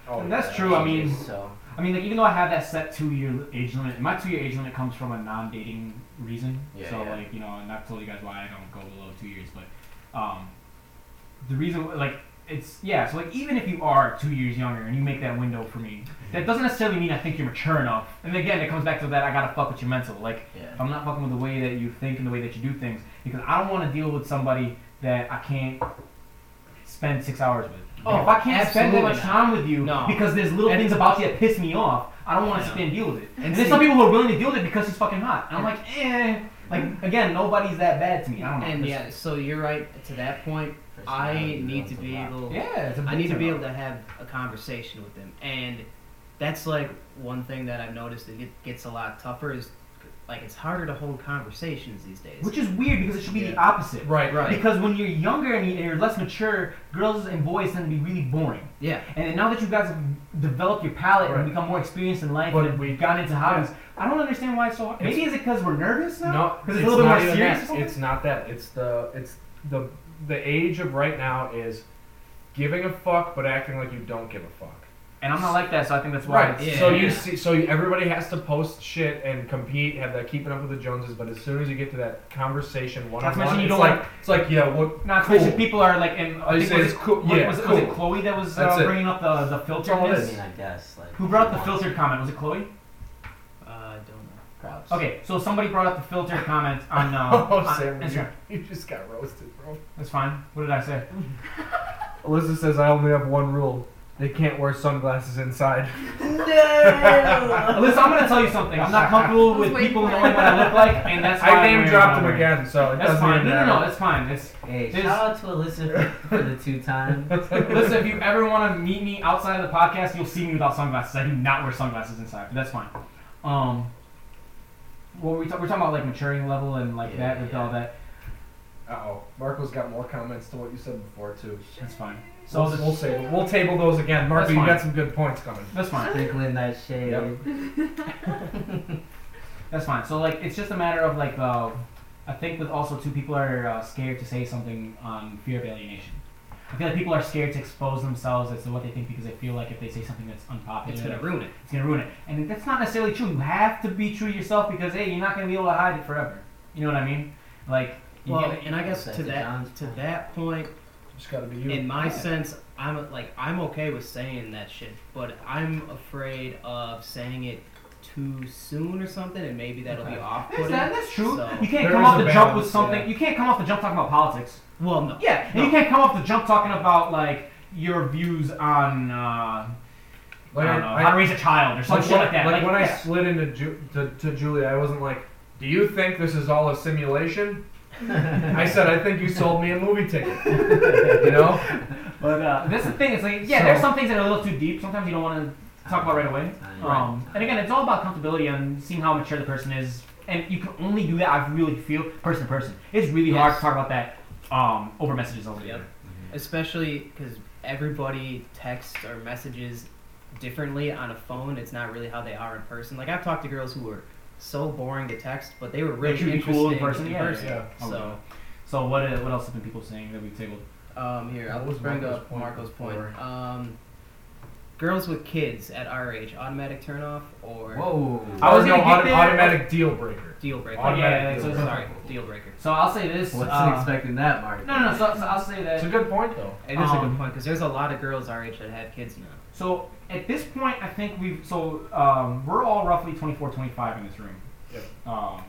Oh, That's true, I mean- so I mean, like even though I have that set two-year age limit, my two-year age limit comes from a non-dating reason. Yeah, so yeah. like you know, and I've told you guys why I don't go below two years, but um, the reason like it's yeah. So like even if you are two years younger and you make that window for me, Mm-hmm. that doesn't necessarily mean I think you're mature enough. And again, it comes back to that I gotta fuck with your mental. Like yeah. if I'm not fucking with the way that you think and the way that you do things, because I don't want to deal with somebody that I can't spend six hours with. Oh, if I can't spend that absolutely much not. time with you No. because there's little And- things about you that piss me off, I don't want to Yeah. spend deal with it. And And, there's see- some people who are willing to deal with it because she's fucking hot. And I'm like, eh. Like again, nobody's that bad to me. I don't know. And It's- yeah, so you're right to that point. I Personality need runs to a be lot. able. yeah, it's a I big need to be turn able to have a conversation with them, and that's like one thing that I've noticed that get- gets a lot tougher is like it's harder to hold conversations these days. off. Which is weird because it should be the Yeah. opposite. Right. Right. Because when you're younger and you're less mature, girls and boys tend to be really boring. yeah, And then now that you guys have developed your palate Right. and become more experienced in life, But and we've gotten into hobbies, I don't understand why it's so hard. It's- Maybe is it because we're nervous now? No, because it's, a little bit not more even serious. or that. something? It's not that. It's the it's the the age of right now is giving a fuck but acting like you don't give a fuck. and I'm not like that, so I think that's why. it's- yeah. so you see, so you- everybody has to post shit and compete, have that keeping up with the Joneses. But as soon as you get to that conversation one on Not to mention one, you it's don't like it's like yeah, what? Not Cool. cool. people are like, and I think say was, it's cool. was- Yeah, was, it- cool. was it Chloe that was That's uh, it. bringing up the the That's all it filterness? is. I mean, I guess. Like, Who brought up the filtered comment? Was it Chloe? uh, I don't know. Props. Okay, so somebody brought up the filtered comment on, uh, Oh, on Sam, Instagram. you, you just got roasted, bro. That's fine. What did I say? Alyssa says I only have one rule: they can't wear sunglasses inside. No! Listen, I'm gonna tell you something. I'm not comfortable with Wait. people knowing what I look like, and that's why I'm I name wearing dropped him what I'm wearing. again, so it That's doesn't fine. even No, no, no, matter. that's fine. It's hey, There's- shout out to Alyssa for, for the two times. Listen, if you ever want to meet me outside of the podcast, you'll see me without sunglasses. I do not wear sunglasses inside, but that's fine. Um, what were we ta- we're talking about like maturing level and like Yeah, that with yeah. all that. Oh, Marco's got more comments to what you said before too. That's fine. So So this, we'll, we'll say we'll table those again. Marco, That's you fine. got some good points coming. that's fine. Sprinkling that shade. Yep. That's fine. So like, it's just a matter of like, uh, I think with also too, people are uh, scared to say something on fear of alienation. I feel like people are scared to expose themselves as to what they think because they feel like if they say something that's unpopular, It's gonna ruin it. it's gonna ruin it. And that's not necessarily true. You have to be true to yourself because hey, you're not gonna be able to hide it forever. You know what I mean? Like, you Well, get- and I guess That's to a that John's to point. that point, Just gotta be you. in my Yeah. sense, I'm like I'm okay with saying that shit, but I'm afraid of saying it too soon or something, and maybe that'll be That's, off-putting. that, that's true. So- you can't There come is off the a jump balance, with something. yeah. You can't come off the jump talking about politics. well, no. Yeah, and No. you can't come off the jump talking about like your views on uh, like, I I, don't know, I- how to raise a child or some like shit when- like that. like when I yeah. slid into Ju- to, to Julie, I wasn't like, "Do you think this is all a simulation?" I said, "I think you sold me a movie ticket." you know, But uh, that's the thing. It's like yeah, So- there's some things that are a little too deep. Sometimes you don't want to talk about right away. Time. Um, and again, it's all about comfortability and seeing how mature the person is. And you can only do that. I really feel person to person. It's really hard to Yes. talk about that um, over messages over the Yep. other. Especially because everybody texts or messages differently on a phone. It's not really how they are in person. Like I've talked to girls who were so boring to text, but they were really you be interesting cool in person, yeah, yeah. So So what uh, what else have been people saying that we tabled? um, here I'll What was bring Marco's up point Marco's point. before? Um, girls with kids at our age, automatic turnoff or Whoa. I was Or no gonna get auto- there. automatic deal breaker. deal breaker. Automatic yeah, deal so- breaker. Sorry, deal breaker. So I'll say this. Wasn't uh, expecting that, Mark. no, no, no. So, so I'll say that. It's a good point though. It is a Um, good point because there's a lot of girls our age that have kids now. So at this point, I think we've so um, we're all roughly 24, 25 in this room. Yep. Um,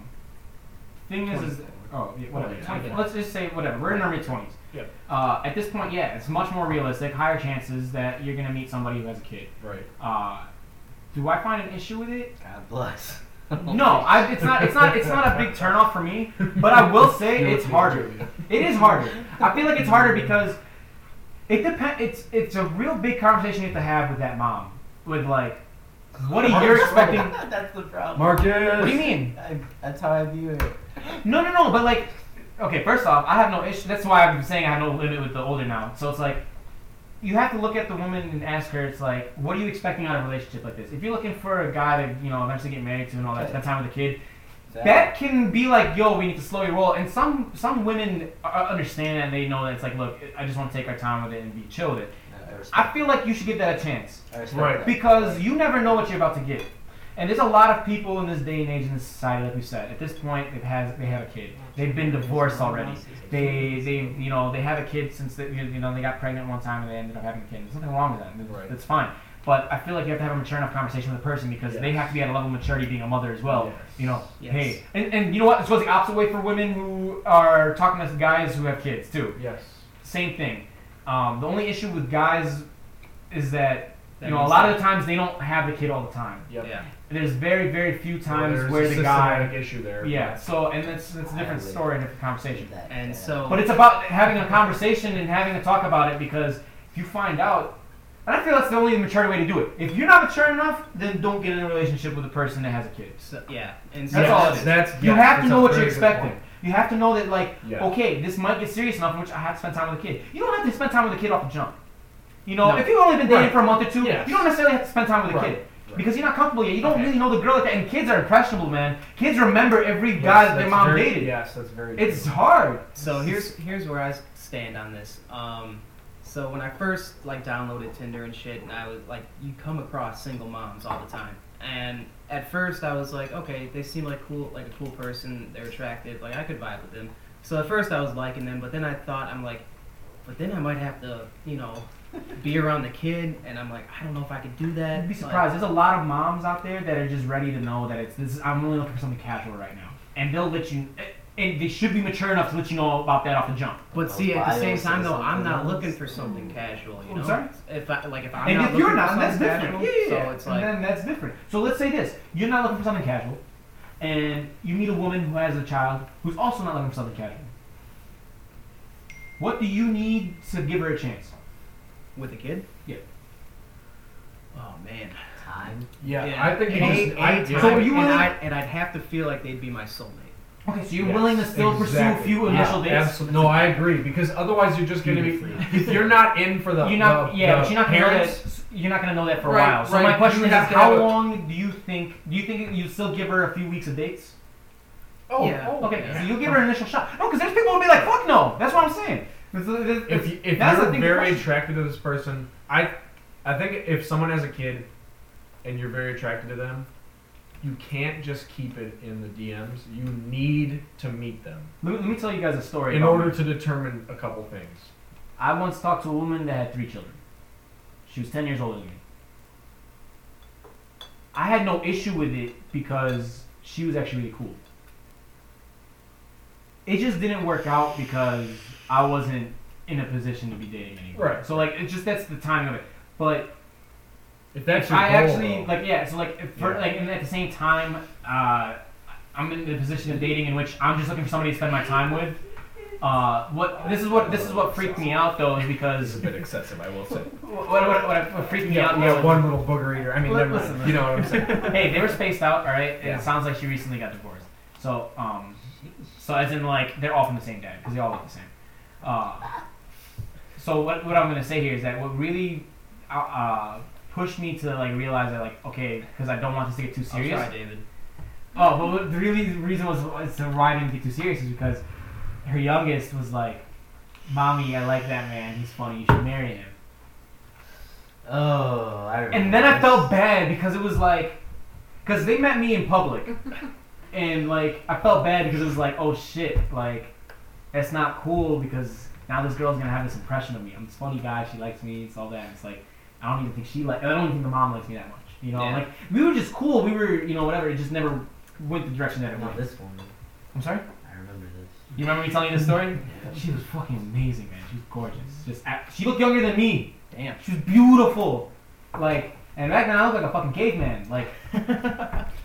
thing is, is 24. oh yeah, whatever. Oh, yeah. 24 Let's just say whatever. We're in our mid twenties. Yep. Uh, at this point, yeah, it's much more realistic, higher chances that you're gonna meet somebody who has a kid. Right. Uh, do I find an issue with it? God bless. No, I, it's not. It's not. It's not a big turnoff for me. But I will say it's harder. It is harder. I feel like it's harder because it depend. It's it's a real big conversation you have to have with that mom. With like, what are you expecting? What That's the problem. Marcus. do you mean? I, that's how I view it. No, no, no. But like, okay. First off, I have no issue. That's why I'm saying I have no limit with the older now. So it's like, you have to look at the woman and ask her. It's like, what are you expecting out of a relationship like this? If you're looking for a guy to you know eventually get married to and all that, spend time with a kid, that can be like, yo, we need to slow your roll. And some some women uh, understand that and they know that it's like, look, I just want to take our time with it and be chill with it. I respect, I feel like you should give that a chance I respect Right. that. because you never know what you're about to get. And there's a lot of people in this day and age in this society, like we said, at this point they've has they have a kid. They've been divorced already. They they you know they have a kid since they, you know they got pregnant one time and they ended up having a kid. There's nothing wrong with that. That's- Right. That's fine. But I feel like you have to have a mature enough conversation with the person because they Yes. have to be at a level of maturity being a mother as well. Yes. You know, Yes. hey, and, and you know what? This goes the opposite way for women who are talking to guys who have kids too. Yes. Same thing. Um, the only issue with guys is that, That you know a means lot of that- the times they don't have the kid all the time. Yep. Yeah. There's very very few times There's where a the systematic guy. issue there. Yeah. So and that's that's a different story and different conversation. That, And yeah. so. But it's about having a conversation and having a talk about it because if you find out, and I feel that's the only mature way to do it. If you're not mature enough, then don't get in a relationship with a person that has a kid. so- yeah. And so That's all it is. That's, You yeah, have that's to a know what very you're good expecting. point. You have to know that, like, Yeah. okay, this might get serious enough in which I have to spend time with a kid. You don't have to spend time with a kid off the jump. You know, No. if you've only been dating Right. for a month or two, Yes. you don't necessarily have to spend time with a Right. kid. Right. Because you're not comfortable yet. You don't Okay. really know the girl at that. And kids are impressionable, man. Kids remember every guy that that's their mom very- dated. Yes, that's very. It's true. hard. So here's here's where I s- stand on this. Um, so when I first like downloaded Tinder and shit, and I was like, you come across single moms all the time, and at first I was like, okay, they seem like cool, like a cool person. They're attractive. Like I could vibe with them. So at first I was liking them, but then I thought I'm like, but then I might have to, you know, be around the kid, and I'm like, I don't know if I could do that. You'd be Like, surprised. There's a lot of moms out there that are just ready to know that it's this. Is, I'm really looking for something casual right now, and they'll let you. And they should be mature enough to let you know about that off the jump. But see, at the same time though, I'm not Something looking else. for something casual. You I'm know, sorry? if I like if I'm and not if looking you're for not, that's something different. casual, yeah, yeah, yeah. So it's like. and then that's different. So let's say this: you're not looking for something casual, and you meet a woman who has a child who's also not looking for something casual. What do you need to give her a chance? With a kid? Yeah. Oh man. time. Yeah, I think you a, just. I, a yeah. time, So you and, wanna- I, and I'd have to feel like they'd be my soulmate. Okay, so you're Yes, willing to still exactly. pursue a few initial yeah, dates. absolutely. No, I agree because otherwise you're just going to be. If you're not in for the, You're not, the- yeah, the but you're not gonna know parents. that. You're not gonna know that for Right, a while. So right. my question You is, have to how have a- long do you think? Do you think you still give her a few weeks of dates? Oh, Yeah. oh, Okay, Yeah. so you give her an initial shot. No, because there's people who'll be like, "Fuck no." That's what I'm saying. This- this- If you, if That's the you're thing, very question. attracted to this person, I, I think if someone has a kid, and you're very attracted to them, you can't just keep it in the DMs. You need to meet them let, me, let me tell you guys a story. in about order me. to determine a couple things. I once talked to a woman that had three children. She was ten years older than me. I had no issue with it because she was actually really cool. It just didn't work out because I wasn't in a position to be dating anyone. Right. So like, it just that's the timing of it. But If that's your I goal, actually though, like yeah. So like if for, Yeah. like and at the same time, uh, I'm in the position of dating in which I'm just looking for somebody to spend my time with. Uh, what this is what this is what freaked me out though is it's because a bit excessive, I will say. what what what, what freaked me Yeah, out yeah, was- one little booger eater. I mean, Li- never mind. listen, You know what I'm saying? hey they were spaced out all right and Yeah. it sounds like she recently got divorced so um so as in like they're all from the same dad because they all look the same uh, so what what I'm gonna say here is that what really uh, uh, pushed me to like realize that like okay because I don't want this to get too I'm serious sorry, David. Oh, but what- the really the reason was, was to why I didn't get too serious is because her youngest was like, "Mommy, I like that man. He's funny. You should marry him." Oh, I remember. And then I this. felt bad because it was like, because they met me in public, and like I felt bad because it was like, oh shit, like that's not cool because now this girl's gonna have this impression of me. I'm this funny guy. She likes me. It's all that. It's like I don't even think she like. I don't even think the mom likes me that much. You know, Yeah. like we were just cool. We were, you know, whatever. It just never went the direction that it No, went. this one. I'm sorry. I remember this. You remember me telling you this story? She was fucking amazing, man. She was gorgeous. Just a- she looked younger than me. Damn. She was beautiful. Like, and back then I looked like a fucking caveman. Like,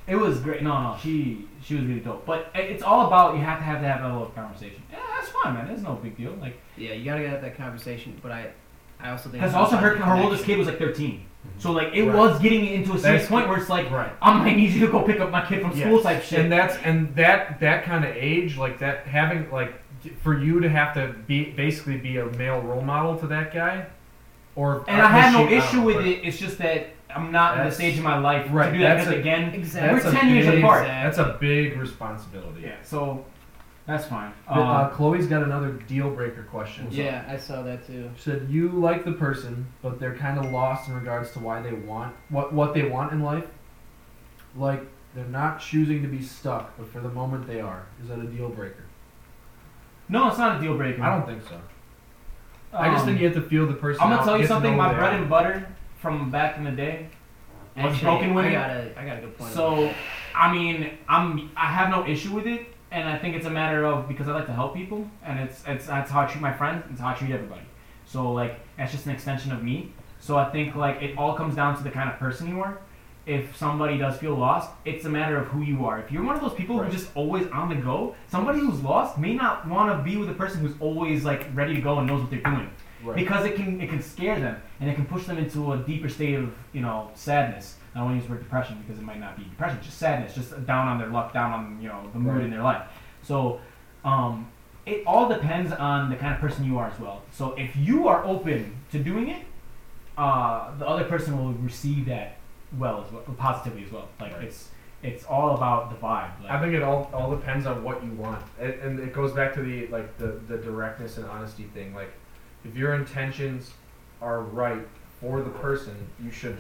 it was great. No, no, she she was really dope. But i- it's all about you have to have that level of conversation. Yeah, that's fine, man. That's no big deal. Like, Yeah, you gotta have that conversation, but I I also think because it's also her about her oldest connection. kid was like 13, so like it Mm-hmm. Right. was getting into a serious That's- point where it's like right. I might need you to go pick up my kid from school Yes. type shit. And that's and that that kind of age, like that having like for you to have to be basically be a male role model to that guy, or And I had no she- issue don't know, with but it. It's just that I'm not at the That's- stage in my life Right, to do that. that's Because a- again, Exactly. That's We're a 10 years big- apart. That's a big responsibility. yeah. So that's fine. But, Uh, uh, Chloe's got another deal breaker question. Yeah, I saw that too. She said you like the person, but they're kind of lost in regards to why they want what what they want in life. Like they're not choosing to be stuck, but for the moment they are. Is that a deal breaker? no, it's not a deal breaker. I don't think so. I just Um, think you have to feel the person. I'm out, gonna tell you get to something. know My who they bread are. and butter from back in the day was Actually, broken I women. got a, I got a good point. on So, that. I mean, I'm I have no issue with it, and I think it's a matter of because I like to help people, and it's it's that's how I treat my friends, it's how I treat everybody. So like that's just an extension of me. So I think like it all comes down to the kind of person you are. If somebody does feel lost, it's a matter of who you are. If you're one of those people Right. who's just always on the go, somebody who's lost may not want to be with a person who's always like ready to go and knows what they're doing because it can it can scare them and it can push them into a deeper state of you know sadness. I don't want to use the word depression because it might not be depression, just sadness, just down on their luck, down on you know the mood Right. in their life. So um, it all depends on the kind of person you are as well. So if you are open to doing it, uh, the other person will receive that well as well, positively as well. Like Right. it's it's all about the vibe. Like, I think it all, all depends on what you want, and, and it goes back to the like the, the directness and honesty thing. Like, if your intentions are right for the person, you should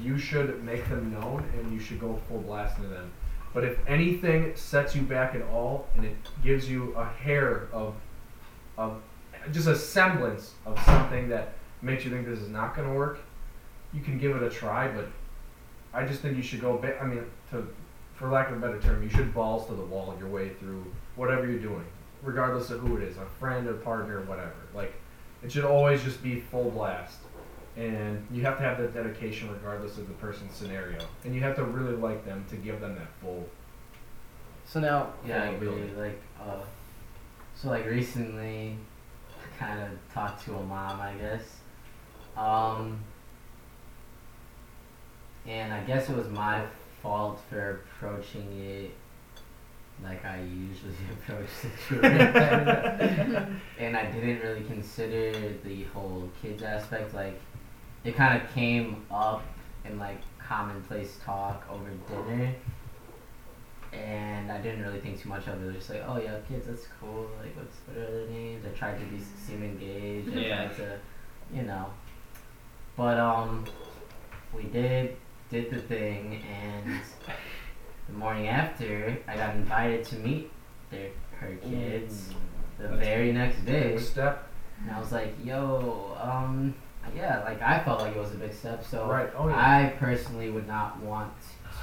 you should make them known, and you should go full blast into them. But if anything sets you back at all, and it gives you a hair of of just a semblance of something that makes you think this is not going to work, you can give it a try. But I just think you should go. Ba- I mean, to for lack of a better term, you should balls to the wall your way through whatever you're doing, regardless of who it is, a friend, a partner, whatever. Like, it should always just be full blast. And you have to have that dedication regardless of the person's scenario. And you have to really like them to give them that full. So now, yeah, I Yeah, really really. like. Uh, so like recently, I kind of talked to a mom, I guess. Um, and I guess it was my fault for approaching it like I usually approach situations, and I didn't really consider the whole kids aspect. Like, it kind of came up in like commonplace talk over dinner and I didn't really think too much of it. I was just like, oh yeah, kids, that's cool. Like, what's what are their names? I tried to be seem engaged. I Yeah. tried to, you know. But um, we did did the thing, and the morning after, I got invited to meet their her kids the That's- very next day. Step And I was like, yo, um, yeah, like I felt like it was a big step. So right. Oh yeah. I personally would not want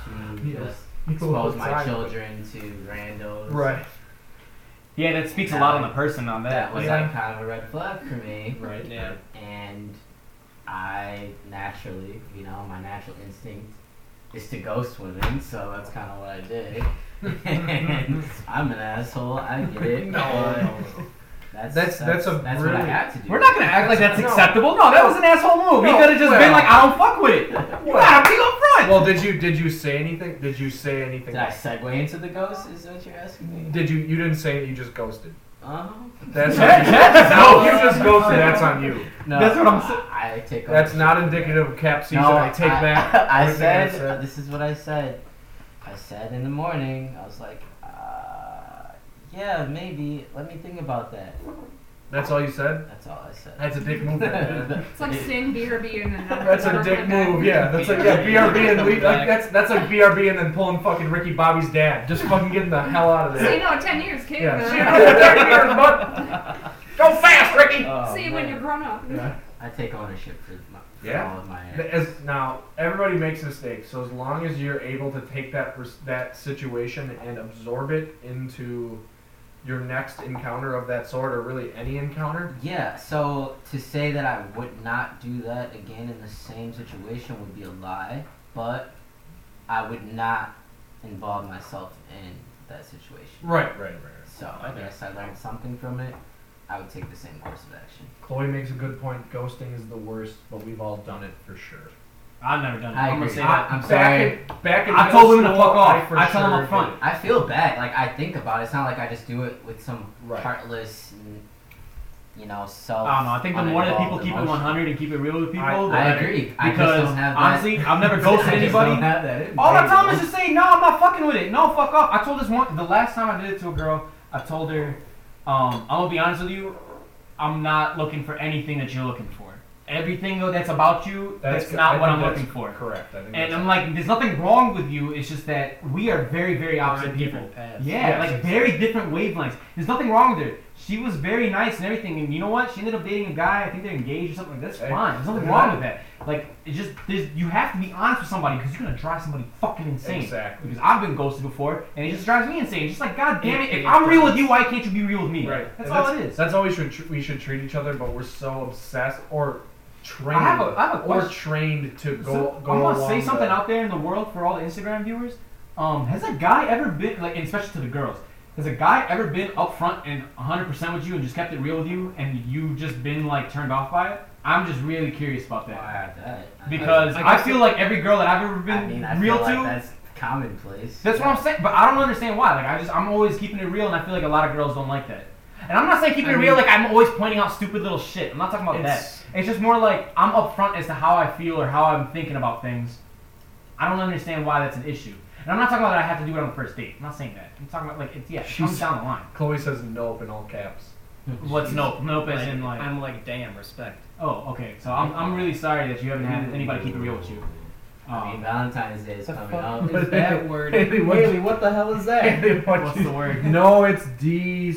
to Yeah. just You expose will my die. children to randos. Right. yeah, that speaks a lot on the person on That that. was like, like kind of a red flag for me. Right. yeah, And I naturally, you know, my natural instinct is to ghost women, so that's kind of what I did. and I'm an asshole. I get it. No, no, but no. That's That's- that's that's a what I really- had to do. We're not gonna act like that's No. acceptable. No, that was an asshole move. he No, could have just been well. like, I don't fuck with it. You gotta be upfront. Well, did you did you say anything? Did you say anything? Did I segue into the ghost? Is what you're asking me? Did you you didn't say it? You just ghosted. Uh-huh. That's That- that's no. not- You just ghosted. That's on you. No, That's what I'm I- I take. That's ownership. not indicative of cap season. I take back. I everything I said, said. this is what I said. I said in the morning, I was like, uh, yeah, maybe. Let me think about that. That's all you said. That's all I said. That's a dick move. man. It's like saying BRB and then That's a dick move, yeah. That's like yeah, BRB and leave. Like, that's that's like BRB and then pulling fucking Ricky Bobby's dad. Just fucking getting the hell out of See, there. no, ten years, kid. Yeah. man. Shit, I'm gonna get here, bud. Go fast, Ricky. Oh, See you when man. you're grown up. Yeah. I take ownership for, my, for Yeah. all of my actions. As now everybody makes mistakes, so as long as you're able to take that pers- that situation and absorb it into your next encounter of that sort, or really any encounter, Yeah, so to say that I would not do that again in the same situation would be a lie, but I would not involve myself in that situation. right, right, right. So I Okay. guess I learned something from it. I would take the same course of action. Chloe makes a good point. Ghosting is the worst, but we've all done it for sure. I've never done it. I I'm gonna agree. say I- that. I'm sorry. Back in, back in I middle told women to school, fuck I off. for I tell them sure up front. did. I feel bad. Like I think about it. It's not like I just do it with some Right. heartless, n- you know, self. I don't know. I think the more that people uninvolved keep it emotion. 100 and keep it real with people, I- the I better. agree. I just Because don't have that. honestly, I've never ghosted I just don't anybody. have that in All me, I tell them is man. just say, no, I'm not fucking with it. No, fuck off. I told this one, the last time I did it to a girl, I told her, um, I'm gonna be honest with you, I'm not looking for anything that you're looking for. Everything that's about you, that's, co- not I what think I'm that's looking for. Correct. I think And that's- I'm like, there's nothing wrong with you. It's just that we are very, very We're on opposite people. different paths. Yeah, Yes, like exactly. very different wavelengths. There's nothing wrong with it. She was very nice and everything, and you know what? She ended up dating a guy. I think they're engaged or something. like That's Hey, fine. There's nothing look at wrong that. with that. Like, it just there's, you have to be honest with somebody because you're gonna drive somebody fucking insane. Exactly. Because I've been ghosted before, and it just drives me insane. Just like, god damn It- it, it if I'm real does. with you, why can't you be real with me? Right. That's And all it is. That's how we should tr- we should treat each other, but we're so obsessed or trained. I have a- I have a or question. trained to go So, go I'm gonna along say the- something out there in the world for all the Instagram viewers. Um, has a guy ever been like, and especially to the girls, has a guy ever been upfront and 100 percent with you and just kept it real with you, and you just been like turned off by it? I'm just really curious about that Why that? I- because I- I, I guess feel like every girl that I've ever been I mean, I feel real like to, that's, that's commonplace. what I'm saying. But I don't understand why. Like I just, I'm always keeping it real, and I feel like a lot of girls don't like that. And I'm not saying keeping I it real mean- like I'm always pointing out stupid little shit. I'm not talking about that. It's- It's just more like I'm upfront as to how I feel or how I'm thinking about things. I don't understand why that's an issue. And I'm not talking about that I have to do it on the first date. I'm not saying that. I'm talking about like it's yeah, it comes She's- down the line. Chloe says nope in all caps. What's nope? Nope as Like, in like I'm like, damn, respect. oh okay. So I'm, I'm really sorry that you haven't had anybody keep it real with you. I mean, Um, Valentine's Day is The coming fuck up. is that word? Haley, what- what the hell is Haley, what what's you- the word? No, it's D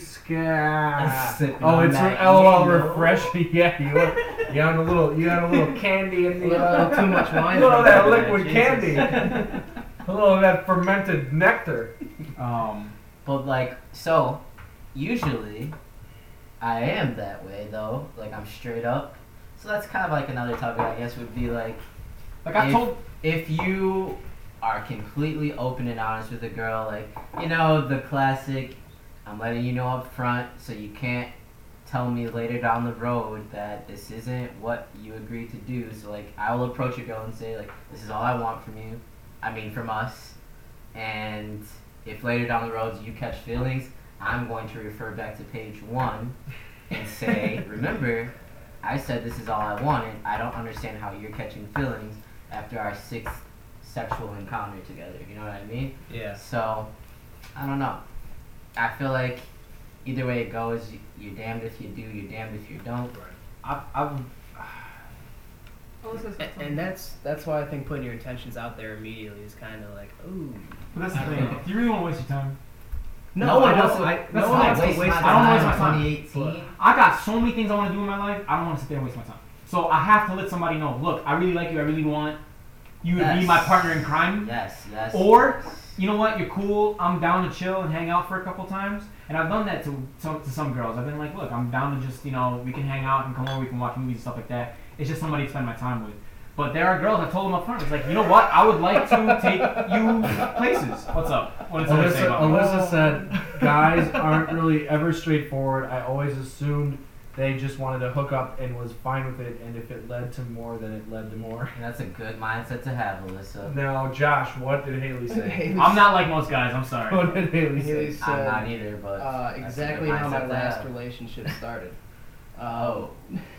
scat. Sipping Oh, on it's that from LOL Yale. refresh. Yeah, you had, you had a little, you had a little candy in A the. little too much wine. A little of that in there, liquid Jesus. candy. A little of that fermented nectar. Um, But like, so usually I am that way though. Like I'm straight up. So that's kind of like another topic, I guess, would be like like I If- told if you are completely open and honest with a girl, like you know the classic, I'm letting you know up front, so you can't tell me later down the road that this isn't what you agreed to do. So like I will approach a girl and say like this is all I want from you, I mean from us, and if later down the road you catch feelings, I'm going to refer back to page one and say remember. I said this is all I wanted. I don't understand how you're catching feelings after our sixth sexual encounter together. You know what I mean? Yeah. So, I don't know. I feel like either way it goes, you- you're damned if you do, you're damned if you don't. I, I've Alyssa said And something. that's that's why I think putting your intentions out there immediately is kind of like, ooh. but that's the I don't thing. know. If you really want to waste your time, No one I wants don't- to- I- that's no not one wants to waste waste- my I don't time waste my in time. 2018. I got so many things I want to do in my life. I don't want to sit there and waste my time. So I have to let somebody know. Look, I really like you. I really want you to be Yes. my partner in crime. Yes, yes. Or- you know what, you're cool. I'm down to chill and hang out for a couple times. And I've done that to some, to some girls. I've been like, look, I'm down to just, you know, we can hang out and come over, we can watch movies and stuff like that. It's just somebody to spend my time with. But there are girls I told them up front. It's like, you know what? I would like to take you places. What's up? What is Alyssa say Alyssa, about that? Alyssa said, guys aren't really ever straightforward. I always assumed they just wanted to hook up and was fine with it, and if it led to more, then it led to more. And that's a good mindset to have, Alyssa. Now, Josh, what did Haley say? I'm not like most guys. I'm sorry. what did Haley say? Haley's- I'm So, not either, but. Uh, that's a good exactly how my mindset to last have. relationship started. Oh.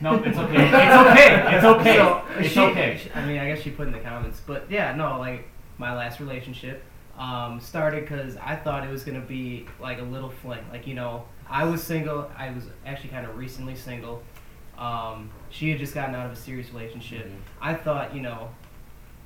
No, it's okay. It's okay. It's okay. So, it's she- okay. she- I mean, I guess she put in the comments, but yeah, no, like my last relationship um, started because I thought it was gonna be like a little fling, like you know, I was single. I was actually kind of recently single. Um, she had just gotten out of a serious relationship. Mm-hmm. Mhm. I thought, you know,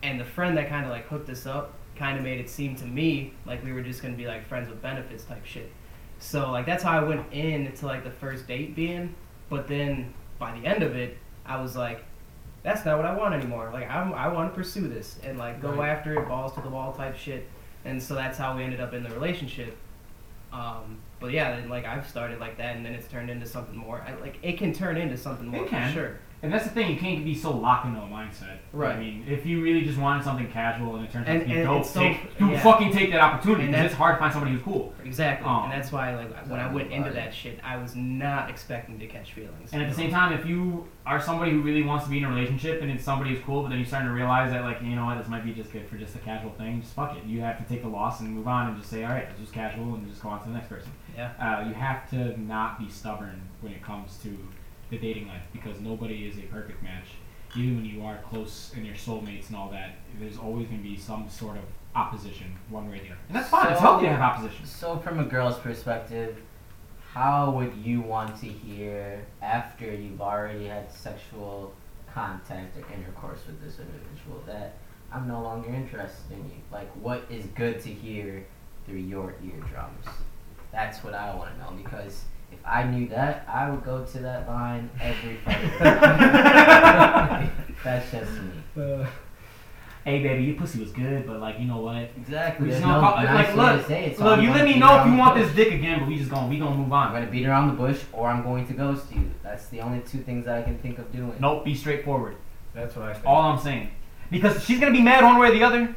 and the friend that kind of like hooked us up kind of made it seem to me like we were just gonna be like friends with benefits type shit. So like that's how I went in to like the first date being, but then by the end of it, I was like, that's not what I want anymore. Like I'm, I want to pursue this and like go Right. after it, balls to the wall type shit. And so that's how we ended up in the relationship. Um, but yeah, then like I've started like that, and then it's turned into something more. I, like it can turn into something more It for can. sure. And that's the thing. You can't be so locked into a mindset. Right. I mean, if you really just wanted something casual and it turns out And- to be and dope, it's so- take, you yeah. fucking take that opportunity And because that- it's hard to find somebody who's cool. Exactly, Oh. and that's why like when I went into that shit, I was not expecting to catch feelings. And at the same time, if you are somebody who really wants to be in a relationship and it's somebody who's cool, but then you're starting to realize that, like, you know what, this might be just good for just a casual thing, just fuck it. You have to take the loss and move on and just say, all right, this was casual and just go on to the next person. Yeah. Uh, you have to not be stubborn when it comes to the dating life because nobody is a perfect match. Even when you are close and your soulmates and all that, there's always going to be some sort of opposition one way or the other. And that's fine. it's So- healthy to have opposition. So, from a girl's perspective, how would you want to hear after you've already had sexual contact or intercourse with this individual that I'm no longer interested in you? Like, what is good to hear through your eardrums? That's what I want to know because If I knew that, I would go to that line every fucking time. That's just me. Uh, hey, baby, your pussy was good, but like, you know what? Exactly. We just There's gonna no call, nice like, way look, to say it. so look. I'm You gonna let me beat know if around you the want bush. this dick again, but we just gonna we gonna move I'm on. gonna beat around the bush, or I'm going to ghost you. That's the only two things that I can think of doing. Nope, be straightforward. That's what I think. All I'm saying, because she's gonna be mad one way or the other.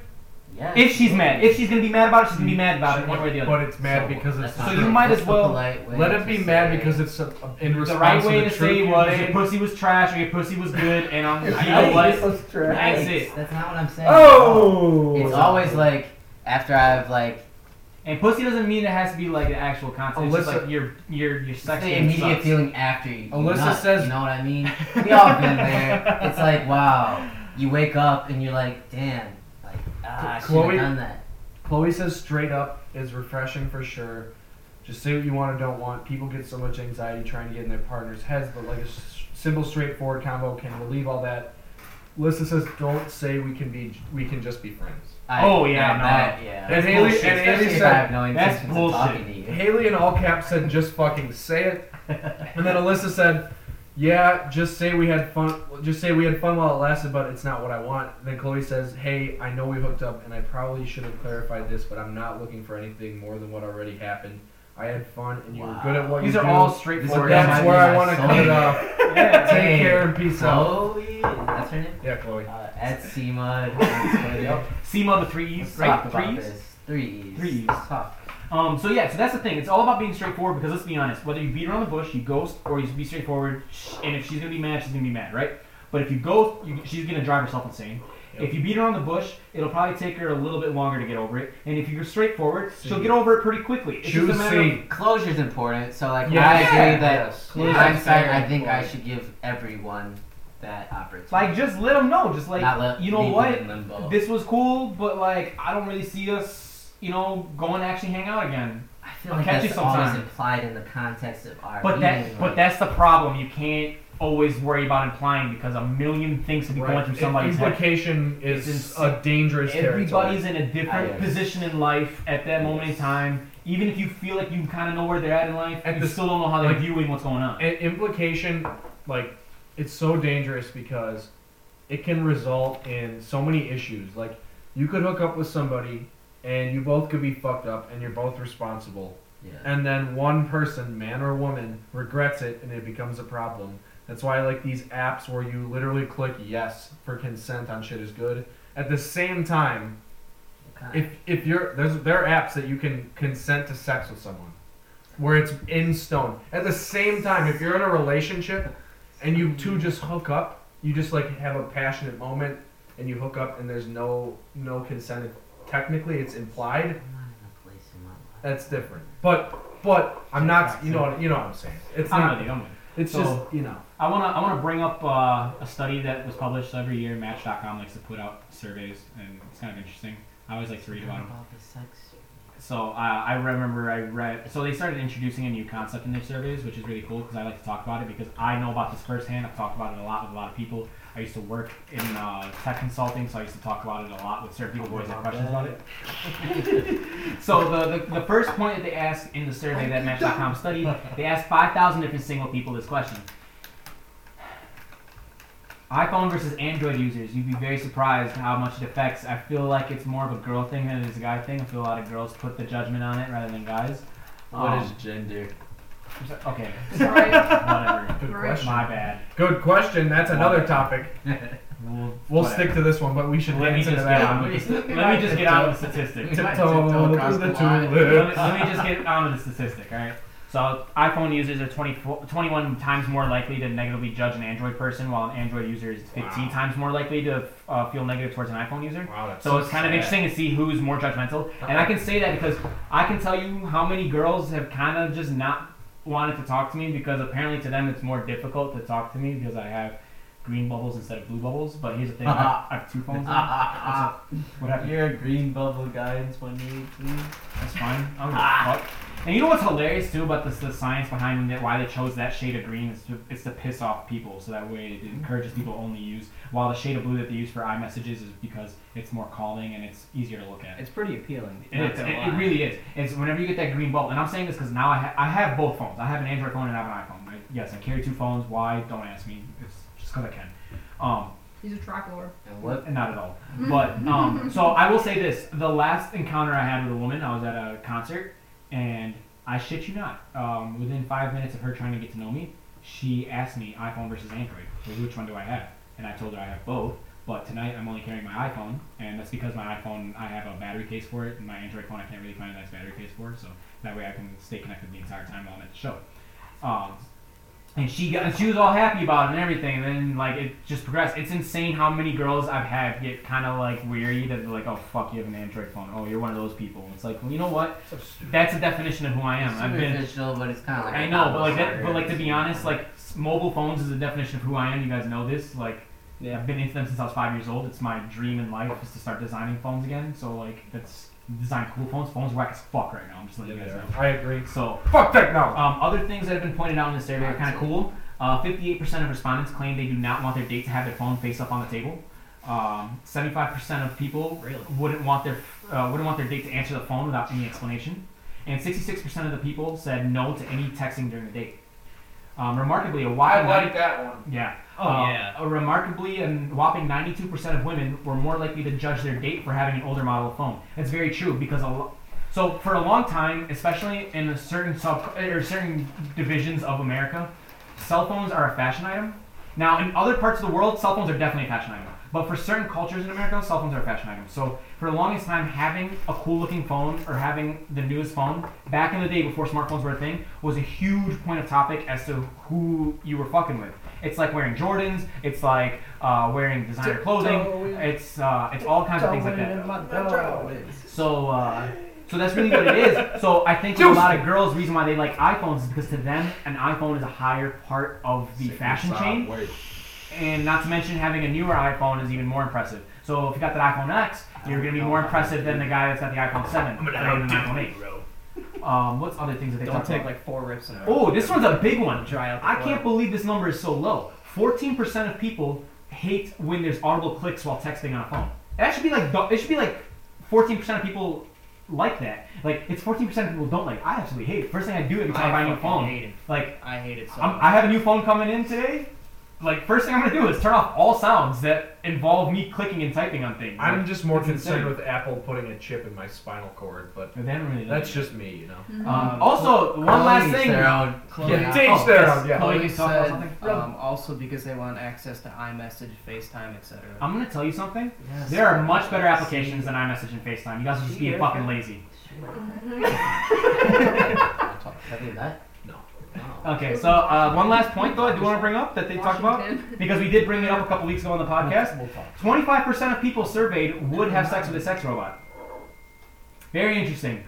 Yeah. If she's mad, if she's gonna be mad about it, she's gonna be mad about it one way or the other. But it's mad because it's. that's not So the- you might what's as the well polite way Let to it be say mad it? because it's a, in The response right to way the to truth say you was your made. pussy was trash or your pussy was good, and I'm you know Nice. what? Nice. That's it. That's not what I'm saying. Oh! It's always like after I've like And pussy doesn't mean it has to be like an actual concept. It's just Alyssa- like your your your it's sex the game immediate sucks. feeling after you. Alyssa nut, says- You know what I mean? We all been there. It's like wow. You wake up and you're like, damn. Like ah, I should Chloe- have done that. Chloe says straight up is refreshing for sure. Just say what you want or don't want. People get so much anxiety trying to get in their partner's heads, but like a s- simple, straightforward combo can relieve all that. Lissa says, "Don't say we can be, we can just be friends." I, Oh, yeah, that, no. that- yeah. And Haley, bullshit, and Especially Haley if I said, have no that's intentions of bullshit. talking to you. Haley in all caps said, "Just fucking say it," and then Alyssa said, "Yeah, just say we had fun. Just say we had fun while it lasted, but it's not what I want." then Chloe says, "Hey, I know we hooked up, and I probably should have clarified this, but I'm not looking for anything more than what already happened. I had fun, and you were good at what These you are do. all This straightforward. is- That's Reminds where me of I my want to cut soul. it off. Yeah. Take care and peace out." Chloe, that's her name. Yeah, Chloe. Uh, at SEMA. on Twitter. SEMA the three E's, Let's right? talk about Three E's. this. Three E's. Three E's. Let's talk. Um, so yeah, so that's the thing. It's all about being straightforward because let's be honest. Whether you beat around the bush, you ghost, or you be straightforward, sh- and if she's gonna be mad, she's gonna be mad, right? But if you ghost, you, she's gonna drive herself insane. If you beat around the bush, it'll probably take her a little bit longer to get over it. And if you're straightforward, she'll See. get over it pretty quickly. It's Choose just a matter C. of Closure's important, so like Yeah. I agree that Yes. in hindsight, I think I should give everyone that opportunity. like just let them know, just like Not let- you know leave what, them in limbo. this was cool, but like I don't really see us, you know, going to actually hang out again. I feel I'll like catch you that's always sometime. implied in the context of our. But meeting, that, but like, that's the problem. You can't always worry about implying because a million things could be going through somebody's head. Implication is It's ins- a dangerous territory. Everybody's in a I different understand. position in life at that moment in time. Even if you feel like you kind of know where they're at in life, At you the- still don't know how they're like- viewing what's going on. And implication, like, it's so dangerous because it can result in so many issues. Like, you could hook up with somebody and you both could be fucked up and you're both responsible. yeah. And then one person, man or woman, regrets it and it becomes a problem. That's why I like these apps where you literally click yes for consent on shit is good. At the same time, Okay. if if you're there's there are apps that you can consent to sex with someone where it's in stone at the same time if you're in a relationship and you two just hook up you just like have a passionate moment and you hook up and there's no no consent technically it's implied I'm not in a place in my life. that's different but but i'm not you know what you know what i'm saying it's I'm with not you, I'm with you. it's just you know I wanna I wanna bring up uh, a study that was published every year. Match.com likes to put out surveys, and it's kind of interesting. I always like to read about them. About the sex. So uh, I I remember I read. So they started introducing a new concept in their surveys, which is really cool because I like to talk about it because I know about this firsthand. I've talked about it a lot with a lot of people. I used to work in uh, tech consulting, so I used to talk about it a lot with certain people who always had questions about it. so the, the the first point that they asked in the survey that Match.com studied, they asked 5,000 different single people this question. iPhone versus Android users, you'd be very surprised how much it affects. I feel like it's more of a girl thing than it is a guy thing. I feel a lot of girls put the judgment on it rather than guys. Oh. Um, gender? I'm so- Okay, Sorry. whatever. good Right. question My bad. good question that's another topic We'll, we'll whatever. stick to this one but we should Let me dance just into get that on one with the, let me just get on with the statistic. Tiptoe Tiptoe across through the the line. tulips. let, me, let me just get on with the statistic, all right? So iPhone users are 24, 21 times more likely to negatively judge an Android person, while an Android user is 15 Wow. times more likely to uh, feel negative towards an iPhone user. Wow, that's So it's kind of sad. Uh-huh. interesting to see who's more judgmental. And I can say that because I can tell you how many girls have kind of just not wanted to talk to me because apparently to them it's more difficult to talk to me because I have green bubbles instead of blue bubbles. But here's the thing, I Uh-huh. have, I have two phones. now. What happened? You're a green bubble guy in 2018. Ah. That's fine. I'm gonna fuck. And you know what's hilarious too about this, the science behind that, why they chose that shade of green is to, is to piss off people, so that way it encourages people to only use. While the shade of blue that they use for iMessages is because it's more calming and it's easier to look at. It's pretty appealing. It, not is. gonna It- it lie. really is. It's whenever you get that green bulb, and I'm saying this because now I, ha- I have both phones. I have an Android phone and I have an iPhone. I, yes, I carry two phones. Why? Don't ask me. It's just because I can. Um, He's a track lord. And what? not at all. But um, so I will say this: the last encounter I had with a woman, I was at a concert, and I shit you not, um, within five minutes of her trying to get to know me, she asked me iPhone versus Android. Like, Which one do I have? And I told her I have both. But tonight I'm only carrying my iPhone, and that's because my iPhone I have a battery case for it, and my Android phone I can't really find a nice battery case for, so that way I can stay connected the entire time while I'm at the show. Um, and she got, she was all happy about it and everything. And then like it just progressed. It's insane how many girls I've had get kind of like weary that they're like, oh fuck, you have an Android phone. Oh, you're one of those people. It's like, well, you know what? So stupid. That's a definition of who I am. I've been. superficial, but it's kind of like I a know, but like that, double-sided. but like to be honest, like s- mobile phones is a definition of who I am. You guys know this. Like Yeah. I've been into them since I was five years old. It's my dream in life is to start designing phones again. So like that's design cool phones. Phones whack as fuck right now. I'm just letting you guys know. I agree. So Fuck technology. um, other things that have been pointed out in this survey are kind of cool. Uh, 58% of respondents claim they do not want their date to have their phone face up on the table. Um, 75% of people Really? wouldn't want their uh, wouldn't want their date to answer the phone without any explanation, and 66% of the people said no to any texting during the date. Um, remarkably, a whopping that one. yeah. Oh, Uh, yeah. A remarkably and whopping 92% of women were more likely to judge their date for having an older model phone. That's very true because a lo- so for a long time, especially in a certain sub or certain divisions of America, cell phones are a fashion item. Now, in other parts of the world, cell phones are definitely a fashion item. But for certain cultures in America, cell phones are a fashion item. So for the longest time, having a cool-looking phone or having the newest phone back in the day before smartphones were a thing was a huge point of topic as to who you were fucking with. It's like wearing Jordans. It's like uh, wearing designer clothing. It's uh, it's all kinds of things like that. So uh, so that's really what it is. So I think with a lot of girls, the reason why they like iPhones is because to them, an iPhone is a higher part of the fashion uh, chain. And not to mention having a newer iPhone is even more impressive. So if you got that iPhone X, you're gonna be more impressive than the guy that's got the iPhone 7 or the iPhone 8. Um, what's other things that they Don't talk take about? like four rips in a row. Oh, this one's a big one. Dry out. the I can't oil. believe this number is so low. 14% of people hate when there's audible clicks while texting on a phone. That should be like the- it should be like 14% of people like that. Like it's 14% of people don't like. I absolutely hate it. First thing I do every time I buy a new fucking phone, hate it. like I hate it so I'm, much. I have a new phone coming in today. Like first thing I'm gonna do is turn off all sounds that involve me clicking and typing on things. I'm just more It's concerned insane. with Apple putting a chip in my spinal cord, but Like, they don't really. that's like just me, you know. Mm-hmm. Mm-hmm. it. Um, also, one last Chloe's thing. Their own, Chloe, Yeah, yeah. to each oh, their yes. own, yeah. Oh, you Chloe can talk said, about something? um, also because they want access to iMessage, FaceTime, etc. I'm gonna tell you something. Yes. There are much better applications than iMessage and FaceTime. You guys are just being fucking lazy. Have you met? No. No. Okay, so uh, one last point though I do want to bring up that they talked about because we did bring it up a couple weeks ago on the podcast. We'll talk. Twenty-five percent of people surveyed would have sex with a sex robot. Very interesting.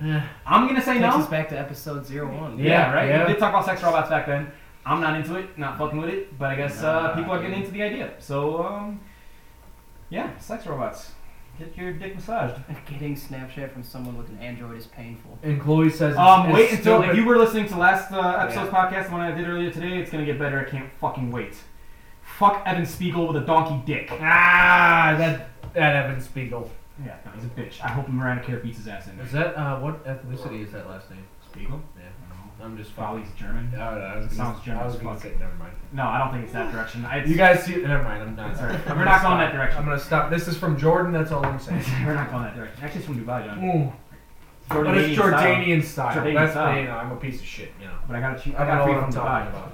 I'm gonna say Takes no. us back to episode zero one. Yeah, Yeah, right. yeah. We did talk about sex robots back then. I'm not into it, not fucking with it, but I guess uh, Nah, people are getting dude. into the idea. So, um, yeah, sex robots. Get your dick massaged. Getting Snapchat from someone with an Android is painful. And Chloe says, Um, it's wait until stupid. if you were listening to last uh, episode's podcast, the one I did earlier today, it's gonna get better. I can't fucking wait. Fuck Evan Spiegel with a donkey dick. Ah, that that Evan Spiegel. Yeah, no, he's a bitch. I hope Miranda Kerr beats his ass in. Is that uh, what ethnicity is that last name? Spiegel? Yeah. No. I'm just Probably he's German. I was Sounds German I was as gonna fuck. say never mind. No, I don't think it's that direction. I, You guys see? Never mind. I'm done. It's alright. I'm gonna We're not going that stop. direction. I'm gonna stop. This is from Jordan. That's all I'm saying. We're not going that direction. Actually, it's from Dubai, John. Mm. Ooh, but it's style. Jordanian style. Jordanian That's style. you know, I'm a piece of shit. You know, But I got a cheap. I I don't got know free what from I'm Dubai. talking about.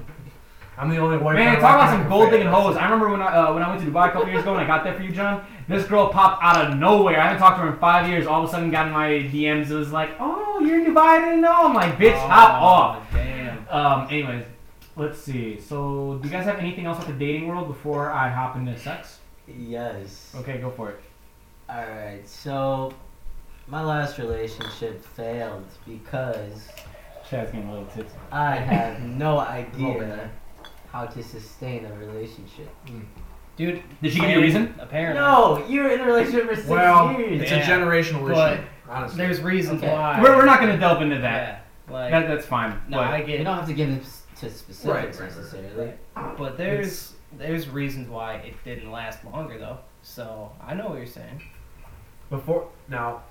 I'm the only white. Man, guy talk about rocking some that gold digging affair. hoes. I remember when I, uh, when I went to Dubai a couple years ago and I got there for you, John. This girl popped out of nowhere. I haven't talked to her in five years. All of a sudden, got in my DMs. It was like, oh, you're in Dubai. I didn't know. I'm like, bitch, hop off. Damn. Um. Anyways, let's see. So, do you guys have anything else with the dating world before I hop into sex? Yes. Okay, go for it. Alright, so my last relationship failed because Chad's getting a little tits. I have no idea Moment. how to sustain a relationship. Dude, Did she give you a reason? Apparently. No, you're in a relationship for six Well, years. It's Yeah. a generational But issue, honestly. There's reasons Okay. why. We're, we're not gonna delve into that. Yeah. Like, That, that's fine. no, but I You get it. don't have to get into to specifics right, right, necessarily. But there's there's reasons why it didn't last longer though. So I know what you're saying. Before now,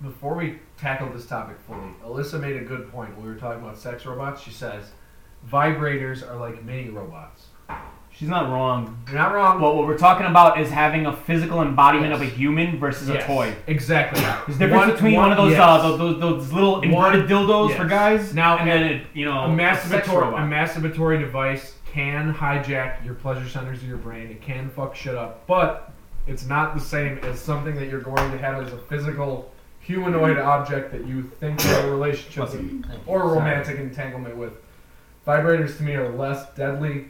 before we tackle this topic fully, Alyssa made a good point. when We were talking about sex robots. She says vibrators are like mini robots. she's not wrong. You're not wrong. But what we're talking about is having a physical embodiment of a Yes. human versus Yes, a toy. Exactly. There's a difference between one, of those, yes. uh, those, those those little inverted dildos for yes. guys Now, and a- then it, you know a sex masturbatory robot. a masturbatory device can hijack your pleasure centers of your brain. It can fuck shit up, but it's not the same as something that you're going to have as a physical humanoid Mm-hmm. object that you think you have a relationship with or a romantic entanglement with. Vibrators to me are less deadly,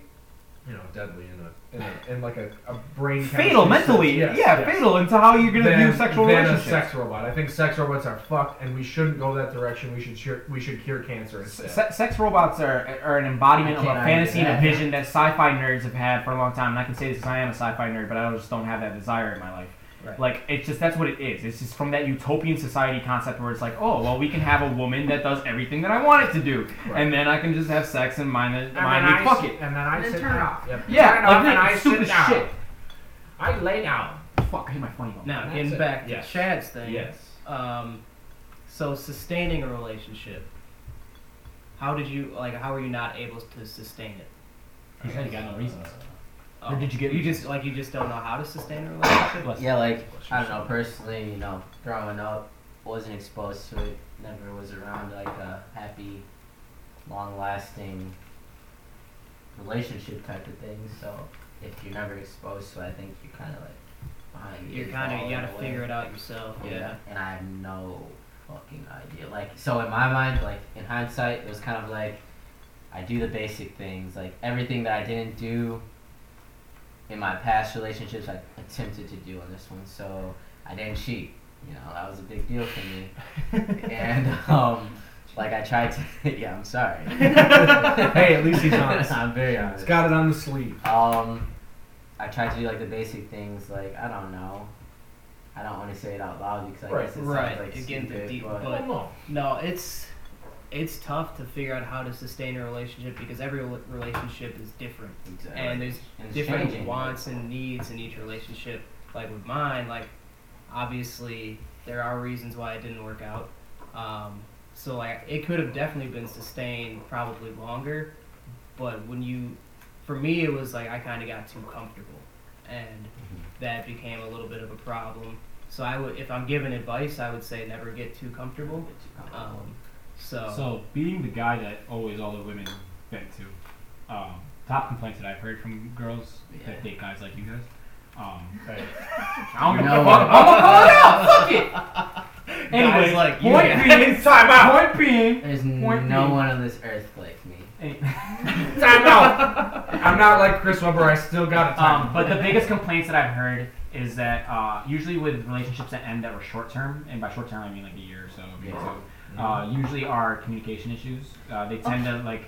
you know, deadly in a in, a, in like a, a brain fatal chemistry mentally, sense. Yes, yeah, yes. fatal into how you're gonna than, view sexual than relationships. a sex robot. I think sex robots are fucked, and we shouldn't go that direction. We should cure, we should cure cancer instead. Se- sex robots are, are an embodiment I of a can't fantasy argue and a that. vision that sci-fi nerds have had for a long time. And I can say this 'cause I am a sci-fi nerd, but I just don't have that desire in my life. Right. Like it's just that's what it is. It's just from that utopian society concept where it's like, oh, well, we can have a woman that does everything that I want it to do, Right. and then I can just have sex and mine it, mine it, fuck it. And then I Then sit turn down. off. Yep. Yeah, Turn like off and that I stupid sit down. shit. I lay down. Fuck, I hate my funny bone. Now That's getting it. back to Yes. Chad's thing. Yes. Um, so sustaining a relationship. How did you like? How were you not able to sustain it? He said he got no reasons. Oh, did you get- You just like you just don't know how to sustain a relationship. Bless. Yeah, like I don't know. Personally, you know, growing up, wasn't exposed to it. Never was around like a happy, long-lasting relationship type of thing. So if you're never exposed to, it, I think you're kind of like behind. the You're eight kind ball of in you a gotta way. figure it out yourself. Yeah. And I have no fucking idea. Like, so in my mind, like, in hindsight, it was kind of like, I do the basic things. Like, everything that I didn't do in my past relationships, I attempted to do on this one. So, I didn't cheat. You know, that was a big deal for me. and, um, like, I tried to, yeah, I'm sorry. Hey, at least he's honest. I'm very honest. It's got it on the sleeve. Um, I try to do like the basic things, like I don't know. I don't want to say it out loud because I Right, guess it right. sounds like Again, the stupid, deep but butt. No, it's it's tough to figure out how to sustain a relationship because every rel- relationship is different, exactly. and there's And it's different changing. wants and needs in each relationship. Like with mine, like obviously there are reasons why it didn't work out. Um, so like it could have definitely been sustained probably longer, but when you, for me it was like I kind of got too comfortable, and that became a little bit of a problem. So I would, if I'm giving advice, I would say never get too comfortable. Um, so, So being the guy that always all the women vent to, um, top complaints that I've heard from girls that date guys like you guys. Um, I don't give No. a fuck. I'm gonna call it out. Fuck it. Anyway, Guys like you point being, time out. Point being, There's Point no being- one on this earth like me. Time out. I'm not like Chris Webber. I still got it. Um, but the biggest complaints that I've heard is that uh, usually with relationships that end that were short term, and by short term I mean like a year or so, maybe Yeah. two, uh, usually are communication issues. Uh, they tend to like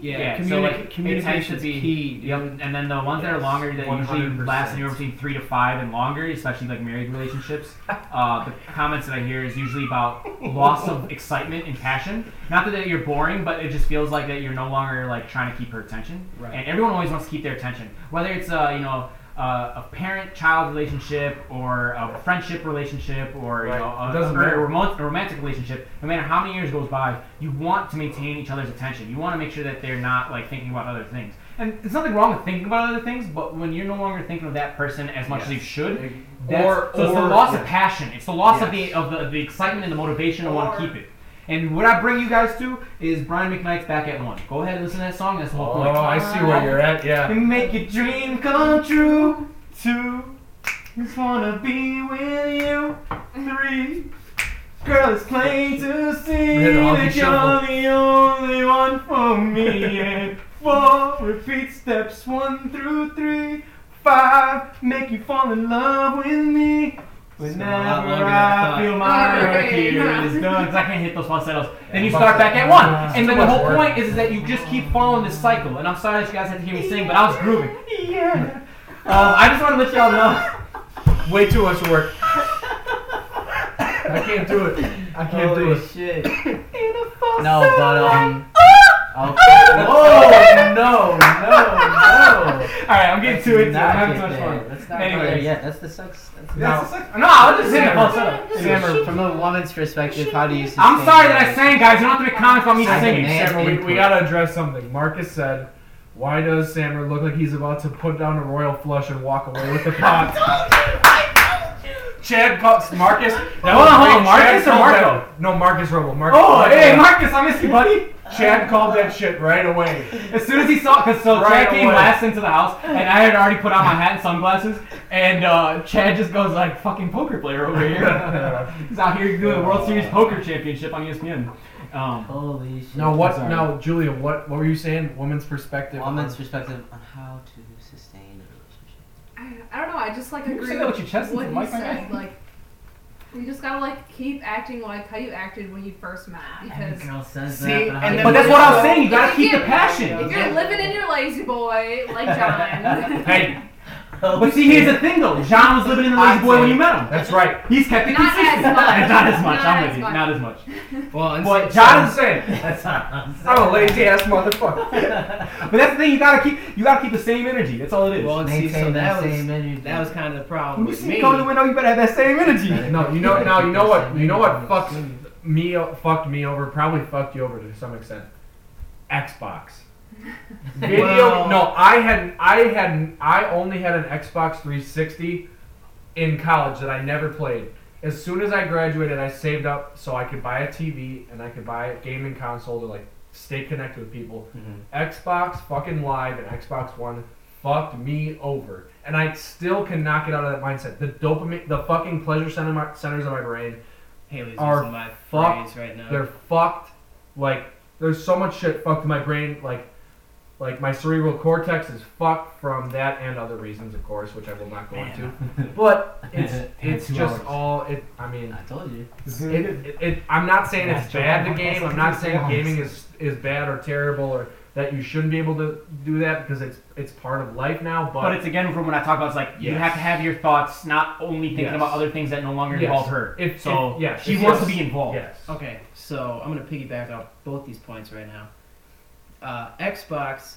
yeah, yeah, communi- so, like, communication it tends to is be- key. dude. Yep, and then the ones that are Yes, longer that usually 100%. last anywhere between three to five and longer, especially like married relationships. Uh, the comments that I hear is usually about loss of excitement and passion. Not that you're boring, but it just feels like that you're no longer like trying to keep her attention. Right. And everyone always wants to keep their attention, whether it's uh, you know. Uh, a parent-child relationship, or a friendship relationship, or Right. you know, a, It doesn't or a matter. romo- a romantic relationship. No matter how many years goes by, you want to maintain each other's attention. You want to make sure that they're not like thinking about other things. And there's nothing wrong with thinking about other things, but when you're no longer thinking of that person as much as you should, that's, or so it's the or- loss of yes. passion. It's the loss of the Yes. of the, the excitement and the motivation to want to keep it. And what I bring you guys to is Brian McKnight's "Back at One." Go ahead and listen to that song. That's the whole Oh, point. I see where you're at. Yeah. And make your dream come true. Two, just wanna be with you. Three, girl, it's plain to see We had a honky that you're shuffle. the only one for me. And four, repeat steps one through three. Five, make you fall in love with me. It's Whenever been a lot longer than I I thought. feel my Alright. work here is done, 'cause I can't hit those falsettos. Then you Yeah, start fuck back that. at one, Uh, and then too the much whole work. point is, is that you just keep following this cycle. And I'm sorry that you guys had to hear me sing, but I was grooving. Yeah. Um, I just want to let y'all know. Way too much work. I can't do it. Oh, I can't do Holy it. shit! In a No, but um. Okay. Whoa! No! No! No! All right, I'm getting Let's to it. I'm not having too get much there. fun. Let's not Anyways. go there yet. That's the sex. That's No, That's the sex- no, I was just hitting Sammer. it. Shut up. Sammer. Sammer, from a woman's perspective, how do you? I'm sustain sorry that I that? sang, guys. You don't have to make comments about me I singing. demand- Sammer, we, we input. gotta address something. Marcus said, "Why does Sammer look like he's about to put down a royal flush and walk away with the pot?" Chad Bucks, Marcus. That Hold was on, hold great. on, Marcus Chad or called Marco? that- no, Marcus Rebel. Marcus. Oh, Rebel. hey, Marcus, I miss you, buddy. Chad called that shit right away. As soon as he saw, because so Right Chad came away. last into the house, and I had already put on my hat and sunglasses, and uh, Chad just goes like fucking poker player over here. He's out here doing the World Series Poker Championship on E ESPN. Um, Holy shit. Now I'm what? sorry. Now Julia, what what were you saying? Woman's perspective. on- Woman's perspective on how to sustain a relationship. I, I don't know. I just like Can you agree say that with your chest what into the you mic, my said. guy? Like you just gotta like keep acting like how you acted when you first met Ah, because Every girl says See, that. and then- but that's what I was saying. You If gotta you keep the get- passion. if you're living in your lazy boy like John, Hey, how- but see, here's the thing though. John was living in the lazy boy when you met him. That's right. He's kept it Not as consistent. much. not as much. Not I'm as with you. much. Not as much. Well, and But so- John I'm saying. That's not. I'm saying. I'm a lazy ass motherfucker. But that's the thing. You gotta keep. You gotta keep the same energy. That's all it is. well, and see, so Maintain that that same was energy. that was kind of the problem when you with see me. me go to the window, you better have that same energy. No, you know now. You know what? You know what fucks me o- fucked me over. Probably fucked you over to some extent. Xbox. Video. Well- no, I had I had I only had an Xbox 360 in college that I never played. As soon as I graduated, I saved up so I could buy a TV and I could buy a gaming console to like stay connected with people. Mhm. Xbox fucking Live and Xbox One fucked me over. And I still cannot get out of that mindset. The dopamine, the fucking pleasure center, my, centers of my brain, Haley's are using my fucked. phrase right now. they're fucked. Like, there's so much shit fucked in my brain. Like, like my cerebral cortex is fucked from that and other reasons, of course, which I will not go into. But it's it's Two just hours. all it. I mean, I told you. it, it, it, I'm not saying it's That's bad the true. game. I'm not saying gaming is is bad or terrible or that you shouldn't be able to do that because it's it's part of life now. But, But it's again from when I talk about it's like you Yes. have to have your thoughts not only thinking Yes. about other things that no longer Yes. involve her. If- so if- yes, she if wants yes. to be involved. yes, Okay, so I'm gonna piggyback off both these points right now. Uh, Xbox,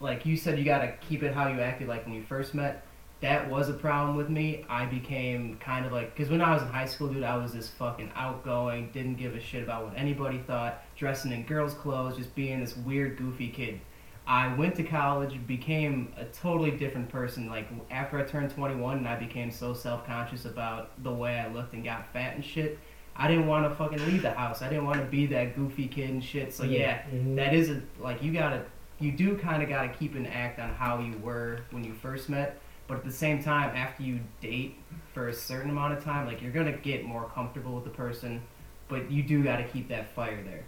like you said, you gotta keep it how you acted like when you first met. That was a problem with me. I became kind of like, because when I was in high school, dude, I was this fucking outgoing, didn't give a shit about what anybody thought, dressing in girls' clothes, just being this weird, goofy kid. I went to college, became a totally different person. Like, after I turned 21, and I became so self conscious about the way I looked and got fat and shit. I didn't want to fucking leave the house. I didn't want to be that goofy kid and shit. So yeah, that is a like you gotta, you do kind of gotta keep an act on how you were when you first met. But at the same time, after you date for a certain amount of time, like you're gonna get more comfortable with the person, but you do gotta keep that fire there.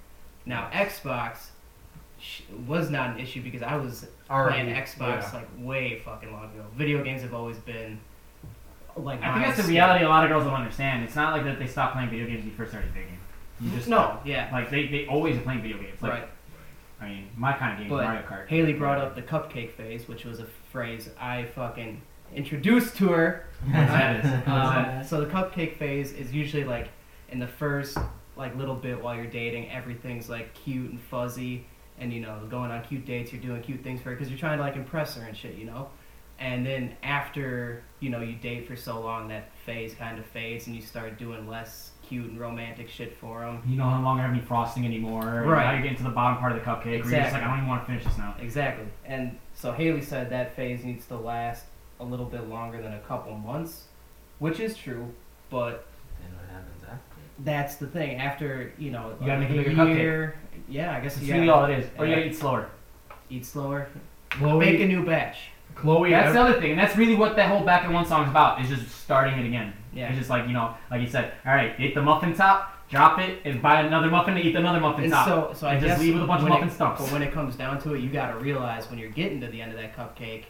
Now Xbox sh- was not an issue because I was playing Xbox yeah. like way fucking long ago. Video games have always been like I think my that's the escape. reality a lot of girls don't understand. It's not like that they stopped playing video games when you first started dating. You just No, yeah, like they, they always are playing video games. Like right. I mean, my kind of game But is Mario Kart. Haley brought up the cupcake phase, which was a phrase I fucking introduced to her. that is. Um, so the cupcake phase is usually like in the first like little bit while you're dating, everything's like cute and fuzzy, and you know going on cute dates, you're doing cute things for her because you're trying to like impress her and shit, you know. And then after you know you date for so long, that phase kind of fades, and you start doing less cute and romantic shit for them. You no longer have any frosting anymore. and Um, Right. Now you're getting to the bottom part of the cupcake. Where you're just Exactly. like, I don't even want to finish this now. Exactly. And so Haley said that phase needs to last a little bit longer than a couple months, which is true, but And what happens after? that's the thing. After, you know, You gotta like make a bigger year, cupcake. Yeah, I guess That's you really gotta all it is. Or you gotta eat slower. eat slower. Make a Chloe. new batch. Chloe. That's the Ev- other thing, and that's really what that whole back in one song is about. Is just starting it again. Yeah. It's just like you know, like you said. All right, eat the muffin top, drop it, and buy another muffin to eat another muffin And top. so, so I and guess just leave with a bunch of when muffin it, stumps. But when it comes down to it, you gotta realize when you're getting to the end of that cupcake,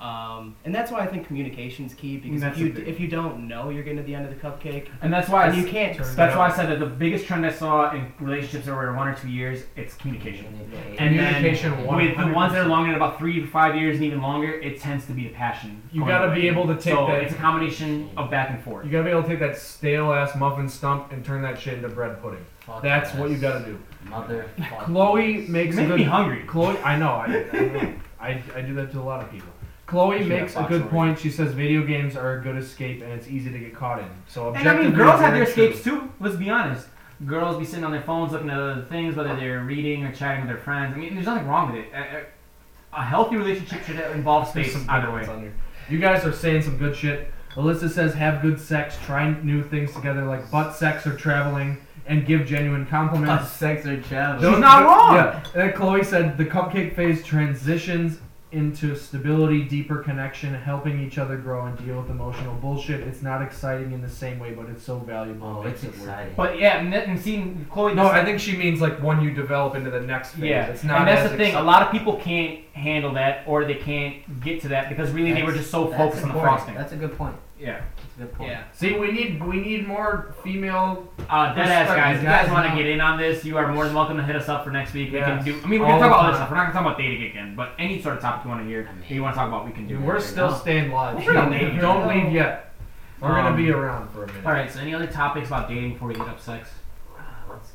Um, and that's why I think communication's key because if Mm, That's a you big- if you don't know you're gonna be under the cupcake, And that's why and I- you can't. Turn it that's why I out. said that the biggest trend I saw in relationships over one or two years, it's communication. And And then Communication With the ones that 100%. are longer than about three to five years and even longer, it tends to be the passion. You going gotta away. be able to take so that- It's a combination of back and forth. You gotta be able to take that stale ass muffin stump and turn that shit into bread pudding. That's what you gotta do. Mother. Chloe makes a Make good. me hungry. Chloe, I know. I, I, know. I, I do that to a lot of people. Chloe Yeah, makes a Fox good already. point. She says video games are a good escape and it's easy to get caught in. So And I mean, objectively, girls have very their true. escapes too. Let's be honest. Girls be sitting on their phones looking at other things, whether they're reading or chatting with their friends. I mean, there's nothing wrong with it. A, a- a healthy relationship should involve There's space some either good way. ones on here. You guys are saying some good shit. Alyssa says have good sex, try new things together like butt sex or traveling, and give genuine compliments. sex or Those- travel. She's not wrong. Yeah. And then Chloe said the cupcake phase transitions into stability, deeper connection, helping each other grow and deal with emotional bullshit. It's not exciting in the same way, but it's so valuable. Oh, It makes it's it worth it. exciting. But yeah, and, that- and seeing Chloe. No, I think she means like one you develop into the next phase. Yeah, It's not and that's as the thing. A exciting. lot of people can't handle that, or they can't get to that because really they were That's- just so that's focused a on the point. frosting. That's a good point. yeah, That's a good point. Yeah. See, we need we need more female. uh, dead ass Respect guys. If these you guys guys want to now. get in on this, you are more than welcome to hit us up for next week. Yes. We can do. I mean, we're All gonna talk the about other time. stuff. We're not gonna talk about dating again, but any sort of topic you want to hear, I mean- that you want to talk about, we can do. Dude, that we're right still now. staying live. We're Don't not leaving. leave, don't leave yet. We're Um, gonna be around for a minute. All right. So, any other topics about dating before we hit up sex? Uh, let's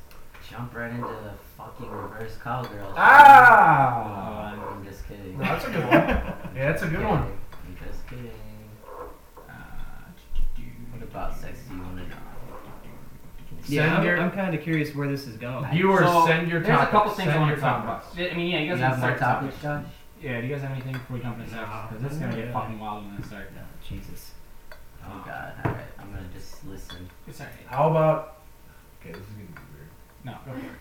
jump right into the fucking reverse cowgirl. Ah. Uh, I'm just kidding. No, that's a good one. Yeah, that's a good Yeah, one. I'm just kidding. Uh, What about sex do you want to know? Yeah, Send your- I'm, I'm kind of curious where this is going. You are So, send your There's topics. a couple things send I want your to talk topics. about. I mean, yeah, you You guys have can more start topics, Josh? Yeah, do you guys have anything before we jump into sex? Because this is gonna get Yeah. fucking wild when I start. Jesus. Oh god, alright. I'm gonna just listen. It's alright. How about? Okay, this is gonna be weird. No, go for it.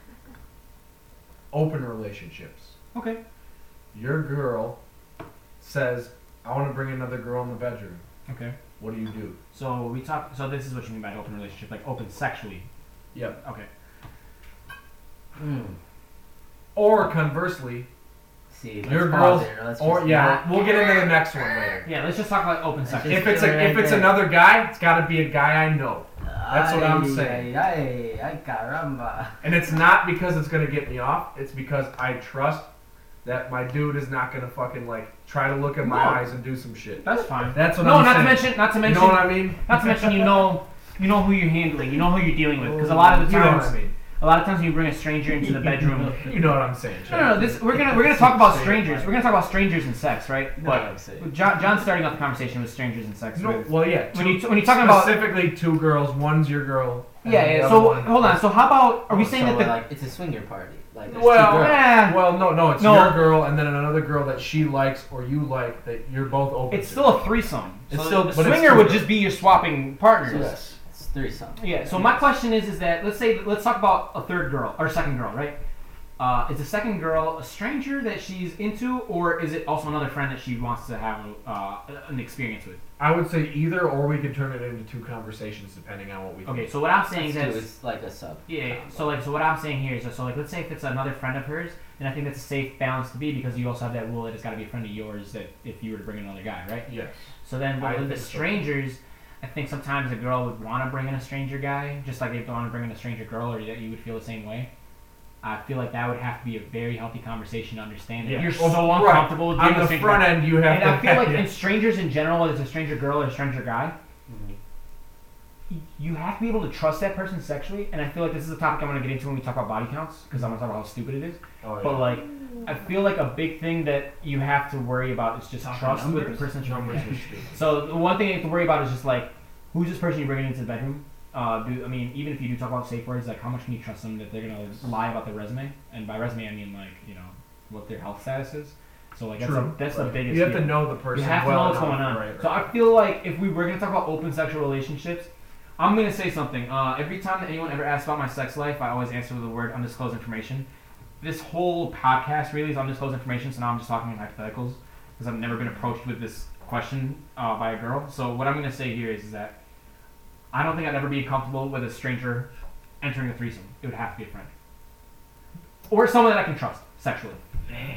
Open relationships. Okay. Your girl says, "I want to bring another girl in the bedroom." Okay. What do you do? So we talk. So this is what you mean by open relationship, like open sexually. Yep. Okay. Hmm. Or conversely, See, let's Your pause girls- there. Let's or just yeah, not- we'll get into the next one later. Yeah. Let's just talk about open That's sex. just- If it's a, if it's another guy, it's got to be a guy I know, That's what I'm Ay, saying. Ay, ay, ay, caramba. and it's not because it's gonna get me off. It's because I trust that my dude is not gonna fucking like try to look in my No. eyes and do some shit. That's fine. That's what no, I'm not saying. to mention, not to you mention, know what I mean? not to mention, you know, you know who you're handling, you know who you're dealing with, because a lot of the Oh, you know what times, I mean. a lot of times when you bring a stranger into the bedroom. You know what I'm saying. No, Jay. no, no. This we're gonna we're gonna talk about strangers. We're gonna talk about strangers and sex, right? No, But I'm saying. John, John's starting off the conversation with strangers and sex. No, with- well, yeah. when two- you when you're talking about specifically two girls, one's your girl. and yeah, the yeah. other So one- hold on. So how about are we saying so that the like it's a swinger party? Like there's Well, two girls. eh, Well, no, no, it's No. your girl and then another girl that she likes or you like that you're both open. It's to. still a threesome. It's so still- a but it's swinger two would girls. just be you're swapping partners. Yes. It's threesome. Yeah. So my question is, is that let's say let's talk about a third girl or second girl, right? Uh, is the second girl a stranger that she's into, or is it also another friend that she wants to have uh, an experience with? I would say either, or we could turn it into two conversations depending on what we. Okay. So what I'm saying is It's that two, it's like a sub. yeah. combo. So like so what I'm saying here is that, so like let's say if it's another friend of hers, then I think that's a safe balance to be because you also have that rule that it's got to be a friend of yours that if you were to bring another guy, right? Yes. So then I but with think the so. strangers, I think sometimes a girl would want to bring in a stranger guy, just like they'd want to bring in a stranger girl, or that you would feel the same way. I feel like that would have to be a very healthy conversation to understand that Yeah. you're Well, so right. uncomfortable with being On a the stranger front guy. end, you have And to. I feel like yeah. in strangers in general, whether it's a stranger girl or a stranger guy, Mhm. y- you have to be able to trust that person sexually. And I feel like this is a topic I'm going to get into when we talk about body counts, because I'm going to talk about how stupid it is. Oh, yeah. But like, I feel like a big thing that you have to worry about is just Talking trust with the numbers? person that you're Numbers with. are stupid. So the one thing you have to worry about is just like who's this person you're bringing into the bedroom. Uh, do I mean even if you do talk about safe words, like how much can you trust them that they're gonna lie about their resume? And by resume, I mean like you know what their health status is. So like that's True. a, that's the Right. biggest. You have deal. to know the person. You have to well know what's enough. going on. Right, right. So I feel like if we were gonna talk about open sexual relationships, I'm gonna say something. Uh, every time that anyone ever asks about my sex life, I always answer with the word undisclosed information. This whole podcast really is undisclosed information, so now I'm just talking in hypotheticals because I've never been approached with this question uh, by a girl. So what I'm gonna say here is, is that I don't think I'd ever be comfortable with a stranger entering a threesome. It would have to be a friend or someone that I can trust. sexually.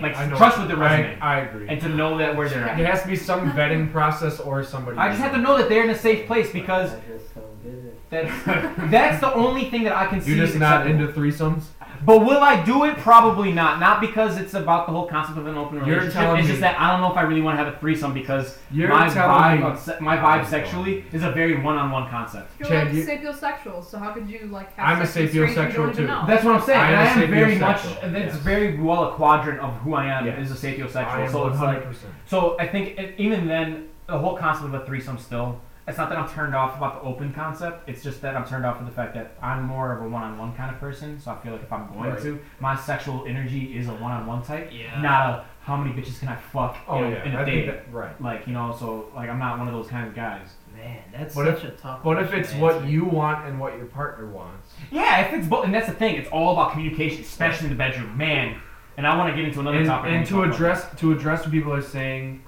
Like I know. trust with the I- resume. I, agree. and to know that where they're at. There has to be some vetting process or somebody. I just have to know that they're in a safe place because I just don't get it. that's that's the only thing that I can see. You're just is not acceptable. into threesomes. But will I do it? Probably not. Not because it's about the whole concept of an open You're relationship. telling it's me- just that I don't know if I really want to have a threesome because You're my telling vibe, me- of se- my vibe sexually is a very one-on-one concept. You're Chad, like you- sapiosexual, so how could you like I'm have a sex with strangers you sapiosexual don't even too. know? That's what I'm saying. I am I am, very much. sapiosexual, It's yes. very well a quadrant of who I am Yes. is a I am sapiosexual. So it's like 100%. So I think it, even then, the whole concept of a threesome still. It's not that I'm turned off about the open concept. It's just that I'm turned off with the fact that I'm more of a one-on-one kind of person. So I feel like if I'm going Right. to, my sexual energy is a one-on-one type, Yeah. not a how many bitches can I fuck you Oh know, yeah, in a I day. think that, right. Like you know, so like I'm not one of those kind of guys. Man, that's What such a tough. But if question it's to what answer. you want and what your partner wants, Yeah, if it's both, and that's the thing. It's all about communication, especially in the bedroom, man. And I want to get into another and, topic. and when we to talk about address to address what people are saying,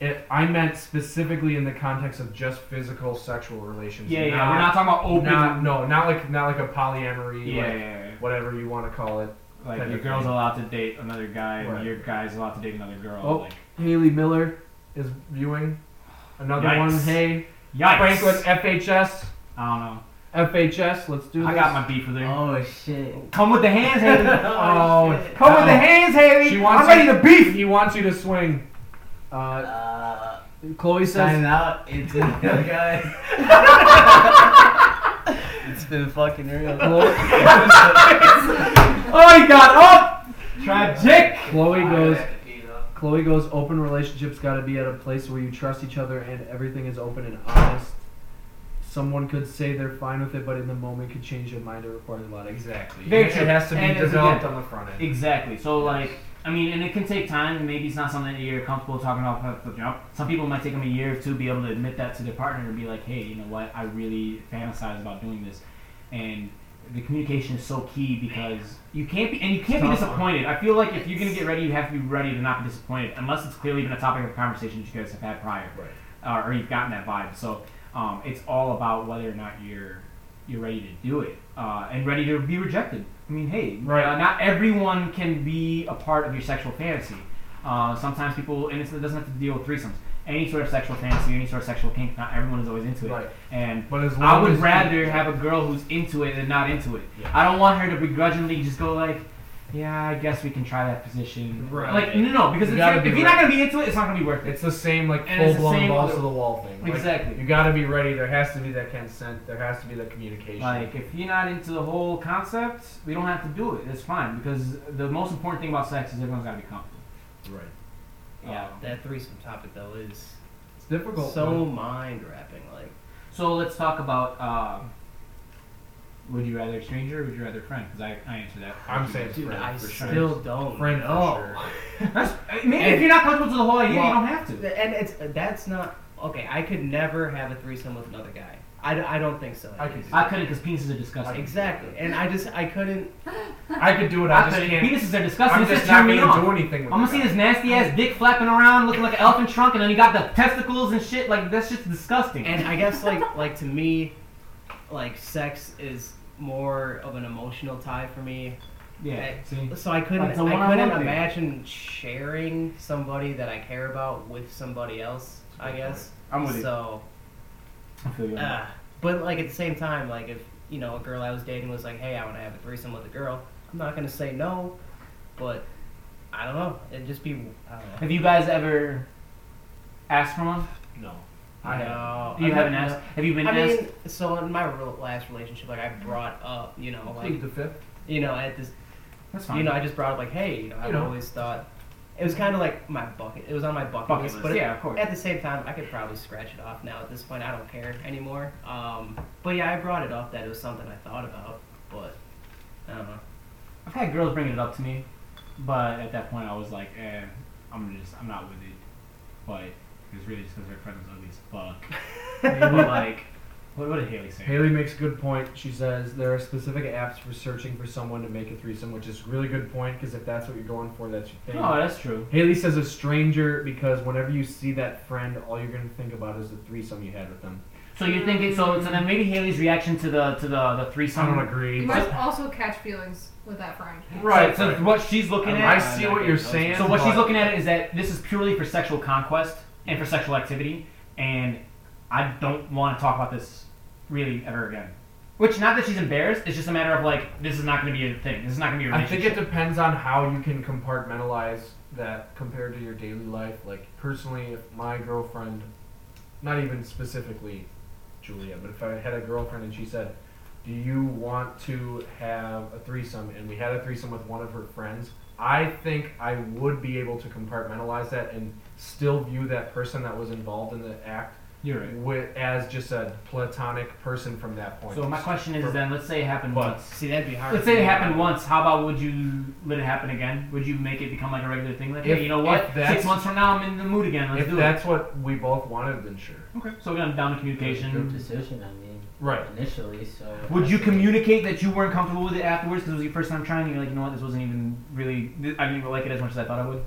it, I meant specifically in the context of just physical sexual that. relations. Yeah, yeah. not, We're not talking about open. Not, no, not like not like a polyamory. yeah, yeah, like, yeah, yeah. whatever you want to call it. Like Kind your of girl's thing. allowed to date another guy, Right. and your guy's allowed to date another girl. Oh. Like, Haley Miller is viewing another Yikes. one. Hey, yikes! Franklin, FHS, I FHS. Let's do don't this. know. I got my beef with her. Oh shit. Come with the hands, Haley. Oh, Come with the Uh-oh. hands, Haley. She wants I'm ready you- to beef. He wants you to swing. Uh, Uh, Chloe says. sign out. It's in guys. it's been fucking real. Oh, he got up. Tragic. Chloe goes. Chloe goes, open relationships got to be at a place where you trust each other and everything is open and honest. Someone could say they're fine with it, but in the moment could change their mind. It requires a lot. Exactly. Very true. And it's again- on the front Exactly. So like, I mean, and it can take time. and Maybe it's not something that you're comfortable talking about at the jump. Some people might take them a year or two to be able to admit that to their partner and be like, hey, you know what? I really fantasize about doing this, and the communication is so key because you can't be and you can't be It's tough. disappointed. I feel like if you're gonna get ready, you have to be ready to not be disappointed, unless it's clearly been a topic of conversation that you guys have had prior, uh, or you've gotten that vibe. So um, it's all about whether or not you're you're ready to do it uh, and ready to be rejected. I mean, hey, Right. uh, not everyone can be a part of your sexual fantasy. Uh, sometimes people, and it's, it doesn't have to deal with threesomes. Any sort of sexual fantasy, any sort of sexual kink, not everyone is always into it. Right. And But as I long would as rather have a girl who's into it than not into it. Yeah. I don't want her to begrudgingly just go like, "Yeah, I guess we can try that position." Right. Like, no, no, because You if, gotta you're, be if you're not gonna be into it, it's not gonna be worth it. it's the same like And it's full the blown same balls other- to the wall thing. Like, Exactly. You got to be ready. There has to be that consent. There has to be that communication. Like, if you're not into the whole concept, we don't have to do it. It's fine because the most important thing about sex is everyone's gotta be comfortable. right. Yeah, Um, that threesome topic though is It's difficult. so mind wrapping. Like, So let's talk about. Uh, would you rather a stranger or would you rather a friend? Because I, I answered that. I'm saying dude, friend I for sure. still don't friend for know. sure. That's, maybe if you're not comfortable to the whole idea, you Well, don't have to. And it's that's not okay. I could never have a threesome with another guy. I, d- I don't think so. at I could least. do I couldn't because penises are disgusting. exactly, and I just I couldn't. I could do it. I, I just couldn't. can't. Penises are disgusting. I'm It's just just not turn me gonna on. do anything I'm with gonna the see guy. this nasty ass dick flapping around, looking like an elephant trunk, and then you got the testicles and shit. Like that's just disgusting. And I guess like like to me, like sex is more of an emotional tie for me. yeah. See. So I But couldn't it's a I one-on-one couldn't thing. imagine sharing somebody that I care about with somebody else. I guess. I'm with you. So, I feel you. on that. uh, but like at the same time, like if you know a girl I was dating was like, "Hey, I want to have a threesome with a girl," I'm not gonna say no, but I don't know. It'd just be I don't know. Have you guys ever asked for one? No. no, You I haven't don't know. asked. Have you been I asked? mean, so in my real last relationship, like I brought up, you know, like the fifth. you know, at this, That's fine. you know, I just brought up like, hey, you know, I've You know. always thought it was kind of like my bucket. It was on my bucket, Bucket list, list. but it- yeah, of course. at the same time, I could probably scratch it off now. At this point, I don't care anymore. Um, but yeah, I brought it up that it was something I thought about, but I don't know. I've had girls bring it up to me, but at that point I was like, eh, I'm just, I'm not with it. But it was really just because her friend was ugly as fuck. but like, what, what did Haley say? Haley makes a good point. She says there are specific apps for searching for someone to make a threesome, which is a really good point because if that's what you're going for, that's your thing. No, that's true. Haley says a stranger because whenever you see that friend, all you're going to think about is the threesome you had with them. So you think it? So so then maybe Haley's reaction to the to the the I don't threesome. You agree. might also catch feelings with that friend. Right. So So, what she's looking I at. see what you're saying. So what she's but- looking at is that this is purely for sexual conquest and for sexual activity, and I don't want to talk about this really ever again. Which not that she's embarrassed. It's just a matter of like this is not going to be a thing. This is not going to be a I think it relationship. depends on how you can compartmentalize that compared to your daily life. Like personally, if my girlfriend, not even specifically Julia, but if I had a girlfriend and she said, "Do you want to have a threesome?" and we had a threesome with one of her friends, I think I would be able to compartmentalize that and still view that person that was involved in the act You're with, as just a platonic person from that point. So my question is then, let's say it happened But- once. See, that'd be hard. Let's to say it figure happened out. once. How about would you let it happen again? Would you make it become like a regular thing? Like, If- hey, you know what? if that's- Six months from now, I'm in the mood again. Let's if do that's what we both wanted, then sure. it. Okay. So we're gonna down to Group communication. decision, I mean, Right. initially, so. Would you communicate that you weren't comfortable with it afterwards because it was your first time trying? And you're like, you know what? This wasn't even really. th- I didn't even like it as much as I thought I would.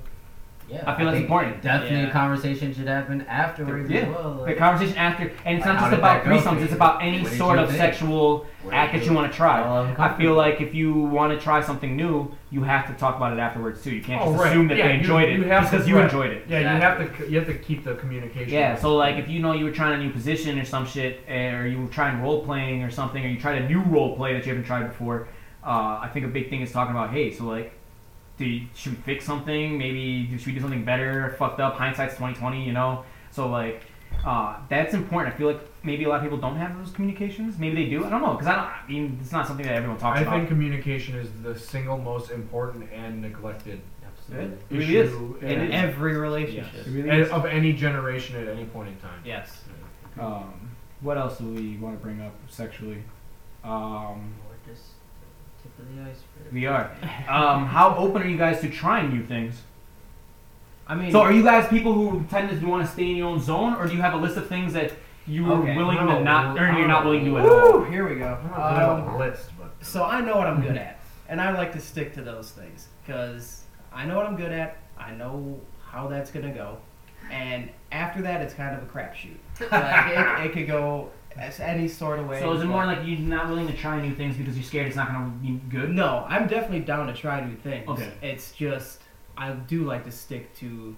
Yeah, I feel that's think important. Definitely, Yeah. a conversation should happen afterwards. Yeah. As well. The Like, conversation after, and it's Like, not how just did about that go for threesomes. you? It's about any What did sort you of think? sexual what act do that you want to try. Well, I'm I feel like if you want to try something new, you have to talk about it afterwards too. You can't Oh, just right. assume that Yeah, they you- enjoyed you it have to- because you right. enjoyed it. Yeah, you have to you have to keep the communication. Yeah, so like if you know you were trying a new position or some shit, eh, or you were trying role playing or something, or you tried a new role play that you haven't tried before, uh, I think a big thing is talking about hey, so like, do you, should we fix something? Maybe do- should we do something better? Fucked up. Hindsight's twenty twenty. You know, so like. Uh, that's important. I feel like maybe a lot of people don't have those communications. Maybe they do. I don't know because I don't. I mean, it's not something that everyone talks I about. think communication is the single most important and neglected Absolutely. it really is. issue It in is. every relationship. It really and is. of any generation at any point in time. Yes. Um, what else do we want to bring up sexually? Um, We're just tip of the iceberg. We are. Um, how open are you guys to trying new things? I mean, So, are you guys people who tend to want to stay in your own zone, or do you have a list of things that you are Okay, willing no, to not, or no. you're not willing to do at all? Woo, here we go. I'm not Oh, good Um, on the list, but So I know what I'm good at, and I like to stick to those things because I know what I'm good at. I know how that's gonna go, and after that, it's kind of a crapshoot. Like it, it could go as any sort of way. So, is it more like you're not willing to try new things because you're scared it's not going to be good? No, I'm definitely down to try new things. Okay. It's just I do like to stick to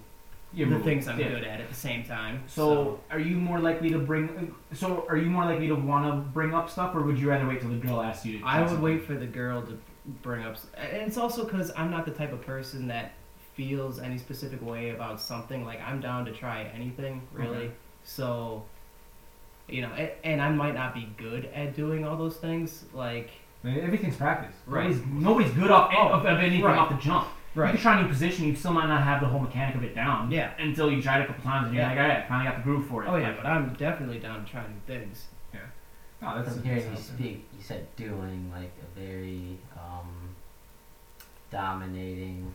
Your the move. things I'm Yeah. good at at the same time. So, are you more likely to bring? So, are you more likely to want to bring up stuff, or would you rather wait till the girl asks you? To I try would something? wait for the girl to bring up, and it's also because I'm not the type of person that feels any specific way about something. Like I'm down to try anything, really. So, you know, and, and I might not be good at doing all those things. Like, Everything's practice. Right. Nobody's, nobody's good off Oh, of, of anything right. off the jump. You can try a new position, you still might not have the whole mechanic of it down. Yeah. Until you try it a couple times and you're Yeah. like, all right, I finally got the groove for it. Oh yeah, Like, but I'm definitely down to try new things. no, Oh, that's From that's hearing you awesome. speak, you said doing like a very um, dominating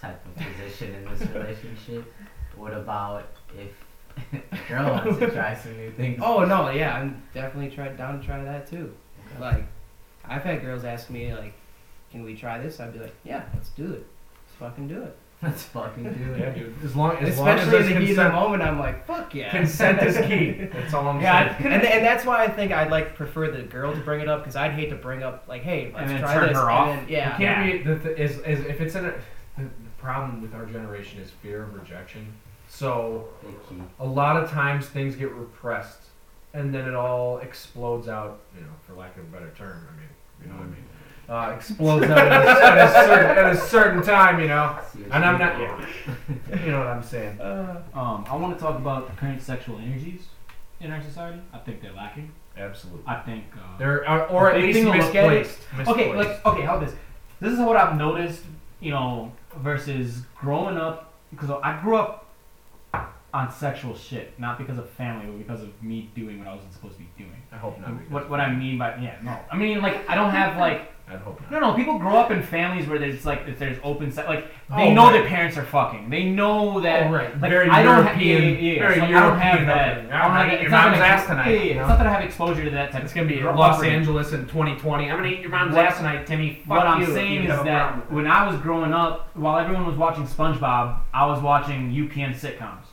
type of position in this relationship. What about if a girl wants to try some new things? Oh no, yeah, I'm definitely try, down to try that too. Like, I've had girls ask me like, "Can we try this?" I'd be like, "Yeah, let's do it. Let's fucking do it." Let's fucking do yeah, it. dude. As long as long as Especially there's in the heat of the consent, moment, I'm like, "Fuck yeah." consent is key. That's all I'm Yeah, saying. I- and, and that's why I think I'd like prefer the girl to bring it up because I'd hate to bring up like, hey, let's And then try turn this. her and off. then- yeah, It can't be the, th is, is if it's in a, the, the problem with our generation is fear of rejection. So Big key. a lot of times things get repressed and then it all explodes out, you know, for lack of a better term. I mean, you know what I mean? Uh, explodes out at a, at, a certain, at a certain time, you know. See what And you I'm do. not, yeah. You know what I'm saying? Um, I want to talk about current sexual energies in our society. I think they're lacking. Absolutely. I think. Uh, There are, or at Big least thing to look at is- misplaced. okay, Misplaced. like okay, how about this? This is what I've noticed, you know, versus growing up because I grew up on sexual shit, not because of family, but because of me doing what I wasn't supposed to be doing. I hope not. because- What what I mean by yeah, no, I mean like I don't have like I hope not. No, no. People grow up in families where there's like if there's open sex, like they Oh, know right. their parents are fucking. They know that. Oh, right. Like, Very I don't European- Have, yeah, yeah, yeah. very So, like, I don't have European that. upbringing. I don't have Your that. It's not mom's that I- ass tonight, Yeah, yeah, you know? It's not that I have exposure to that type. It's of gonna be rough Los upbringing. Angeles in 2020. I'm gonna eat your mom's ass tonight, Timmy. Fuck What I'm you if saying you is have a problem that with when I was growing up, while everyone was watching SpongeBob, I was watching UPN sitcoms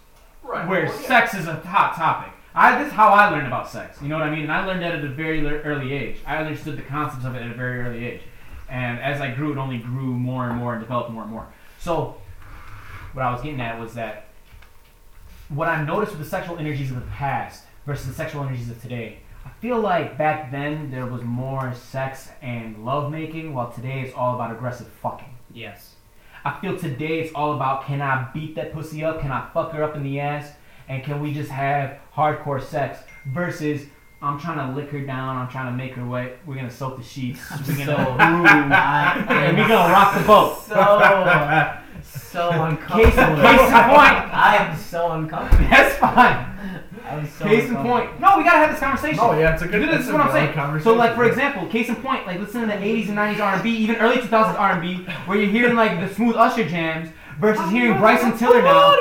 Right. where Well, yeah. sex is a hot topic. I, this is how I learned about sex. You know what I mean? And I learned that at a very lear- early age. I understood the concepts of it at a very early age. And as I grew, it only grew more and more and developed more and more. So, what I was getting at was that what I noticed with the sexual energies of the past versus the sexual energies of today, I feel like back then there was more sex and lovemaking, while today it's all about aggressive fucking. Yes. I feel today it's all about can I beat that pussy up? Can I fuck her up in the ass? And can we just have hardcore sex? Versus I'm trying to lick her down. I'm trying to make her wet. We're gonna soak the sheets. We're gonna and we're gonna rock the boat. So, so uncomfortable. Case in point. I am so uncomfortable. That's fine. I'm so Case in uncomfortable. point. No, we gotta have this conversation. Oh yeah, it's a good. This it's is a what I'm valid saying. So, conversation. like for example, case in point, like listen to the '80s and '90s R&B, even early 2000s R&B, where you're hearing like the smooth Usher jams versus hearing Bryson Tiller now.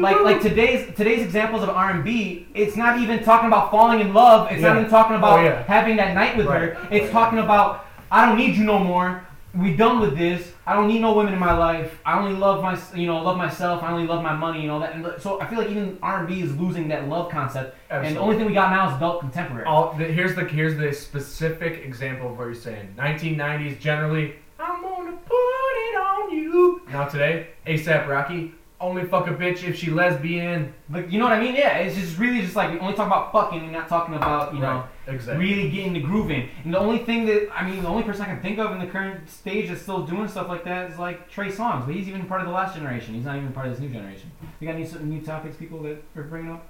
Like like today's today's examples of R&B, it's not even talking about falling in love. It's not Yeah. even talking about Oh, yeah. having that night with Right. her. It's talking about I don't need you no more. We done with this. I don't need no women in my life. I only love my you know love myself. I only love my money and all that. And so I feel like even R&B is losing that love concept. And the Absolutely. Oh. only thing we got now is adult contemporary. All, the, here's the here's the specific example of what you're saying. 1990s generally, I'm gonna put it on you. Now today, ASAP Rocky, only fuck a bitch if she lesbian. Like you know what I mean? Yeah, it's just really just like we only talk about fucking and not talking about you know Right, exactly. really getting the groove in. And the only thing that I mean, the only person I can think of in the current stage that's still doing stuff like that is like Trey Songz, but he's even part of the last generation. He's not even part of this new generation. We got new new topics people that are bringing up.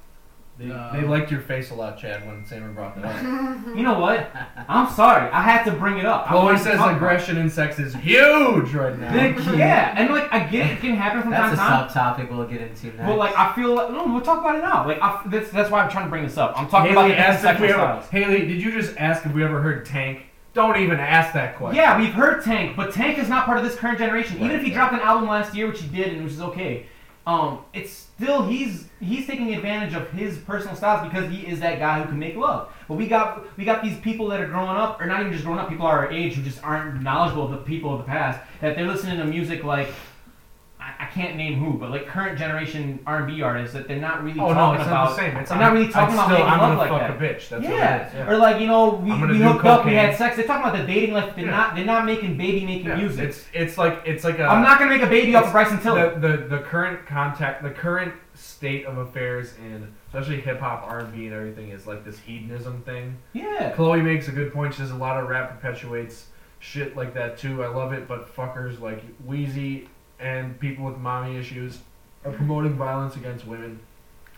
They, Uh, they liked your face a lot, Chad, when Samer brought that up. You know what? I'm sorry, I had to bring it up. I Chloe wanted to says talk about it. aggression in sex is huge right now. Big- yeah, and like I get it can happen from time That's to a time. subtopic we'll get into next. But like I feel like no, we'll talk about it now. Like I, that's that's why I'm trying to bring this up. I'm talking about Haley the different asked if sexual we ever, styles. Haley, did you just ask if we ever heard Tank? Don't even ask that question. Yeah, we've heard Tank, but Tank is not part of this current generation. Even Right, if he right. dropped an album last year, which he did, and which is okay, um, it's still he's he's taking advantage of his personal styles because he is that guy who can make love. But we got we got these people that are growing up, or not even just growing up, people our age who just aren't knowledgeable of the people of the past that they're listening to music like. I I can't name who, but like current generation R and B artists that they're not really Oh no, talking it's about. not the same. It's they're not really I'm- talking I'm about still, making I'm gonna love like fuck that. a bitch. That's what it Yeah. is. or like you know, we, I'm gonna we do hooked up, we cocaine. had sex. They're talking about the dating life. They're Yeah. not they're not making baby making Yeah, music. It's it's like it's like a. I'm not gonna make a baby off of Bryson Tiller. the, the the current contact, the current state of affairs in especially hip hop, R and B, and everything is like this hedonism thing. yeah, Chloe makes a good point. She says a lot of rap perpetuates shit like that too. I love it, but fuckers like Wheezy and people with mommy issues are promoting violence against women,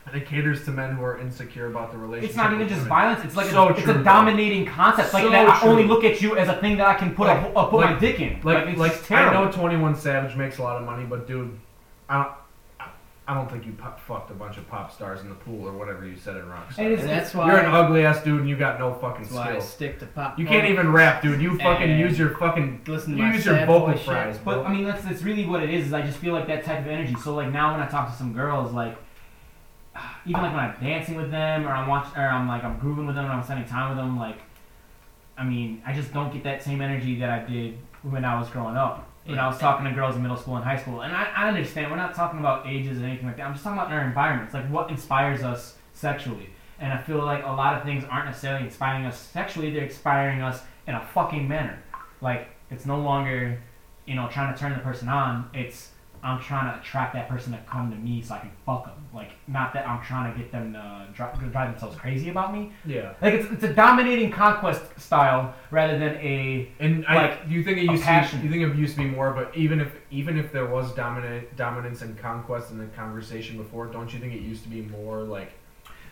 and it caters to men who are insecure about the relationship. it's not even with just women. violence. It's like So a, it's true, a bro. dominating concept. Like So that, true. I only look at you as a thing that I can put Like- a, uh, put my like- dick in. Like, it's like just terrible. I know Twenty One Savage makes a lot of money, but dude, I don't, I- I don't think you pop, fucked a bunch of pop stars in the pool or whatever you said in Rockstar. And it's- And that's why You're an ugly ass dude and you got no fucking that's why I skills. stick to pop. You can't even rap, dude. You fucking And- use your fucking listen to you my use your sad vocal boy shit. fries, bro. But I mean, that's that's really what it is. Is I just feel like that type of energy. So like now when I talk to some girls, like even like when I'm dancing with them or I'm watching or I'm like I'm grooving with them and I'm spending time with them, like I mean, I just don't get that same energy that I did when I was growing up. When I was talking to girls in middle school and high school, and I, I understand we're not talking about ages and anything like that. I'm just talking about our environments, like what inspires us sexually. And I feel like a lot of things aren't necessarily inspiring us sexually; they're inspiring us in a fucking manner. Like it's no longer you know, trying to turn the person on, it's I'm trying to attract that person to come to me so I can fuck them. Like, not that I'm trying to get them to drive, drive themselves crazy about me. yeah. Like, it's, it's a dominating conquest style rather than a. And I Like, you think it a used to passion. be, you think it used to be more, but even if even if there was dominant dominance and conquest in the conversation before, don't you think it used to be more like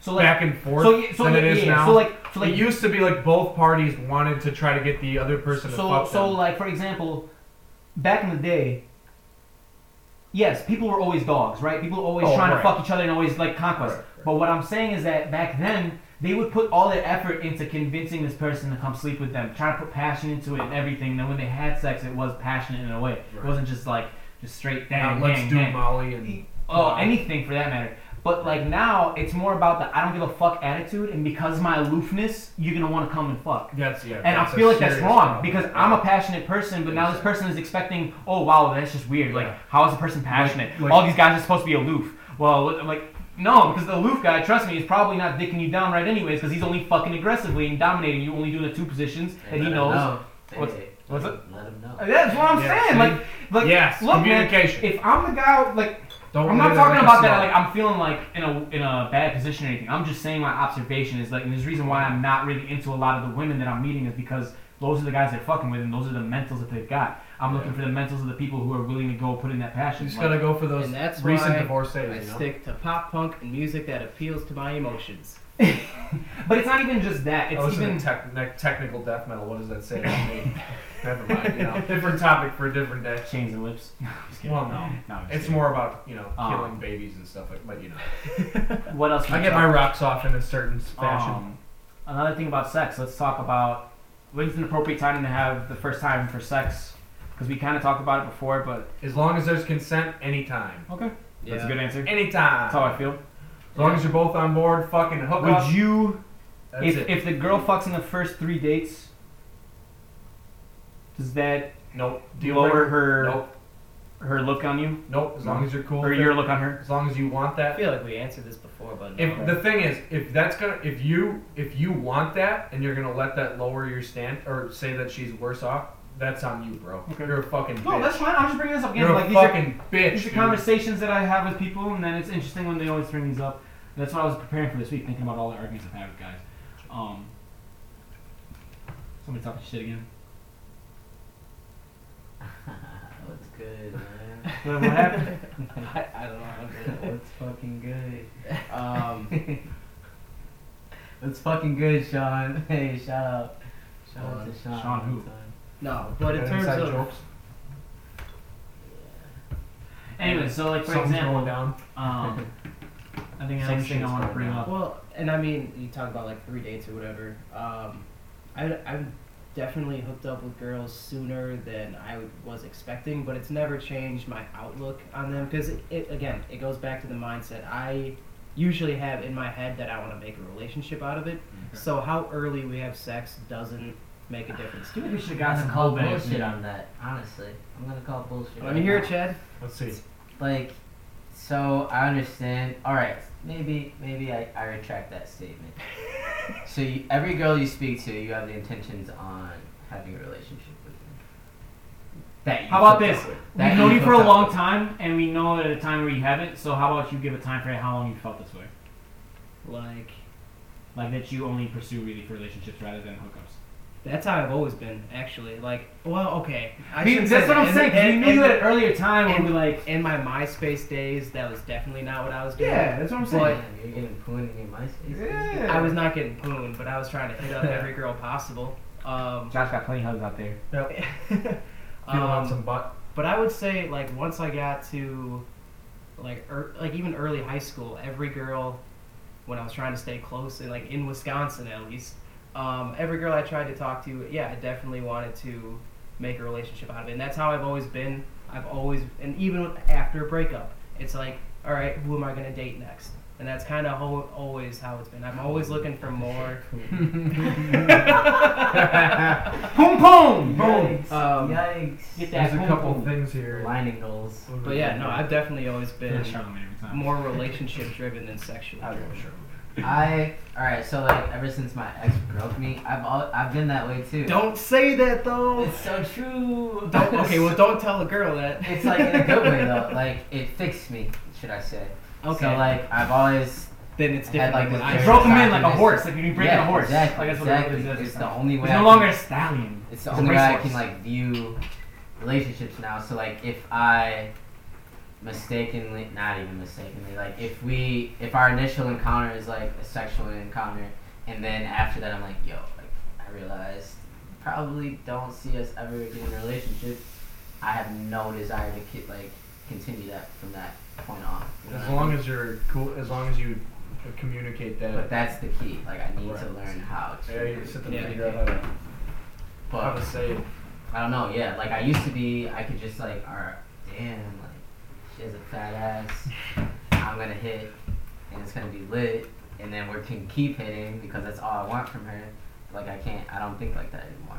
So, like. back and forth so, yeah, so, than yeah, it is yeah, yeah. now? so, like, so, like, it used to be like both parties wanted to try to get the other person to so, fuck so them. like for example back in the day yes people were always dogs right people were always Oh, trying right. to fuck each other and always like conquest Right, right. but what i'm saying is that back then they would put all their effort into convincing this person to come sleep with them trying to put passion into it and everything then when they had sex it was passionate in a way it Right. wasn't just like just straight Now down let's gang, do gang. Molly and Oh, Wow. anything for that matter. But like now, it's more about the I don't give a fuck attitude, and because of my aloofness, you're gonna want to come and fuck. that's yeah. And I that's a feel like that's serious wrong problem. because I'm a passionate person, but now this person is expecting, oh wow, that's just weird. Like, Yeah. how is a person passionate? like- All these guys are supposed to be aloof. Well, what- like, No, because the aloof guy, trust me, is probably not dicking you down right anyways, because he's only fucking aggressively and dominating you, only doing the two positions that Let he 'em knows. know. What's- Hey, what's let 'em- Let him know. That's what I'm Yeah, saying. see? Like, like, yes, look, man. communication. If I'm the guy, like, Don't I'm not let it talking make about us that. know. Like, I'm feeling like in a in a bad position or anything. I'm just saying my observation is like, and there's a reason why I'm not really into a lot of the women that I'm meeting is because those are the guys they're fucking with, and those are the mentals that they've got. I'm looking for the mentals of the people who are willing to go put in that passion. you just Like, gotta go for those And that's recent why I divorcees. You know? stick to pop punk and music that appeals to my emotions. but it's not even just that. I It's Oh, listen even to tech, ne- technical death metal. What does that say about me? Never mind. You know, different topic for a different day. chains and lips. No, I'm just kidding. Well, no. No, I'm just It's kidding. more about you know Um, killing babies and stuff. Like, but you know, What else? can I we get talk my rocks off in a certain fashion. Um, another thing about sex. Let's talk about when's an appropriate time to have the first time for sex, because we kind of talked about it before. But as long as there's consent, anytime, that's a good answer. anytime. That's how I feel. As long as you're both on board, fucking hook up. Would you, That's if it. if the girl fucks in the first three dates, does that nope. lower her Nope. her look on you Nope. As long as you're cool. or with your it, look on her? As long as you want I that. feel like we answered this before, but no. If the thing is, if that's gonna, if you, if you want that, and you're gonna let that lower your stand or say that she's worse off, that's on you, bro. Okay. You're a fucking. No, bitch. that's fine. I'm just bringing this up again. You're like a these are- fucking bitch. These are dude. conversations that I have with people, and then it's interesting when they always bring these up. And that's what I was preparing for this week, thinking about all the arguments I've had with guys. Um, somebody talking shit again. What's good, man? What what happened? I, I don't know. how good- What's fucking good? Um, what's fucking good, Sean? Hey, shout out, shout out to Sean. Uh, Sean who? no, but in Got terms inside of jokes. anyway, so like for Something's example, going down. um, I think the Some next thing shit's I want to going bring down. up. Well, and I mean, you talk about like three dates or whatever. Um, I, I'm definitely hooked up with girls sooner than I was expecting, but it's never changed my outlook on them because it, it again, it goes back to the mindset I usually have in my head that I want to make a relationship out of it. So how early we have sex doesn't make a difference. I think we should have I'm gotten gonna some call callbacks. bullshit on that. Honestly, I'm gonna call bullshit. Let on me hear that. it, Chad. Let's see. like so i understand all right maybe maybe i, I retract that statement so you, every girl you speak to you have the intentions on having a relationship with them that you How about hooked this? up with, We've that known you for a hooked up long with. time, and we know at a time where you haven't. So how about you give a time frame how long you felt this way, Like like that you only pursue really for relationships rather than hookups. that's how I've always been actually. Like, well, okay. I I mean, shouldn't that's say what that. I'm In- saying. 'cause in- we knew in- you at an earlier time when and- we like. in my MySpace days, that was definitely not what I was doing. Yeah, that's what I'm But- saying. Damn, you're getting pooned in your myspace Yeah. I was not getting pooned, but I was trying to hit up every girl possible. Um, Josh got plenty of hugs out there. Feeling on um, some butt. but I would say, like, once I got to, like, er, like even early high school, every girl, when I was trying to stay close, and like in Wisconsin at least, um, every girl I tried to talk to, yeah, I definitely wanted to make a relationship out of it, and that's how I've always been. I've always, and even after a breakup, it's like, all right, who am I gonna date next? And that's kind of ho- always how it's been. I'm always looking for more. Boom, boom, boom. Yikes. Um, Yikes. Get that There's a boom, couple boom. things here. lining goals But yeah, no, I've definitely always been Yeah, Charlemagne every time. more relationship driven than sexual Okay. driven. i all right so like ever since my ex broke me i've all, i've been that way too Don't say that though. it's so true Don't, okay, well, don't tell a girl that. it's like in a good way though. Like it fixed me, should I say? Okay, So like I've always then it's had different. like than this. I- very Broke him in like a misogynistic- horse, like you break yeah, a horse. Exactly. like that's exactly. what it is. it's the only way. It's I no longer Can, a stallion. it's the it's a only way I racehorse. can like view relationships now. So like if I mistakenly, not even mistakenly, like if we, if our initial encounter is like a sexual encounter, and then after that I'm like, yo, like I realized probably don't see us ever getting in a relationship. I have no desire to ki- like continue that from that point on. You know As what I mean? long as you're cool, as long as you communicate But that, that's the key. Like I need to Right. learn how yeah, to. you sit there Yeah. and figure out how to, how to But say it. I don't know. Yeah, like I used to be. I could just like, alright, damn, like she has a fat ass. I'm gonna hit, and it's gonna be lit. And then we can keep hitting because that's all I want from her. Like I can't. I don't think like that anymore.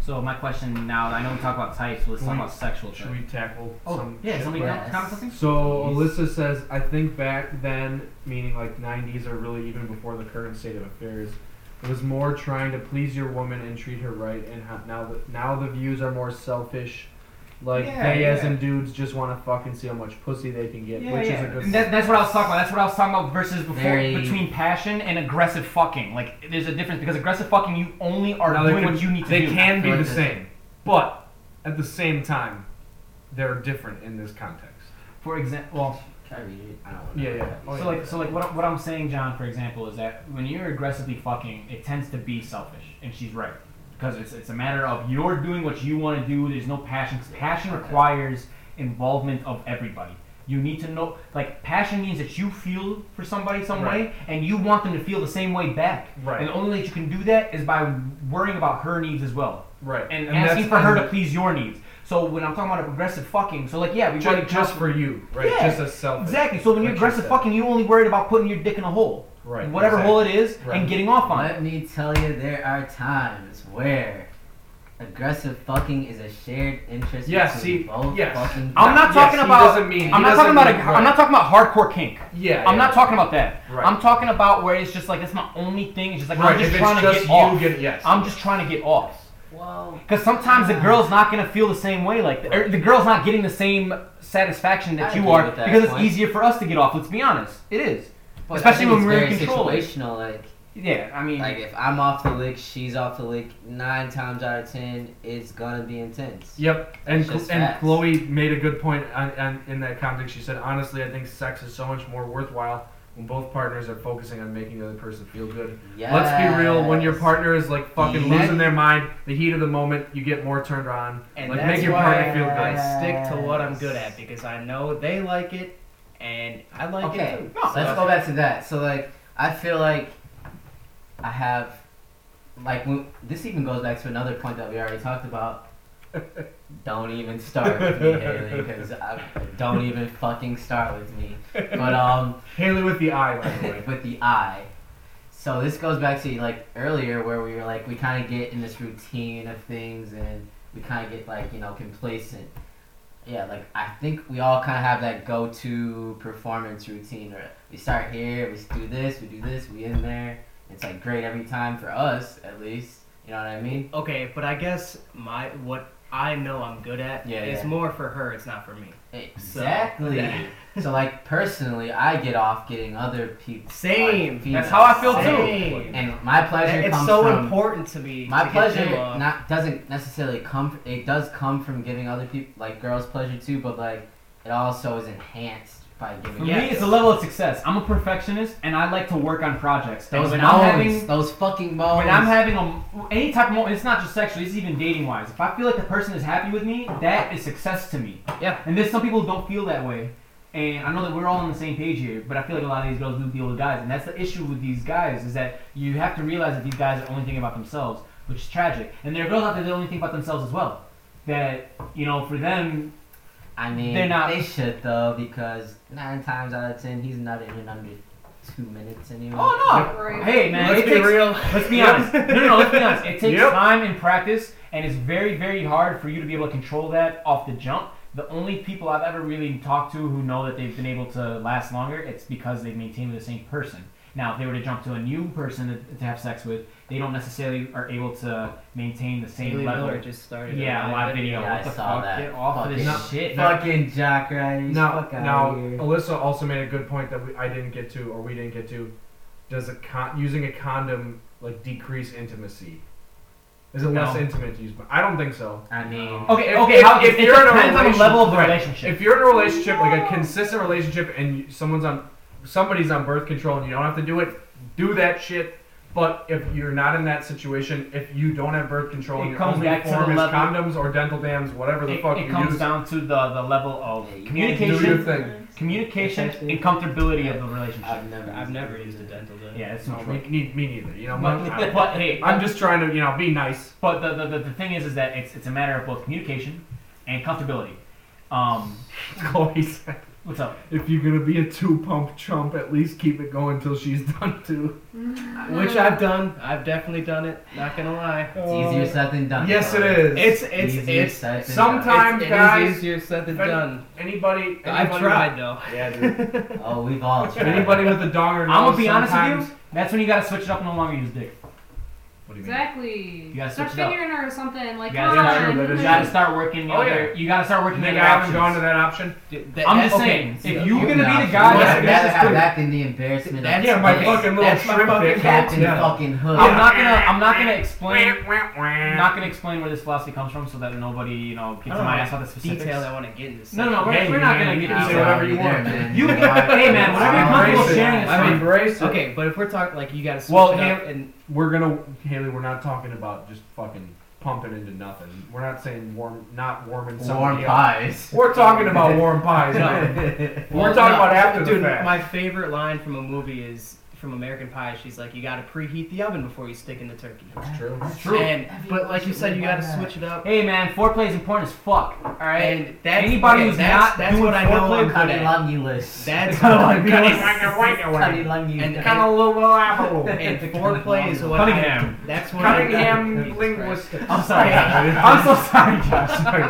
So my question now, I know we talk about types, but let's talk Wait, about sexual Should types. we tackle Oh, some? yeah, shit somebody right else comment something? So Alyssa says, I think back then, meaning like 90s or really even before the current state of affairs, it was more trying to please your woman and treat her right. And how, now the, now the views are more selfish. Like Yeah, they as yeah. in dudes just want to fucking see how much pussy they can get, Yeah, which is yeah. a good. And that, that's what I was talking about. That's what I was talking about versus before Very- between passion and aggressive fucking. Like there's a difference because aggressive fucking you only are Now, they doing could- what you need to They do. can be the Correct. same, but at the same time, they're different in this context. For example, well, Can I read it? I don't know. Yeah, yeah. Oh, so yeah. like so like what, I- what I'm saying, John, for example, is that when you're aggressively fucking, it tends to be selfish, and she's right because it's it's a matter of you're doing what you want to do. There's no passion. 'cause passion requires involvement of everybody. You need to know like passion means that you feel for somebody some way, and you want them to feel the same way back. Right. And the only way that you can do that is by worrying about her needs as well, Right. and, that's- asking for her to please your needs. So when I'm talking about aggressive fucking, so like yeah, we ju- want just, for you, right? Yeah. Just as selfish. Exactly. So when you're Like you aggressive said. fucking, you're only worried about putting your dick in a hole, Right. whatever exactly. hole it is, Right. and getting off on it. Let me tell you, there are times where aggressive fucking is a shared interest Yes, see, between both yes. fucking I'm not Yes, talking he about. doesn't mean- he I'm not doesn't talking about. mean- ag- right. I'm not talking about hardcore kink. Yeah. I'm yeah. not talking about that. Right. I'm talking about where it's just like that's my only thing. It's just like Right. I'm just if trying it's to just get you off. get yes. I'm just trying to get off. Well, Because sometimes the Yeah. girl's not gonna feel the same way. Like or the girl's not getting the same satisfaction that I you agree are with that because it's point. easier for us to get off. Let's be honest. It is. but I Especially think when it's we're in very control. Situational, like, Yeah. I mean. like if I'm off the lick, she's off the lick. Nine times out of ten, it's gonna be intense. Yep, and It's just and facts. Chloe made a good point on, on, in that context. She said, honestly, I think sex is so much more worthwhile when both partners are focusing on making the other person feel good. Let's be real, when your Yes. partner is like fucking Yes. losing their mind, the heat of the moment, you get more turned on. And like that's make your why partner feel I good. stick to what I'm good at because I know they like it and I like it Okay, too. so let's go back to that. So like, I feel like I have, like, when, this even goes back to another point that we already talked about. don't even start with me, Haley, because don't even fucking start with me. But um, Haley with the eye, by the way. with the eye. So this goes back to like earlier where we were like we kind of get in this routine of things and we kind of get like you know complacent. Yeah, like I think we all kind of have that go-to performance routine. Or we start here, we do this, we do this, we in there. It's like great every time for us, at least. You know what I mean? Okay, but I guess my what I know I'm good at Yeah, is yeah. more for her. It's not for me. Exactly. So, like personally, I get off getting other people. Same. That's how I feel too. Same. And my pleasure That- it's comes so from important to me. My to get pleasure them off. not doesn't necessarily come. It does come from giving other people like girls pleasure too, but like it also is enhanced by For giving. me, it's a level of success. I'm a perfectionist, and I like to work on projects. And Those when bones, I'm having those fucking Um, bones. When I'm having a, any type of moment, it's not just sexually, it's even dating wise. If I feel like the person is happy with me, that is success to me. Yeah. And there's some people who don't feel that way. And I know that we're all on the same page here, but I feel like a lot of these girls do deal with guys. And that's the issue with these guys is that you have to realize that these guys are only thinking about themselves, which is tragic. And there are girls out there that only think about themselves as well. That, you know, for them, I mean, They're not- They should though, because nine times out of ten, he's not in under two minutes anyway. oh no! Right. Hey man, Let's it be takes- real. Let's be honest. No, no, no, let's be honest. It takes Yep. time and practice, and it's very, very hard for you to be able to control that off the jump. The only people I've ever really talked to who know that they've been able to last longer, it's because they've maintained with the same person. Now, if they were to jump to a new person to, to have sex with, they don't necessarily are able to maintain the same Haley level. Miller just started. a yeah, live video. Yeah, what I the saw fuck? that. Get off of this Fucking- shit. fucking Jack right? Now, fuck now outta here. Alyssa also made a good point that we, I didn't get to, or we didn't get to. Does a con- using a condom like decrease intimacy? Is it less No. intimate to use? But I don't think so. I mean, Okay, If- okay. if- how, if it you're in a depends on the relationship- level of the right. relationship. If you're in a relationship, like a consistent relationship, and you, someone's on, somebody's on birth control, and you don't have to do it, do that shit. But if you're not in that situation, if you don't have birth control, It and your comes only back to the form is level- condoms or dental dams, whatever the it, fuck it you comes use, down to the, the level of Yeah, you can't do your communication, thing. communication, Essentially. and comfortability of the relationship. I've never, I've never used a dental dam. Yeah, it's No, not me, true. me, me neither. You know, But, I'm, but hey, I'm just trying to, you know, be nice. but the, the, the, the thing is, is that it's, it's a matter of both communication and comfortability. Um, Chloe said. What's up? If you're gonna be a two pump chump, at least keep it going till she's done too. Which I've done. I've definitely done it. Not gonna lie. Oh, It's easier said than done. Yes, it folks. is. It's it's Easier it's. said than sometimes- it's, it guys. is easier said than But- done. anybody. I've anybody- tried though. Yeah, dude. done. Oh, we've all. tried. anybody with a donger. I'm gonna be knows honest with sometimes- Oh, you. That's when you gotta switch it up and no longer use dick. What do you mean? Exactly. You gotta Start switch it up. fingering her or something. Like, You come gotta start- on. You gotta start working the Oh, other. You gotta start working the Nick, other I haven't options. gone to that option. Dude, that- I'm that- just okay, saying, so- if you're gonna be the Options. guy I'd that's- rather that's have good. that than the embarrassment. That's- of Yeah, my Yes, fucking little that's my shrimp fucking dick. Captain Yeah. fucking Hook. I'm not gonna. I'm not gonna explain. I'm not gonna explain where this philosophy comes from, so that nobody, you know, I gets don't in my know ass about the the specifics. detail I want to get into. No, no, we're, Hey, we're not gonna man, get you into say that. whatever you there, want. man. You- hey, man, whatever you're I'll comfortable embrace it. sharing is I fine. mean, Embrace it. Okay, but if we're talking like you gotta switch Well, it up here- and We're gonna Haley. We're not talking about just fucking pumping into nothing. We're not saying warm, not warming somebody Warm up. pies. We're talking about warm pies. man. We're Well, talking no, about after dude, the fact. my favorite line from a movie is from American Pie. She's like, "You gotta preheat the oven before you stick in the turkey." It's true. True. And but like you said, you gotta switch it up. Hey, man, foreplay is important as fuck. All right. And that's, Anybody okay, who's that's, not that's doing what I know I'm foreplay- good Cunny at. lungulus. That's what Cunny I'm good at. Cunny And- lungulus. Kind of little apple. And foreplay is what Cunningham. I, that's what I, Cunningham Jesus Christ. linguistics. I'm sorry. I'm so sorry, Josh. Sorry.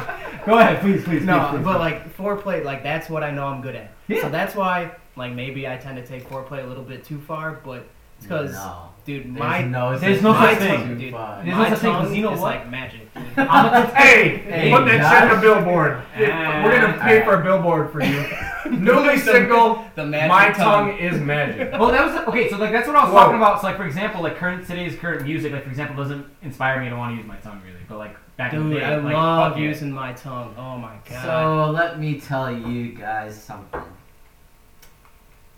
Go ahead, please, please. No, please, please. but like foreplay, like that's what I know I'm good at. Yeah. So that's why, like maybe I tend to take foreplay a little bit too far, but it's because, No. dude, There's my no there's such no my such thing. tongue, dude, Fine. There's my no such thing, 'cause tongue you know is what? like magic. dude. I'm a- Hey, Hey, put that shit on Josh. a billboard. Ah. We're gonna pay for a billboard for you. Newly single. The magic My tongue is magic. well, that was okay. So like that's what I was Whoa. talking about. So like for example, like current today's current music, like for example, doesn't inspire me to want to use my tongue really. But like back in the Dude, day, I like, love fuck yeah. using my tongue. Oh my god. So let me tell you guys something.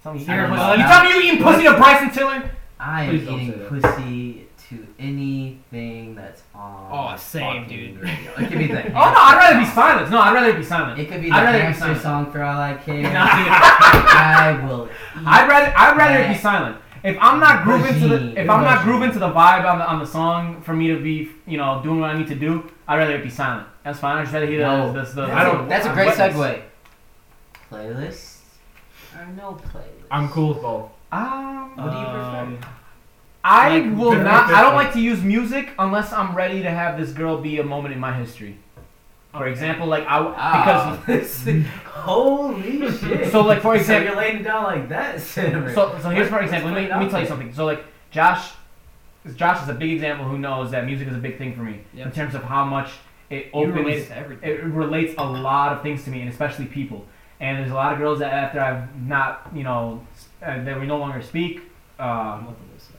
Tell me, you I don't pussy. know. you tell me you eating pussy to Bryson Tiller? I am Please don't eating say pussy to anything that's on. Oh, the same, fucking dude. radio. It could be the. Oh no, I'd rather be silent. No, I'd rather be silent. It could be the I'd rather be gangster silent. song for all I care. Nah, dude. I will. Eat. I'd rather I'd rather it be Yeah. silent. If I'm not grooving to the if I'm not Regime. grooving to the vibe on the, on the song for me to be you know doing what I need to do, I'd rather it be silent. That's fine. I'd just rather hear No. the, the, the, That's I don't- A, that's a great I'm- segue. Playlists or no playlists? I'm cool with both. Um, What do you prefer? Um, I Like, will very not. I don't different. like to use music unless I'm ready to have this girl be a moment in my history. For Okay. example, like I w- Ah, this- holy because shit. so like for So example you're laying down like that, Sam. so, so here's for example. Let me, Let's let me tell you play it out. something. So like Josh, Josh is a big example who knows that music is a big thing for me in Yep. terms of how much it you relate opens it to everything. it relates a lot of things to me, and especially people. And there's a lot of girls that after I've not, you know, s- uh, that we no longer speak, um,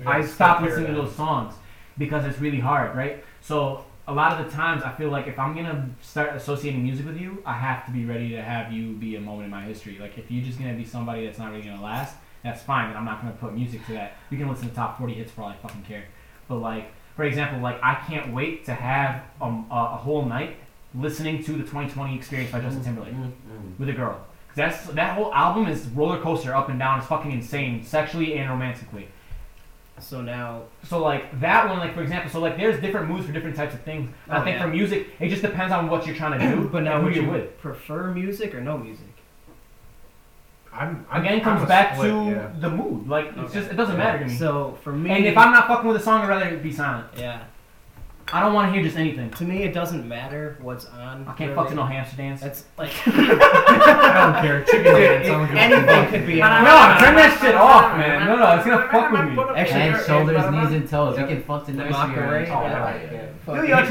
I stopped listening to those songs because it's really hard, right? So a lot of the times, I feel like if I'm gonna start associating music with you, I have to be ready to have you be a moment in my history. Like if you're just gonna be somebody that's not really gonna last, that's fine. Then I'm not gonna put music to that. You can listen to top 40 hits for all I fucking care. But like, for example, like I can't wait to have um, a, a whole night listening to the 2020 Experience by Mm-hmm. Justin Timberlake Mm-mm. with a girl. 'Cause That's that whole album is roller coaster up and down. It's fucking insane, sexually and romantically. So now, So like that one, like for example, so like there's different moods for different types of things. I Oh, think yeah. for music, it just depends on what you're trying to do. but now and who would you you're with. prefer music or no music? I'm, I'm Again, it comes I'm a back split, to yeah. the mood. Like it's Okay. just it doesn't Yeah. matter to me. So for me, and if I'm not fucking with a song, I'd rather it be silent. yeah, I don't want to hear just anything. to me it doesn't matter what's on. I can't really. fuck to no hamster dance. That's like I don't care. Chicken dance. I don't give a anything fuck. could be no, on. turn that shit off, man. No, no, it's gonna fuck with me. Actually, And shoulders, knees, and toes. You can fuck the The nursery Macarena. rhymes. Oh, yeah. Fucking- your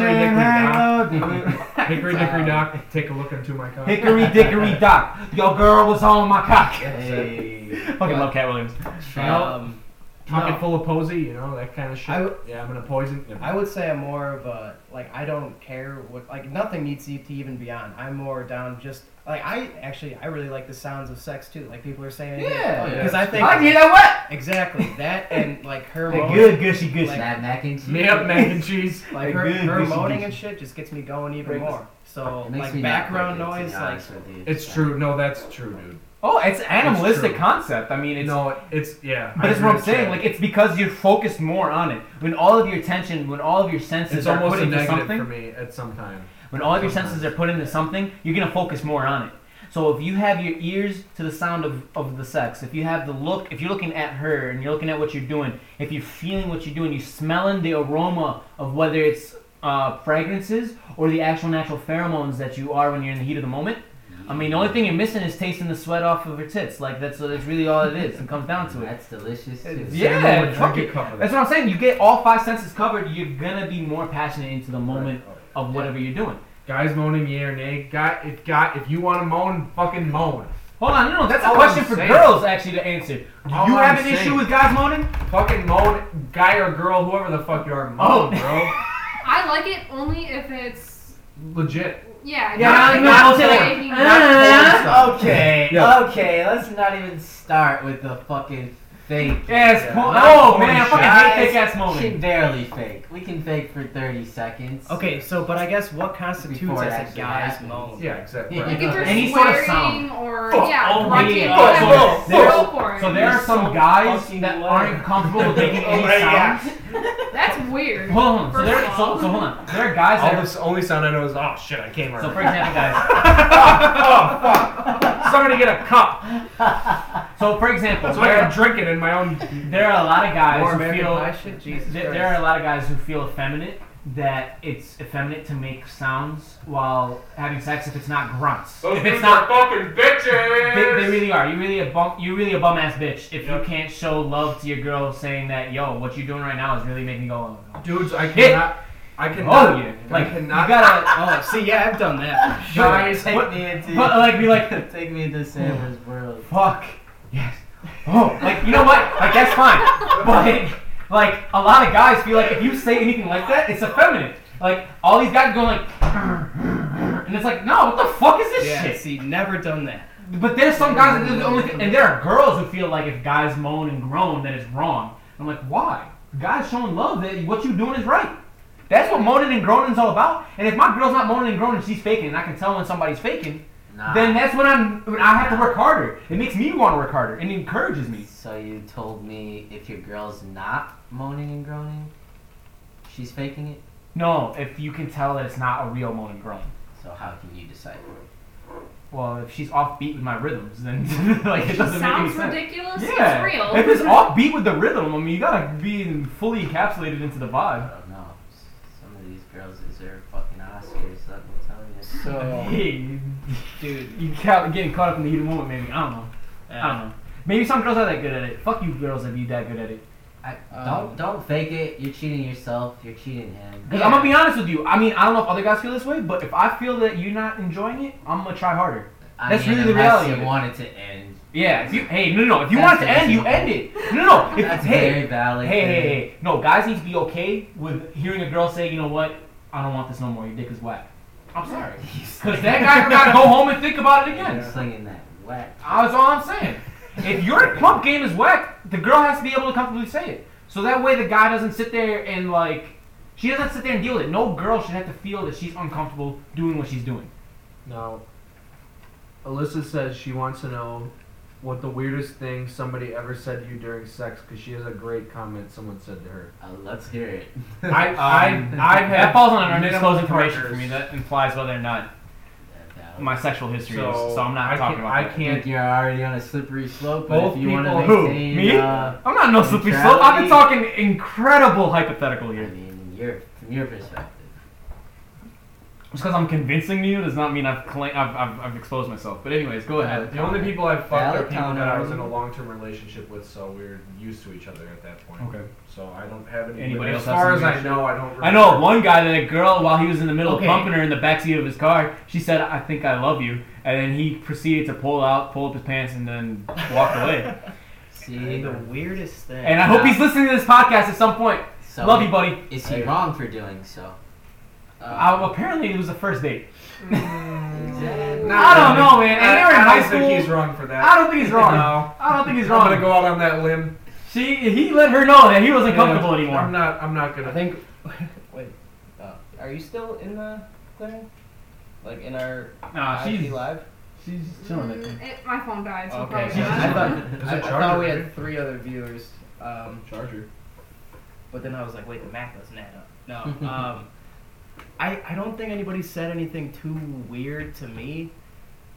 Hickory thing, Hickory dickory dock. dickory dock. Take a look into my car. Hickory dickory dock. Your girl was on my cock. Hey. Fucking love Cat Williams. Um, Pocket No. full of posy, you know that kind of shit. I w- yeah, I'm gonna poison. I would say I'm more of a like I don't care what like nothing needs to even be on. I'm more down just like I actually I really like the sounds of sex too. Like people are saying Oh, Yeah. because I think I did that what? exactly that and like her That moaning, good gushy gushy. Like- Mad mac and cheese. Yep, mac and cheese. like that her, good her greasy moaning greasy. and shit just gets me going even Brings- more. So It makes me like not background like it, to noise be like honest with you. It's true. No, that's true, dude. Oh, it's animalistic true. concept. I mean, it's No, it's yeah. But I that's what agree I'm with saying. you. Like it's because you're focused more on it. When all of your attention, when all of your senses it's are almost put a into negative something, for me at some time. when all of your senses are put into something, you're gonna focus more on it. So if you have your ears to the sound of, of the sex, if you have the look, if you're looking at her and you're looking at what you're doing, if you're feeling what you're doing, you're smelling the aroma of whether it's uh, fragrances or the actual natural pheromones that you are when you're in the heat of the moment. I mean, the only thing you're missing is tasting the sweat off of her tits. Like that's that's really all it is. It comes down to it. That's delicious too. Yeah, fuck it. cup of That's what I'm saying. You get all five senses covered. You're gonna be more passionate into the moment of whatever you're doing. Guys moaning yay or nay. Guy, if guy, if you want to moan, fucking moan. Hold on, no, no, that's a All question I'm for saying- girls actually to answer. Do All you I'm have an issue saying- with guys moaning? Fucking moan, guy or girl, whoever the fuck you are, moan, bro. I like it only if it's Legit. yeah. Yeah, not- I know, not I'll say, like, making- Okay, Yeah. okay, let's not even start with the fucking fake. Yes, Yeah. po- Let's oh point man, I fucking shots. hate fake ass We moaning. can barely fake. We can fake for 30 seconds. Okay, so but I guess what constitutes Before it as a actually guy's happens. moan? Yeah, exactly. Yeah. Like if you're Any sort of swearing sound. or Fuck, yeah, oh, grunting, yeah. whatever, Fuck, fuck, go for it. So there are some guys that aren't comfortable with making any sounds. That's weird. Hold on, hold on. So, First there, of so, all. so hold on. There are guys that All are, this only sound I know is oh shit, I came right. so for example, guys. Somebody get a cup So for example, so I can there, drink it in my own. there are a lot of guys More who American feel Pie shit? Jesus There, Christ. there are a lot of guys who feel effeminate that it's effeminate to make sounds while having sex if it's not grunts. if it's not, fucking they, bitches. they really are. You really a bum. You really a bum ass bitch if Yep. you can't show love to your girl saying that yo, what you're doing right now is really making me go. Oh, Dudes, I Hit. cannot. I oh, cannot. yeah. Like you cannot- gotta, Oh, see, yeah, I've done that. for sure. Guys, Take What- me into. but like be like, take me into Sam's world. fuck yes. Oh, like you know what? Like that's fine. But like a lot of guys feel like if you say anything like that, it's effeminate. Like all these guys going like, and it's like, no, what the fuck is this Yeah, shit? see, never done that. But there's some guys that do the only thing, and there are girls who feel like if guys moan and groan, that it's wrong. I'm like, why? Guys showing love that what you doing is right. That's what moaning and groaning is all about. And if my girl's not moaning and groaning, she's faking, and I can tell when somebody's faking, Nah. then that's when I'm when I have to work harder. It makes me want to work harder, and encourages me. So you told me if your girl's not moaning and groaning, she's faking it. No, if you can tell that it's not a real moan and groan. So how can you decipher? it? Well, if she's offbeat with my rhythms, then like it It doesn't make any sounds sense. ridiculous. Yeah. It's real. If it's offbeat with the rhythm, I mean, you gotta be fully encapsulated into the I vibe. don't know. S- Some of these girls deserve fucking Oscars. Let me tell you. So, Hey, dude, you ca- getting caught up in the heat of the moment, maybe. I don't know. I don't know. Maybe some girls are that good at it. Fuck you, girls, if you that good at it. I, Um, don't don't fake it. You're cheating yourself. You're cheating him. Because I'm gonna be honest with you. I mean, I don't know if other guys feel this way, but if I feel that you're not enjoying it, I'm gonna try harder. I that's mean, really the unless reality of You it. want it to end. Yeah. If you, hey, no, no. no. If you That's want it to end, you end it. No, no. no. If, That's hey, very valid. Hey, dude. hey, hey. No, guys need to be okay with hearing a girl say, you know what, I don't want this no more. Your dick is whack. I'm sorry. Because that guy got to go home and think about it again. You're slinging that whack. That's all I'm saying. If your pump game is whack, the girl has to be able to comfortably say it. So that way the guy doesn't sit there and, like, she doesn't sit there and deal with it. No girl should have to feel that she's uncomfortable doing what she's doing. No. Alyssa says she wants to know what the weirdest thing somebody ever said to you during sex because she has a great comment someone said to her. Uh, let's hear it. I, Um, I, I've had that falls on minimal undisclosed information for partners. me. That implies whether or not That- that- my sexual history So, is. So I'm not I talking can't- about I that. can't- I think you're already on a slippery slope. But Both if you want to people- Who? maintain, Me? Uh, I'm not no slippery slope. I've been Neutrality. talking incredible hypothetical I here. mean, your from your perspective. Just because I'm convincing you does not mean I've, cla- I've, I've I've exposed myself. But anyways, go ahead. The only people I've fucked are Valid people that I was in a comment. long-term relationship with, so we're used to each other at that point. Okay. So I don't have any. Anybody as else have far as some I know, I don't. Remember. I know of one guy that a girl, while he was in the middle Okay. of bumping her in the backseat of his car, she said, "I think I love you," and then he proceeded to pull out, pull up his pants, and then walk away. See, the weirdest thing. and I hope he's listening to this podcast at some point. so love you, buddy. Is he wrong for doing so? Uh, Uh, apparently, it was the first date. Exactly. Not I don't really. know, man. And I, they were in I high don't think he's school. wrong for that. I don't think he's wrong. No. I don't think he's I'm gonna wrong. go out on that limb. She, he let her know that he wasn't comfortable Yeah, anymore. I'm not. I'm not gonna. I think. Wait, uh, oh, are you still in the clinic? Like in our Nah, IG Uh, she's live? she's chilling. I think. Mm, it, my phone died, so Okay. probably I not. thought, There's I, a I charger, thought we had right? three other viewers, um, Charger. but then I was like, wait, the Mac doesn't add up. No. Um, I, I don't think anybody said anything too weird to me.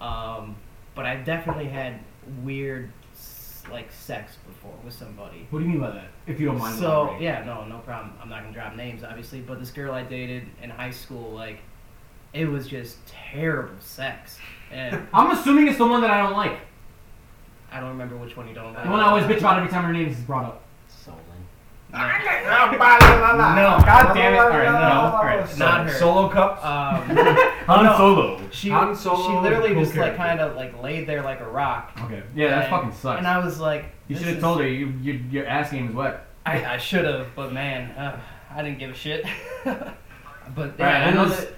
Um, but I definitely had weird s- like sex before with somebody. What do you mean by that? If you don't mind. So elaborating. yeah, no, no problem. I'm not gonna drop names, obviously, but this girl I dated in high school, like, it was just terrible sex, and I'm assuming it's the one that I don't like. I don't remember which one you don't. The one I always bitch about every time her name is brought up. Solon. No, ah, No. God damn it. All right, no. All right. not her. Solo cups. Um, Han Solo. she Han Solo, she literally cool just like character. kind of like laid there like a rock, Okay. Yeah, that And- fucking sucks. and I was like, you this should have is- told her you, you, your ass game is wet. I, I should have, but man, uh, I didn't give a shit. but yeah, Right, I and know those- that.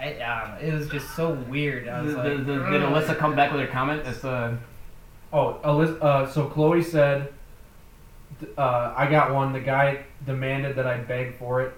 I, um, it was just so weird. I The, was the, like, the, did Alyssa come back with her comment? That's uh, Oh, Alyssa, uh, so Chloe said, th- uh, I got one. The guy demanded that I beg for it.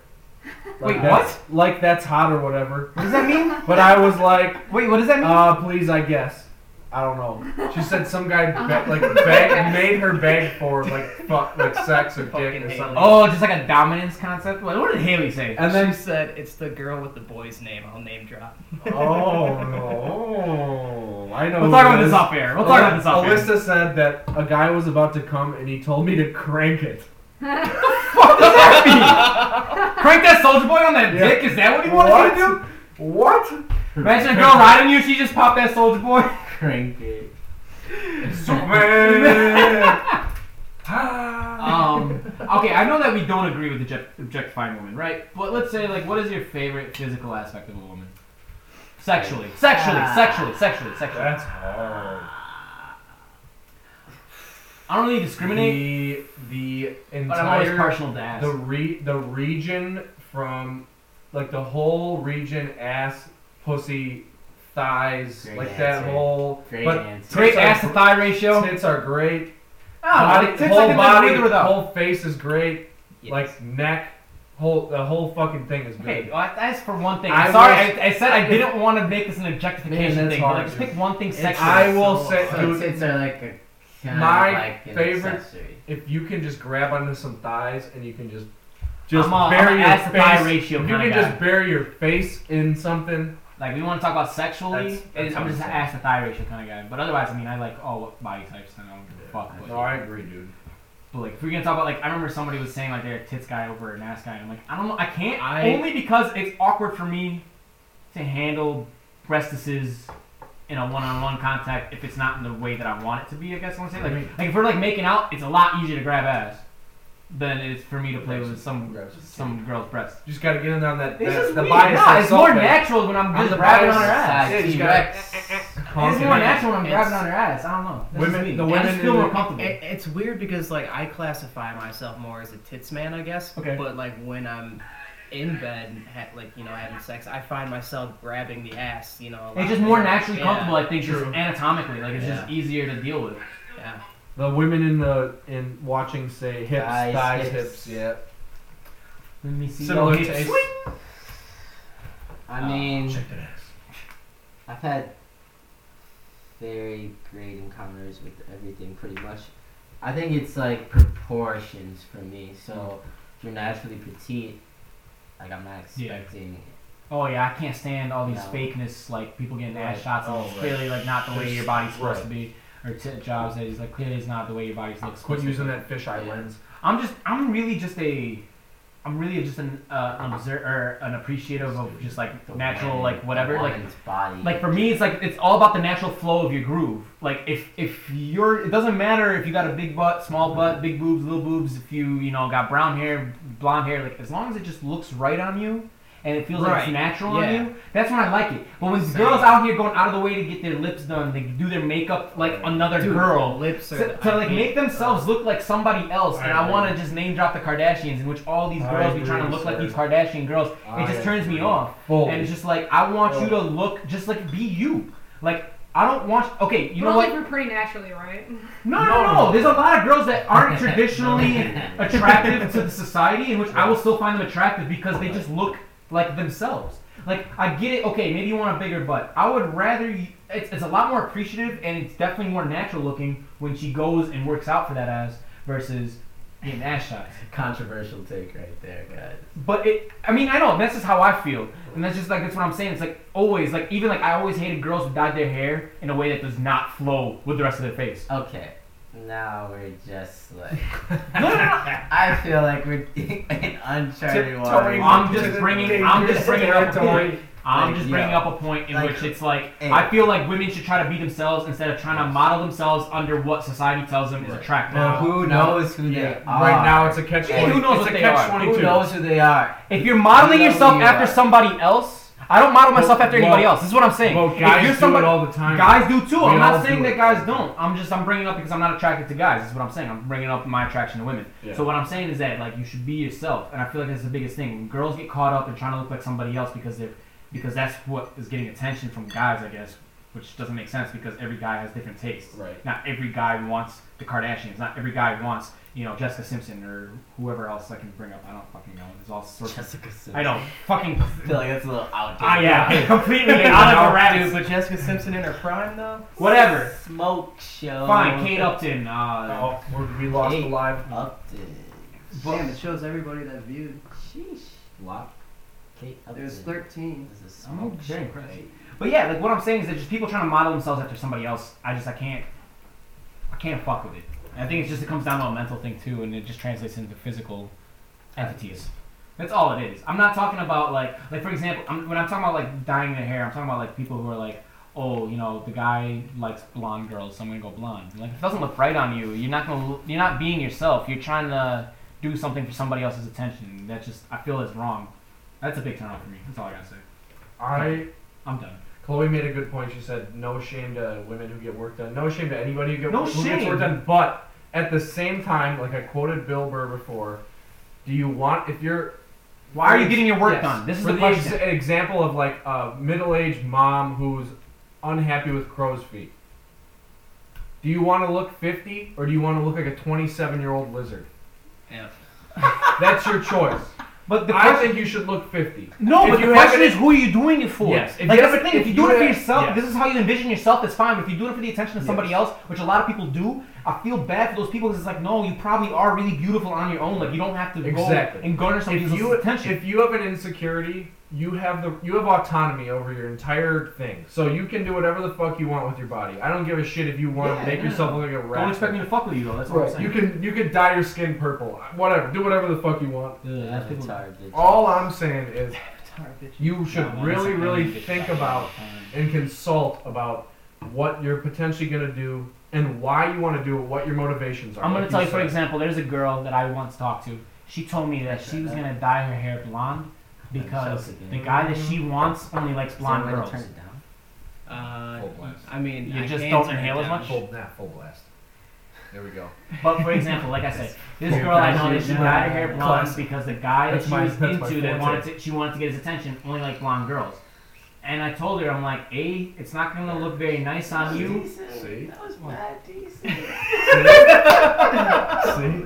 Wait, that's- Like that's hot or whatever. what does that mean? But I was like, Wait, what does that mean? uh, please, I guess. I don't know. She said some guy be- like beg- made her beg for like fuck, like sex or dick Fucking or hate something. oh, just like a dominance concept. What, what did Haley say? and then she said, "It's the girl with the boy's name." I'll name drop. oh no, I know. We'll who it talk about this is. off air. We'll talk about this off air. Alyssa said that a guy was about to come and he told me to crank it. What does that mean? Crank that soldier boy on that Yeah. dick? Is that what he wanted What? you to do? What? Imagine a girl riding you, she just popped that soldier boy. Crank it. Ah, Um, okay, I know that we don't agree with object- objectifying women, right? But let's say, like, what is your favorite physical aspect of a woman? Sexually, sexually, sexually, sexually, sexually. That's hard. I don't really discriminate, The the but I'm always entire partial to ass. the re the region from like the whole region ass pussy thighs Great like that answer. whole Great but answer. Great tits are ass to thigh ratio. gr- tits are great Ah, Body- tits I whole can live with body or without. whole face is great Yes. like neck whole the whole fucking thing is good Okay, well, I- that's for one thing. I I'm sorry, was- I, I said I didn't want to make this an objectification Man, that's thing, but hard, like, just dude. pick one thing It's- sexually. I will say So dude, tits are like a kind My of like an favorite- accessory. if you can just grab onto some thighs and you can just just just I'm a, bury I'm an your ass to thigh face ratio if you kind can of guy. just bury your face in something Like, we want to talk about sexually. That's- that's I'm just an understandable. ass to thigh ratio kind of guy. But otherwise, I mean, I like all body types, and I don't give a fuck. But, no I agree dude but, like, if we're gonna talk about, like, I remember somebody was saying like they're a tits guy over an ass guy. and I'm like, I don't know, I can't. I- only because it's awkward for me to handle breastises in a one-on-one contact if it's not in the way that I want it to be. I guess I'm saying. Like, like if we're like making out, it's a lot easier to grab ass than it is for me to play with some Grab some- some girl's breast. You just gotta get in there on that. This that is the weird. bias. No, that it's more soft bed. natural when I'm On just the grabbing bias on her ass. Yeah, Side you T-Rex. It's more Confident. natural when I'm grabbing It's- on her ass. I don't know. That's Women- just me. the I women just feel in more the- comfortable. It, it's weird because like I classify myself more as a tits man, I guess. Okay. But like when I'm in bed, and ha- like you know, having sex, I find myself grabbing the ass. You know, a lot. It's just more naturally Yeah, comfortable, I think, True. just anatomically. Like it's just easier to deal with. Yeah. The women in the in watching say hips, thighs, Thighs, hips. hips. Yeah. Let me see. Similar your hips. taste. I mean, Oh, that ass. I've had very great encounters with everything, pretty much. I think it's like proportions for me. So if you're naturally petite, like I'm not Yeah. expecting. Oh yeah, I can't stand all these No. fakeness, like people getting Right. ass shots, and Oh, it's right. clearly like not the way Just- your body's supposed right. to be, or t- jobs that is like clearly it's not the way your body's looks. Quit supposed to using be. that fisheye Yeah. lens. I'm just, I'm really just a, I'm really just an uh, an observer, or an appreciative of just like the natural, woman- like whatever, the like woman's body. like for me it's like it's all about the natural flow of your groove like if if you're it doesn't matter if you got a big butt small butt big boobs little boobs if you you know got brown hair blonde hair like as long as it just looks right on you and it feels like Right, it's natural yeah. on you that's when i like it but when Same. girls out here going out of the way to get their lips done they do their makeup like another Dude, girl lips are to, to like make themselves look like somebody else, and I want to just name drop the Kardashians, in which all these I girls be agree, trying to look like sir. these Kardashian girls. I it just turns me agree. off, Full. and it's just like I want you Oh. to look just like be you. Like I don't want. Okay, you but know only what? for pretty naturally, right? No, no, no, There's a lot of girls that aren't traditionally attractive to the society, in which I will still find them attractive because they just look like themselves. Like I get it. Okay, maybe you want a bigger butt. I would rather. You, it's, it's a lot more appreciative and it's definitely more natural looking when she goes and works out for that ass versus Getting ass shot. Controversial take right there, guys. But it, I mean, I know that's just how I feel, and that's just like that's what I'm saying. It's like always, like even like I always hated girls who dyed their hair in a way that does not flow with the rest of their face. Okay, now we're just like. No, no, no. I feel like we're in uncharted Tiptoeing waters. I'm just bringing, I'm just bringing up a point. I'm Like, just bringing yeah. up a point in Like, which it's like eh. hey. I feel like women should try to be themselves instead of trying to model themselves under what society tells them is Right. attractive. Well, Who knows who Yeah, Ah. they are? right now it's a catch. Yeah, 20 who knows it's what a they catch are? Who 22. who knows who they are? If you're modeling You know yourself who you after are. somebody else, I don't model myself Well, after anybody well, else. This is what I'm saying. Well, If guys you're do somebody- it all the time. Guys do too. I'm We not all saying do that it. guys don't. I'm just I'm bringing up because I'm not attracted to guys. That's what I'm saying. I'm bringing up my attraction to women. Yeah. So what I'm saying is that like you should be yourself, and I feel like that's the biggest thing. When girls get caught up in trying to look like somebody else because they're because that's what is getting attention from guys, I guess, which doesn't make sense because every guy has different tastes. Right. Not every guy wants the Kardashians. Not every guy wants you know Jessica Simpson or whoever else I can bring up. I don't fucking know. There's all sorts. Of, Jessica Simpson. I know. Fucking. I feel like that's a little outdated. Ah yeah. Completely out of the rabbit. Dude, but Jessica Simpson in her prime though. Whatever. Smoke show. Fine. Kate Upton. Uh, Oh, we're- we lost Hey. the live. Upton. Damn, it shows everybody that viewed. Sheesh. What? Kate Upton. There's 13. This is I'm smoke very show, impressed. right? But yeah, like what I'm saying is that just people trying to model themselves after somebody else. I just I can't I can't fuck with it. And I think it's just it comes down to a mental thing too, and it just translates into physical entities. That's all it is. I'm not talking about like like for example, I'm, when I'm talking about like dyeing their hair, I'm talking about like people who are like, oh, you know, the guy likes blonde girls, so I'm gonna go blonde. Like if it doesn't look right on you, you're not gonna you're not being yourself. You're trying to do something for somebody else's attention. That just I feel is wrong. That's a big turn off for me. That's all I gotta say. I I'm done. Chloe made a good point. She said, "No shame to women who get work done. No shame to anybody who, get, No who gets shame. work done." But at the same time, like I quoted Bill Burr before, do you want if you're Why are you getting your work Yes. done? This is For the question. ex- an example of like a middle-aged mom who's unhappy with crow's feet. Do you want to look 50 or do you want to look like a 27-year-old lizard? Yeah. That's your choice. but the I question, think you should look 50. no, if but the you question have is who are you doing it for? Yes, if Like you that's the have it- thing. If if you you do it for have- yourself, yes. this is how you envision yourself. That's fine. But if you do it for the attention of somebody else, which a lot of people do, I feel bad for those people because it's like, no, you probably are really beautiful on your own. Like you don't have to Exactly. go and garner somebody If else's you, attention. if you have an insecurity, you have the you have autonomy over your entire thing. So you can do whatever the fuck you want with your body. I don't give a shit if you want Yeah, to make no. yourself look like a rat. don't expect me to fuck with you though. That's what I'm Right. saying. You can you can dye your skin purple. Whatever. Do whatever the fuck you want. Dude, that's people- Oh, Avatar bitch. All I'm saying is Tired bitch. you should Yeah, really, honestly, I really need to think get about back on. and consult about what you're potentially gonna do and why you want to do it, what your motivations are. I'm gonna like tell you, for said. example, there's a girl that I once talked to. She told me that she was gonna dye her hair blonde because Chelsea game. the guy that she wants only likes Is blonde there a way girls. to turn it down? Uh, Full blast. I mean, You I just can don't turn it inhale as down. much? Full, nah, full blast. There we go. But for example, like I said, this Yeah, girl I know that that's she your- dyed her hair blonde classic. because the guy that That's she my- was that's my into that forte. wanted to, she wanted to get his attention only liked blonde girls. And I told her, I'm like, A, it's not gonna look very nice Um, on you. See? That was mad decent. See?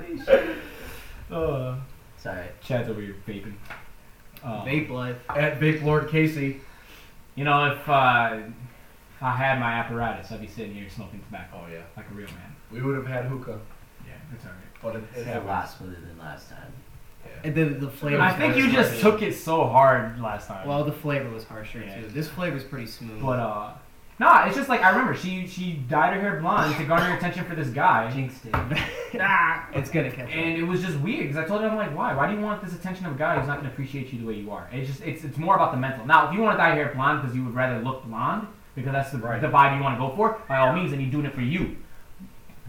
Uh, Sorry. Chad's over here vaping. Um, Uh, Vape life. At Vape Lord Casey. You know, if uh, if I had my apparatus, I'd be sitting here smoking tobacco Oh yeah. like a real man. We would have had hookah, Yeah, it's alright. but it, it It's a happened. lot smoother than last time. And the, the flavor. I was think kinda you just smoky. took it so hard last time. Well, the flavor was harsher Yeah. too. This flavor's pretty smooth. but uh, nah, it's just like I remember she she dyed her hair blonde to garner attention for this guy, Jinxed it. it's gonna catch. up. and it was just weird because I told her I'm like, why? Why do you want this attention of a guy who's not gonna appreciate you the way you are? It's just it's it's more about the mental. Now, if you want to dye your hair blonde because you would rather look blonde because that's the, Right. the vibe you want to go for, by all means, and you're doing it for you.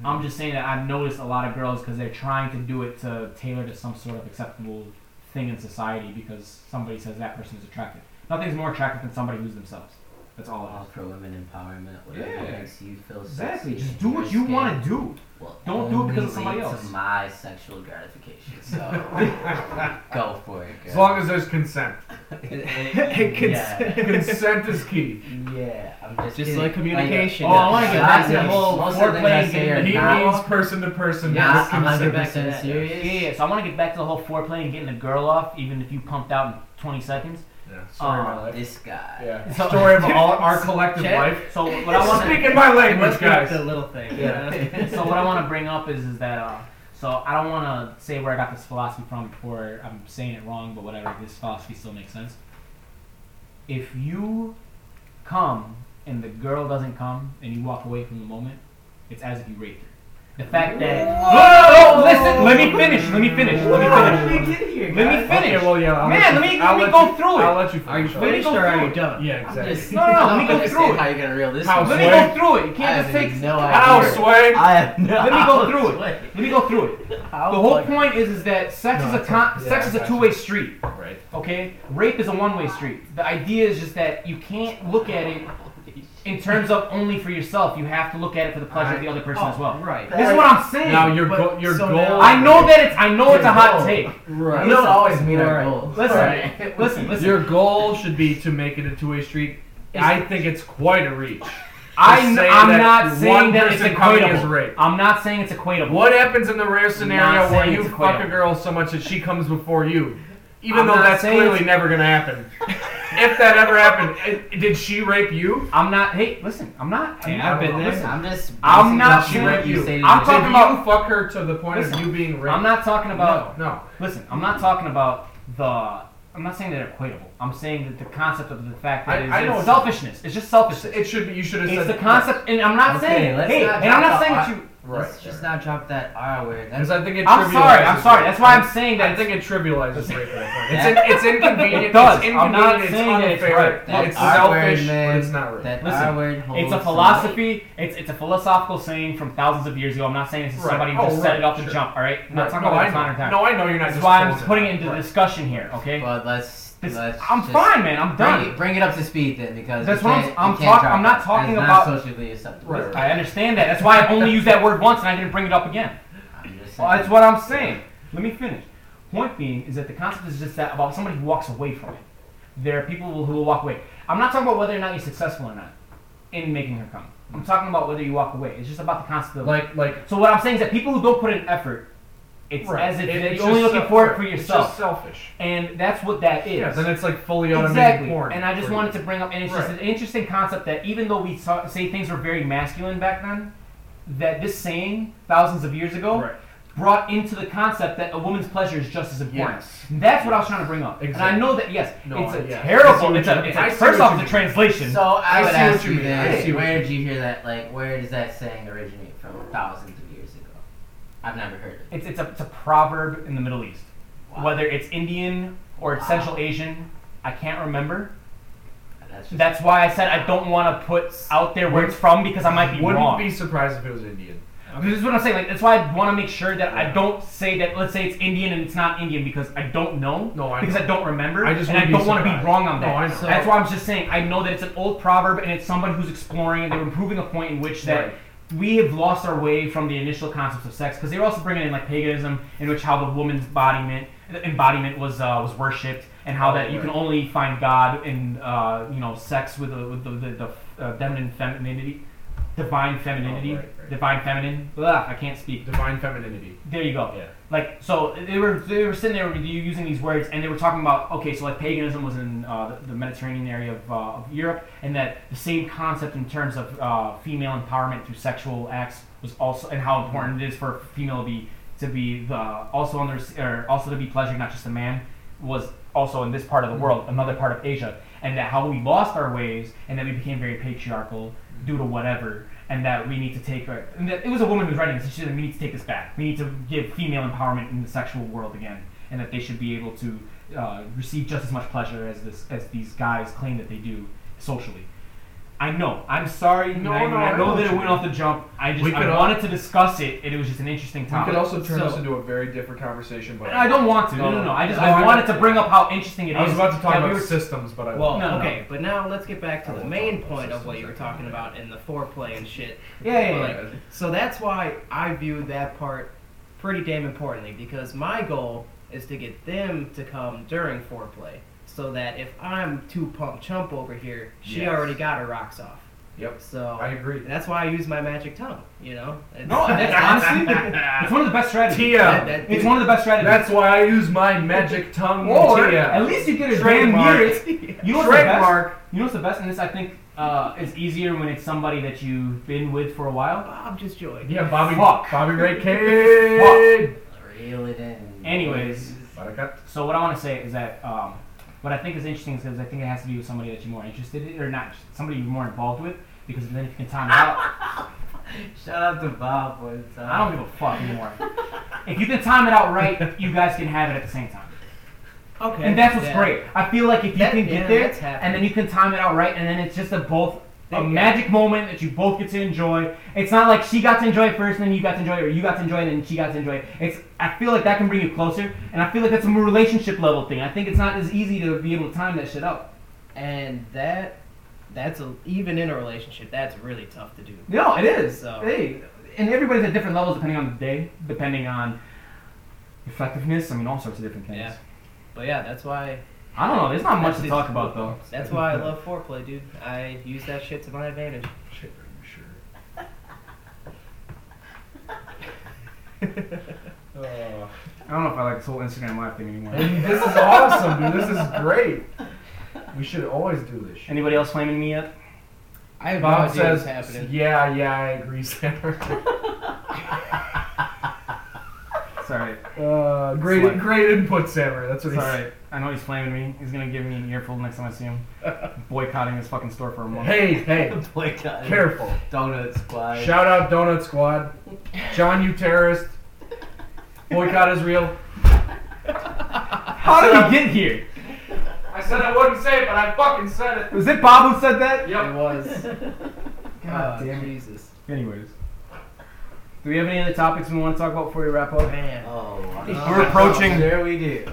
I'm just saying that I've noticed a lot of girls because they're trying to do it to tailor to some sort of acceptable thing in society because somebody says that person is attractive. Nothing's more attractive than somebody who's themselves. That's all it All is. pro women empowerment. Whatever Yeah. makes you feel Exactly. sexy Just and do your what you skin want to do. will Don't do it because of only somebody lead else. To my sexual gratification. So go for it, girl. As long as there's consent. yeah. consent is key. yeah, I'm Just just kidding. like communication. Oh, I want to Yeah, get back to the exactly. whole Most of the things I foreplay say are game. He not- means person to person. Not not hundred consent. percent that. serious. Yeah, yeah, so I want to get back to the whole foreplay and getting the girl off, even if you pumped out in 20 seconds. Yeah, sorry, my Uh, life. This guy. Yeah. so- Story of all our collective Check. life. So what I want to Speaking my Let's language, guys. get the little thing. Yeah. you know? so what I want to bring up is is that uh, So I don't want to say where I got this philosophy from before I'm saying it wrong, but whatever. This philosophy still makes sense. If you come and the girl doesn't come and you walk away from the moment, it's as if you raped her. The fact that no, no, no, listen, let me finish, let me finish, let me finish. here, Let me finish. Okay, well, yeah, I'll Man, let, let me- you, I'll let me let go you, through it. I'll let you finish. Are you Let me finished go or are through you it. done? Yeah, exactly. No, no, no, let me go through it. How you gonna reel this? How- in. Let me go through it. You I can't just have take no Ow, idea. sway. I have no. Let me go Ow, through it. sway. Let me go through it. Ow, The whole fuck. point is is that sex No, is a that's con- right. Yeah, sex is a that's two way street. Right. Okay, rape is a one way street. The idea is just that you can't look at it in terms of only for yourself. You have to look at it for the pleasure of the other person as well. Oh. Right. This is what I'm saying. Now your But- go- your so goal. now- I know that it's I know it's a hot No. take. Right. We don't always meet our goals. Listen, Right. listen, listen. Your goal should be to make it a two-way street. I think it's quite a reach. I to kn- say I'm that not one saying that it's person coming is equatable. rape. I'm not saying it's equatable. What happens in the rare scenario Not where saying you it's fuck a quitting. girl so much that she comes before you? Even I'm though not that's saying clearly it's- never gonna happen. if that ever happened, i- did she rape you? I'm not. Hey, listen. I'm not. Hey, I'm, I've been there. listen, I'm just. I'm not basing sure what if you you- say to I'm me. talking did about- you fuck her to the point Listen, of you being raped? I'm not talking about. No, Listen, I'm not talking about the. I'm not saying that they're equatable. I'm saying that the concept of the fact that I- it's, I know what it's selfishness. It's just no. selfishness. It should be. You should have It's said the concept, and I'm not Okay, saying. let's Hey, not and I'm not talk saying about- that you. Right. Let's just not drop that R word. That's Because I think it. I'm sorry. I'm trivializes sorry. it. That's why I'm saying that. I think it trivializes rape. right? It's Yeah. in, it's inconvenient. It does. It's I'm inconvenient. not it's saying that it's unfair. right. That It's R word, selfish, man. but it's not rape. that Listen, R word holds. it's a some philosophy. It's it's a philosophical saying from thousands of years ago. I'm not saying this is Right. somebody who Oh, just set right, it up to sure. jump. All right. I'm not Right. talking no, about I this modern know. time. No, I know you're not. That's just why I'm closing putting it. it into Right. discussion here. weight. Okay. But let's. This- let's I'm just fine, man. I'm Bring done. it, bring it up to speed then, because That's you what I'm- can't- I'm you can't talk- drop I'm not that. talking That's about- not socially acceptable. Right. I understand that. That's why I only used that word once, and I didn't bring it up again. I'm just Well, saying. that's what I'm saying. Let me finish. Point being is that the concept is just that about somebody who walks away from it. There are people who will walk away. I'm not talking about whether or not you're successful or not in making her come. I'm talking about whether you walk away. It's just about the concept of. Like like so what I'm saying is that people who don't put in effort, it's right. as if It- that it's you're only just self- looking for it right. for It's just yourself, selfish. and that's what that is. Yeah. Then it's like fully automated Exactly, porn. and I just for wanted you. to bring up, and it's Right. just an interesting concept that even though we saw, say things were very masculine back then, that this saying thousands of years ago Right. brought into the concept that a woman's pleasure is just as important. Yes. That's what I was trying to bring up, and I Exactly. know that yes, No, it's a yeah. I see terrible. what It's you a, mean. it's I a see first what off you the mean. translation. So I, I would see what ask you you mean. I see then, what where you did you hear that? Like, where does that saying originate from? Thousands of years ago. I've never heard it. it's it's a, it's a proverb in the Middle East. Wow. Whether it's Indian or it's Wow. Central Asian, I can't remember. That's just That's why I said I don't want to put out there where it's from because I might be Wouldn't wrong. be surprised if it was Indian. This is what I'm saying. Like that's why I want to make sure that I don't say that. Let's say it's Indian and it's not Indian because I don't know. No, I because I don't remember. I just and I wouldn't don't be want to be surprised. wrong on No, that. I know. That's why I'm just saying I know that it's an old proverb and it's somebody who's exploring and they're proving a point in which that. Right. We have lost our way from the initial concepts of sex because they were also bringing in like paganism, in which how the woman's embodiment embodiment was uh, was worshipped, and how that you can only find God in uh, you know sex with, the with the the, the uh, feminine femininity, divine femininity, Oh, right, right. divine feminine. Ugh, I can't speak. Divine femininity. There you go. Yeah. Like so, they were they were sitting there with you using these words, and they were talking about okay, so like paganism was in uh, the, the Mediterranean area of, uh, of Europe, and that the same concept in terms of uh, female empowerment through sexual acts was also, and how important it is for a female to be to be the, also under or also to be pleasured, not just a man, was also in this part Mm-hmm. of the world, another part of Asia, and that how we lost our ways, and that we became very patriarchal due to whatever, and that we need to take. our- And that it was a woman who was writing this. And she said, "We need to take this back. We need to give female empowerment in the sexual world again, and that they should be able to uh, receive just as much pleasure as this as these guys claim that they do socially." I know. I'm sorry. No, I, no, I I know know that what it you went mean. off the jump. I just We could I al- wanted to discuss it, and it was just an interesting We topic. could also turn So- this into a very different conversation, but And I don't want to. No, no, no. I just I wanted to bring up how interesting it is. I was about to talk that we about were- systems, but I Well, No, no. okay, but now let's get back to I the won't main talk about point of what systems. you were talking about in the foreplay and shit. yeah, yeah, yeah. Like, So that's why I view that part pretty damn importantly because my goal is to get them to come during foreplay so that if I'm too pump chump over here, she Yes. already got her rocks off. Yep. So I agree. that's why I use my magic tongue, you know? It's- No, that's honestly, it's one of the best strategies. that- Tia. that- It's one of the best strategies. That's why I use my magic tongue. Or Tia. at least you get a damn Trademark. near it. You know what's the best? Trademark. You know what's the best in this? I think uh, is easier when it's somebody that you've been with for a while. Bob just joined. Yeah, Bobby. Fuck. Bobby Ray Cade. Reel it in. Anyways, Buttercup. so what I want to say is that um, what I think is interesting is 'cause I think it has to do with somebody that you're more interested in, or not somebody you're more involved with, because then if you can time it out, Shout out to Bob uh, one time. I don't give a fuck anymore. if you can time it out right, you guys can have it at the same time, Okay. and that's what's yeah. great. I feel like if you That- can yeah, get there, that's happened. and then you can time it out right, and then it's just a both a That- magic moment that you both get to enjoy. It's not like she got to enjoy it first, and then you got to enjoy it, or you got to enjoy it, and she got to enjoy it. It's I feel like that can bring you closer, and I feel like that's a more relationship level thing. I think it's not as easy to be able to time that shit up. And that, that's a, even in a relationship, that's really tough to do. No, it is. So- Hey, and everybody's at different levels depending on the day, depending on effectiveness. I mean, all sorts of different things. Yeah. But yeah, that's why. I don't know. There's not much That's to it. talk about though. That's why I love foreplay, dude. I use that shit to my advantage. Shit, I'm sure. Oh. I don't know if I like this whole Instagram live thing anymore. And this is awesome, dude. This is great. We should always do this. Shit. Anybody else flaming me yet? I have Bob no idea says, what's happening. "Yeah, yeah, I agree, Sandra." Sorry. Uh, great, Slut. great input, Sandra. That's what It's he alright. I know he's flaming me. He's gonna give me an earful next time I see him. Boycotting his fucking store for a said. month. Hey, hey, Boycott. careful. uh, Donut Squad. Shout out Donut Squad. John, you terrorist. Boycott Israel. How did he get here? I said I wouldn't say it, but I fucking said it. Was it Bob who said that? Yep. It was. God Uh, oh, damn it. Jesus. Anyways. Do we have any other topics we want to talk about before we wrap up? Man. Oh, We're approaching- There we do.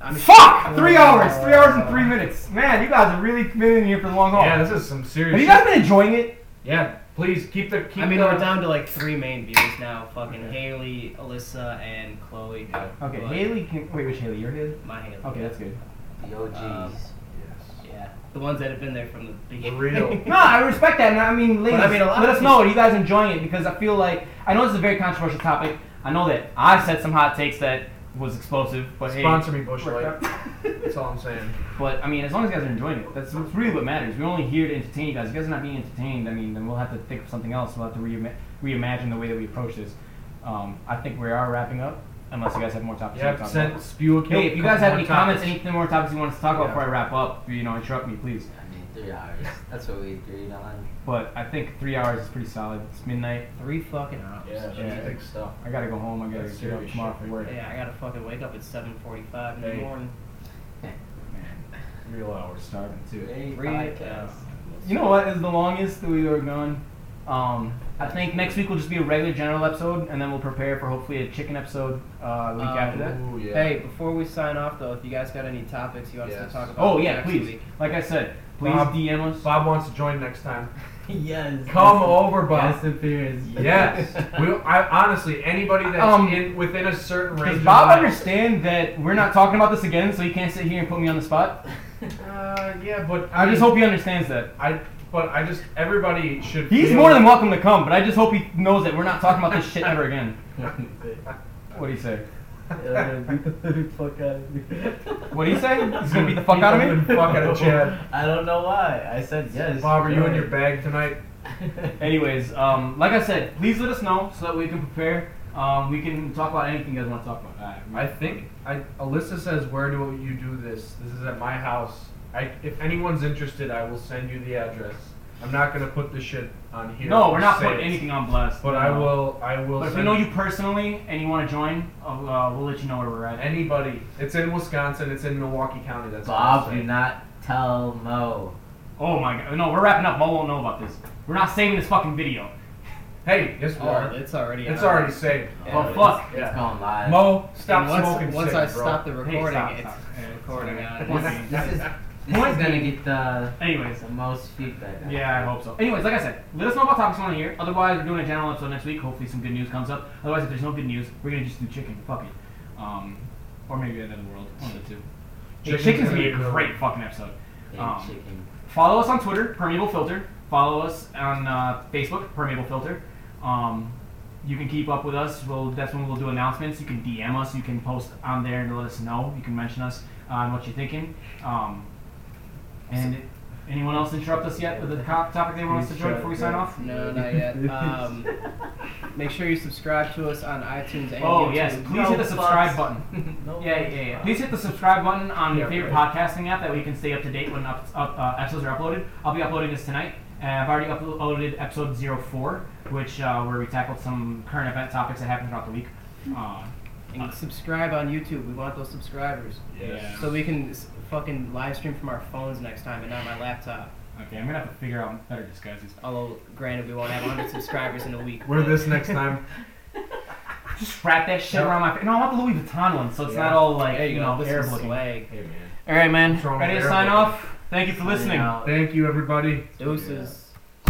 I'm Fuck! Three hours! Three hours and three minutes. Man, you guys have really been in here for the long haul. Yeah, this is some serious. have you shit. guys been enjoying it? Yeah, please keep the keep I mean, the, we're down to like three main viewers now. Fucking Haley, Alyssa, and Chloe. Okay, But Haley can. Wait, which Haley? Your Haley? My Haley. Okay, that's good. The OGs. Um, Yes. Yeah. The ones that have been there from the beginning. Real. No, I respect that, and I mean, ladies, But I mean, a lot let of us know are you guys enjoying it because I feel like I know this is a very controversial topic. I know that I said some hot takes that was explosive, but hey, Sponsor me, Bush Light. That's all I'm saying. But I mean, as long as you guys are enjoying it, that's, that's really what matters. We're only here to entertain you guys. If you guys are not being entertained, I mean, then we'll have to think of something else. We'll have to reima- reimagine the way that we approach this. Um, I think we are wrapping up, unless you guys have more topics. to Yeah, talk sent about. spew a Hey, if you guys have any couple more comments, topics. anything more topics you want us to talk about Yeah. before I wrap up, you know, interrupt me, please. I mean, three hours. That's what we agreed on. But I think three hours is pretty solid. It's midnight. Three fucking hours. Yeah, that's Yeah. big stuff. I gotta go home. I gotta That's get up serious tomorrow shit for right work. Yeah, I gotta fucking wake up at 7:45 in the Hey. morning. Real We're hours. starving too. Great Read it podcast. out. You know what is the longest that we were gone? Um, I think next week will just be a regular general episode, and then we'll prepare for hopefully a chicken episode uh, the week Um, after that. Ooh, yeah. Hey, before we sign off though, if you guys got any topics you want us Yes. to talk about, Oh yeah, next please. week- Like I said, please Bob- DM us. Bob wants to join next time. yes. Come that's- over, Guest Bob. appearance. Yes. we, I, honestly, anybody that's Um, in, within a certain range. Does of Bob mine- understand that we're not talking about this again, so he can't sit here and put me on the spot? Uh, yeah, but I just hope he understands that. I. But I just everybody should. He's feel- more than welcome to come, but I just hope he knows that we're not talking about this shit ever again. What do you say? Yeah, beat the living fuck out of me. What do you say? He's gonna beat the fuck out of Beat the me. fuck out of Chad. I don't know why. I said yes. Bob, are you go in your bag ahead. tonight? Anyways, um, like I said, please let us know so that we can prepare. Um, we can talk about anything you guys want to talk about. I think I. Alyssa says, "Where do you do this? This is at my house. I, if anyone's interested, I will send you the address. I'm not gonna put this shit on here. No, we're not Say putting it. anything on blast. But no, I no. will. I will. But if we send know you personally and you want to join, uh, uh, we'll let you know where we're at. Anybody. It's in Wisconsin. It's in Milwaukee County. That's all I'm Bob, do saying. not tell Mo. Oh my god, no, we're wrapping up. Mo won't know about this. We're not saving this fucking video. Hey, yes, we Oh, are. it's already. It's out. already saved. Oh, fuck. It's going live. Mo, stop And once, smoking. Once cigs, I bro. stop the recording, stop, it's stop. recording Yeah. on. This, it. this is this Point is gonna being- get the Anyways, the most feedback. yeah, I hope so. Anyways, like I said, let us know about topics you want to hear. Otherwise, we're doing a general episode next week. Hopefully, some good news comes up. Otherwise, if there's no good news, we're gonna just do chicken. Fuck it. Um, or maybe end of the world. One of the two. Hey, Chicken's chicken's gonna gonna be a be good. great fucking episode. Big Um, chicken. Follow us on Twitter, Permeable Filter. Follow us on uh, Facebook, Permeable Filter. Um, you can keep up with us. We'll, that's when we'll do announcements. You can DM us. You can post on there and let us know. You can mention us on what you're thinking. Um, and Anyone else interrupt us yet with the co- topic they want us to join before we sign off? No, not yet. Um, make sure you subscribe to us on iTunes and Oh YouTube. yes, please No hit the subscribe fucks. button. No. Yeah, yeah, yeah. Please hit the subscribe button on your Yeah, favorite podcasting app that way you can stay up to date when up, up, uh, episodes are uploaded. I'll be uploading this tonight. Uh, I've already uploaded episode 04, which uh, where we tackled some current event topics that happened throughout the week. Uh, And subscribe on YouTube. We want those subscribers. Yeah. So we can s- fucking live stream from our phones next time and not my laptop. okay, I'm gonna have to figure out better disguises. Although, granted, we won't have 100 subscribers in a week. Wear this next time. Just wrap that shit around my face. No, I want the Louis Vuitton one, so it's Yeah. not all like There you you go. know This Arab is looking. swag. Hey man. All right, man. Strong Ready to Arab sign looking. off? Thank you for listening. Thank you, everybody. Deuces.